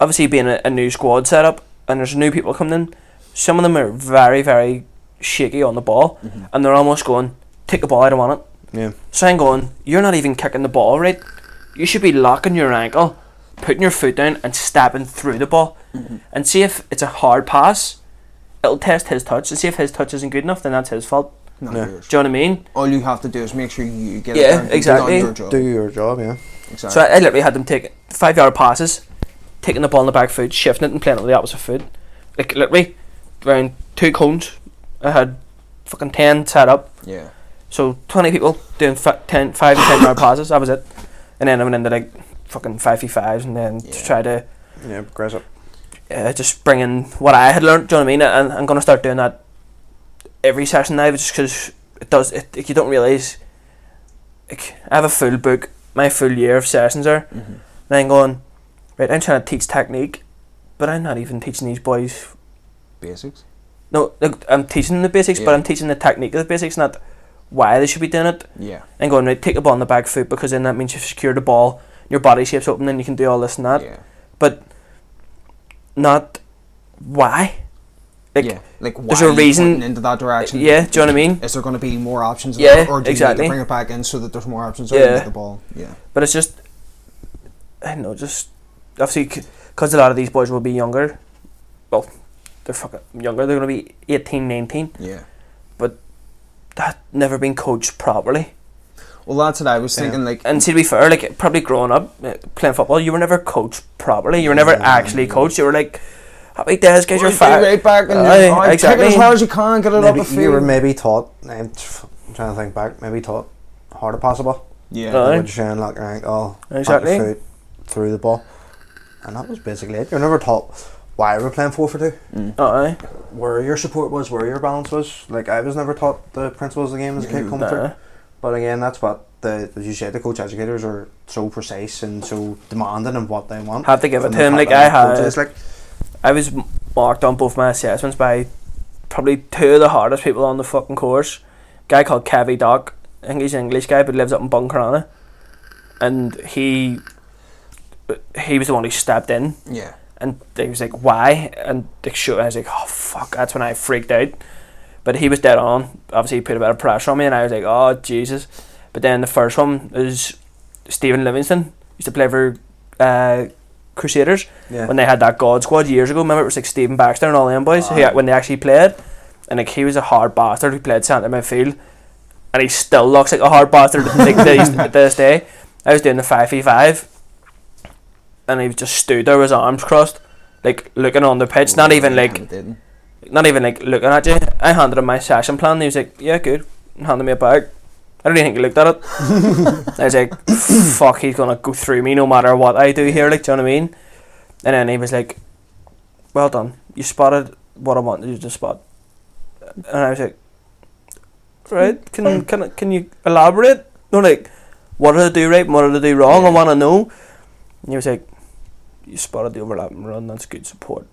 S1: obviously being a, a new squad setup and there's new people coming in, some of them are very, very shaky on the ball and they're almost going, take the ball, I don't want it.
S5: Yeah.
S1: So I'm going, you're not even kicking the ball right. You should be locking your ankle, putting your foot down and stabbing through the ball and see if it's a hard pass. It'll test his touch and see if his touch isn't good enough, then that's his fault.
S3: Not
S5: Yeah.
S3: yours.
S1: Do you know what I mean?
S3: All you have to do is make sure you get
S1: Yeah,
S3: it done. You've done
S1: exactly.
S3: your job.
S5: Do your job, yeah.
S3: Exactly.
S1: So uh, I, I literally had them take five yard passes, taking the ball in the back foot, shifting it and playing it with the opposite foot. Like literally, around two cones, I had fucking ten set up.
S3: yeah.
S1: So twenty people doing fi- 10, five and ten yard passes. That was it. And then I went into like fucking five v fives, and then to try to
S5: Yeah, progress up.
S1: uh, just bring in what I had learned. Do you know what I mean? And I'm gonna start doing that every session now, just because it does. It, like, you don't realize. Like I have a full book, my full year of sessions are,
S3: Mm-hmm.
S1: and I'm going right. I'm trying to teach technique, but I'm not even teaching these boys.
S3: Basics.
S1: No, like, I'm teaching the basics,
S3: Yeah.
S1: but I'm teaching the technique of the basics, not why they should be doing it.
S3: Yeah.
S1: And going right, take the ball on the back foot because then that means you've secured the ball, your body shape's open, then you can do all this and that.
S3: Yeah.
S1: But not why. Like
S3: yeah. Like why
S1: there's a
S3: are you
S1: reason-
S3: pointing into that direction?
S1: yeah, do you know what I mean?
S3: Is there going to be more options?
S1: Yeah,
S3: or do
S1: exactly.
S3: You need to bring it back in so that there's more options. Yeah.
S1: Yeah.
S3: the ball. Yeah.
S1: But it's just, I don't know, just obviously because a lot of these boys will be younger. Well, they're fucking younger. They're gonna be 18, 19,
S3: Yeah.
S1: but that never been coached properly.
S3: Well, that's what I was thinking. Like,
S1: And to be fair, like probably growing up uh, playing football, you were never coached properly. You were never actually coached. You were like, "How many days, guys? You're
S3: Right, be
S1: fired."
S3: right back and
S1: Aye,
S3: then, oh,
S1: exactly.
S3: take it as hard as you can, get it up
S5: Maybe
S3: the field.
S5: you were maybe taught. I'm tr- trying to think back. Maybe taught harder possible.
S3: yeah.
S1: Aye.
S5: Would you try and lock your ankle, put your
S1: Exactly.
S5: foot oh, through the ball, and that was basically it. You're never taught why we're playing four for two,
S1: Aye.
S5: where your support was, where your balance was. Like I was never taught the principles of the game as a kid coming through.
S1: Nah.
S5: But again, that's what the as you said, the coach educators are so precise and so demanding in what they want.
S1: Have to give it
S5: And
S1: to
S5: they've
S1: him,
S5: had
S1: like
S5: that
S1: I
S5: approach.
S1: had.
S5: It's like
S1: I was m- marked on both my assessments by probably two of the hardest people on the fucking course. guy called Kevy Doc. I think he's an English guy, but lives up in Bunkrana. And he he was the one who stepped in.
S3: Yeah.
S1: And he was like, why? And they showed, I was like, oh, fuck. That's when I freaked out. But he was dead on. Obviously, he put a bit of pressure on me, and I was like, oh, Jesus. But then the first one is Stephen Livingston. Used to play for uh, Crusaders
S5: Yeah.
S1: when they had that God Squad years ago. Remember it was like Stephen Baxter and all them boys who, when they actually played, and like he was a hard bastard who played centre midfield, and he still looks like a hard bastard like, to this- to this day. I was doing the five v five, and he just stood there with his arms crossed, like looking on the pitch, not even like
S3: It didn't.
S1: not even like looking at you. I handed him my session plan. And he was like, "Yeah, good." And handed me a bag. I don't even think he looked at it. I was like, "Fuck, he's gonna go through me no matter what I do here." Like, do you know what I mean? And then he was like, "Well done, you spotted what I wanted you to spot." And I was like, "Right? Can can can you elaborate? No, like, what did I do right? and What did I do wrong? I want to know." And he was like, "You spotted the overlap and run. That's good support."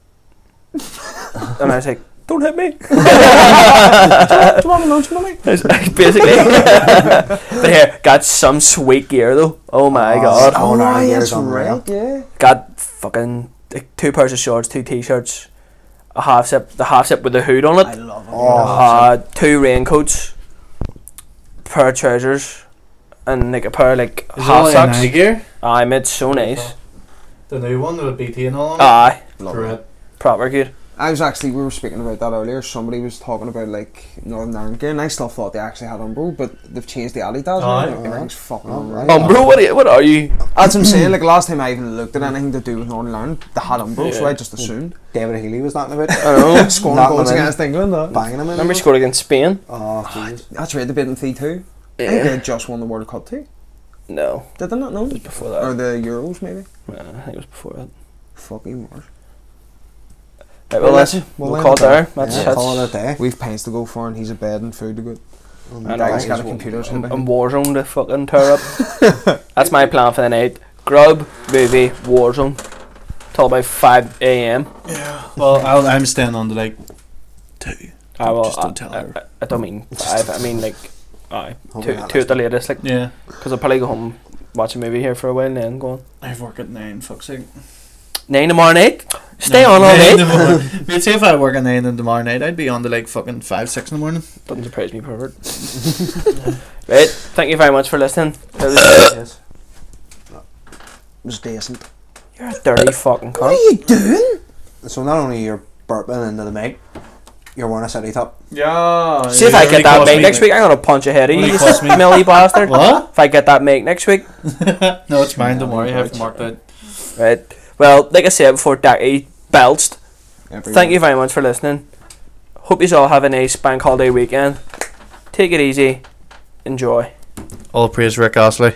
S1: and I was like, "Don't hit me."
S3: Do you want lunch money?
S1: Basically, but here got some sweet gear though. Oh my god,
S5: Oh, no,
S3: Aye,
S5: years
S3: that's
S5: on rail.
S3: right, yeah.
S1: got fucking like, two pairs of shorts, two t-shirts, a half zip, the half zip with the hood on
S3: I
S1: it,
S3: love it.
S1: uh, two raincoats, pair of trousers, and like a pair of like
S4: Is
S1: half
S4: all in
S1: socks.
S4: eye gear?
S1: Aye, mate, so nice.
S4: The new one with BT and all on it?
S1: Aye,
S3: Love it.
S4: Correct.
S1: proper good.
S3: I was actually we were speaking about that earlier. Somebody was talking about like Northern Ireland gear, and I still thought they actually had Umbro, but they've changed the Adidas.
S4: Aye.
S3: now. everything's fucking Umbro.
S1: Um, bro, what are you? What are you?
S3: As I'm saying, like last time I even looked at anything to do with Northern Ireland, they had Umbro, so I just assumed
S5: David Healy was knocking about.
S3: know. scoring
S5: Knocking
S3: goals
S5: them in.
S3: against England. That.
S5: Banging him in.
S1: Remember he scored against Spain?
S5: Oh, jeez.
S3: That's right, they beat them three two. I think
S1: Yeah.
S3: they just won the World Cup too.
S1: No,
S3: Did they not know?
S1: it was before
S3: Or
S1: that.
S3: the Euros maybe?
S1: Yeah, I think it was before that.
S3: Fucking worse.
S1: Right, well, that's we'll, call it there. That's,
S5: yeah,
S1: that's
S5: call it a day.
S3: We've pints to go for, and he's a bed and food to go.
S1: I know,
S3: Greg's
S1: he's
S3: got a computer or something.
S1: and Warzone to fucking tear up. That's my plan for the night. Grub, movie, Warzone. Till about 5 a.m.
S4: Well, I'll, I'm staying on to like two.
S1: I will.
S4: Just don't
S1: I,
S4: tell
S1: I,
S4: her.
S1: I, I don't mean five. I mean like, aye,
S5: Hold
S1: two,
S5: me out
S1: two
S5: next
S1: at the latest. Like,
S4: Yeah.
S1: because I'll probably go home, watch a movie here for a while, and then go on.
S4: I have work at nine, fuck's sake.
S1: Nine tomorrow night. Stay
S4: Nine-
S1: on all
S4: nine in
S1: night.
S4: the morning. Mate, say if I work at nine in tomorrow night, I'd be on to like fucking five, six in the morning.
S1: Doesn't surprise me, pervert. right. Thank you very much for listening. That was-
S5: Yes.
S3: It was decent.
S1: You're a dirty fucking cunt.
S3: What are you doing?
S5: So not only you're burping into the mic, you're wearing a city top.
S4: Yeah.
S1: See if I get that make next week, I'm gonna punch a head of you,
S4: Only
S1: you
S4: cost me-
S1: smelly bastard.
S4: What?
S1: If I get that make next week,
S4: no, it's mine. Don't worry. I have marked out.
S1: Right. Well, like I said before, Dacky belched.
S3: Everyone.
S1: Thank you very much for listening. Hope you all have a nice bank holiday weekend. Take it easy. Enjoy.
S4: All praise Rick Astley.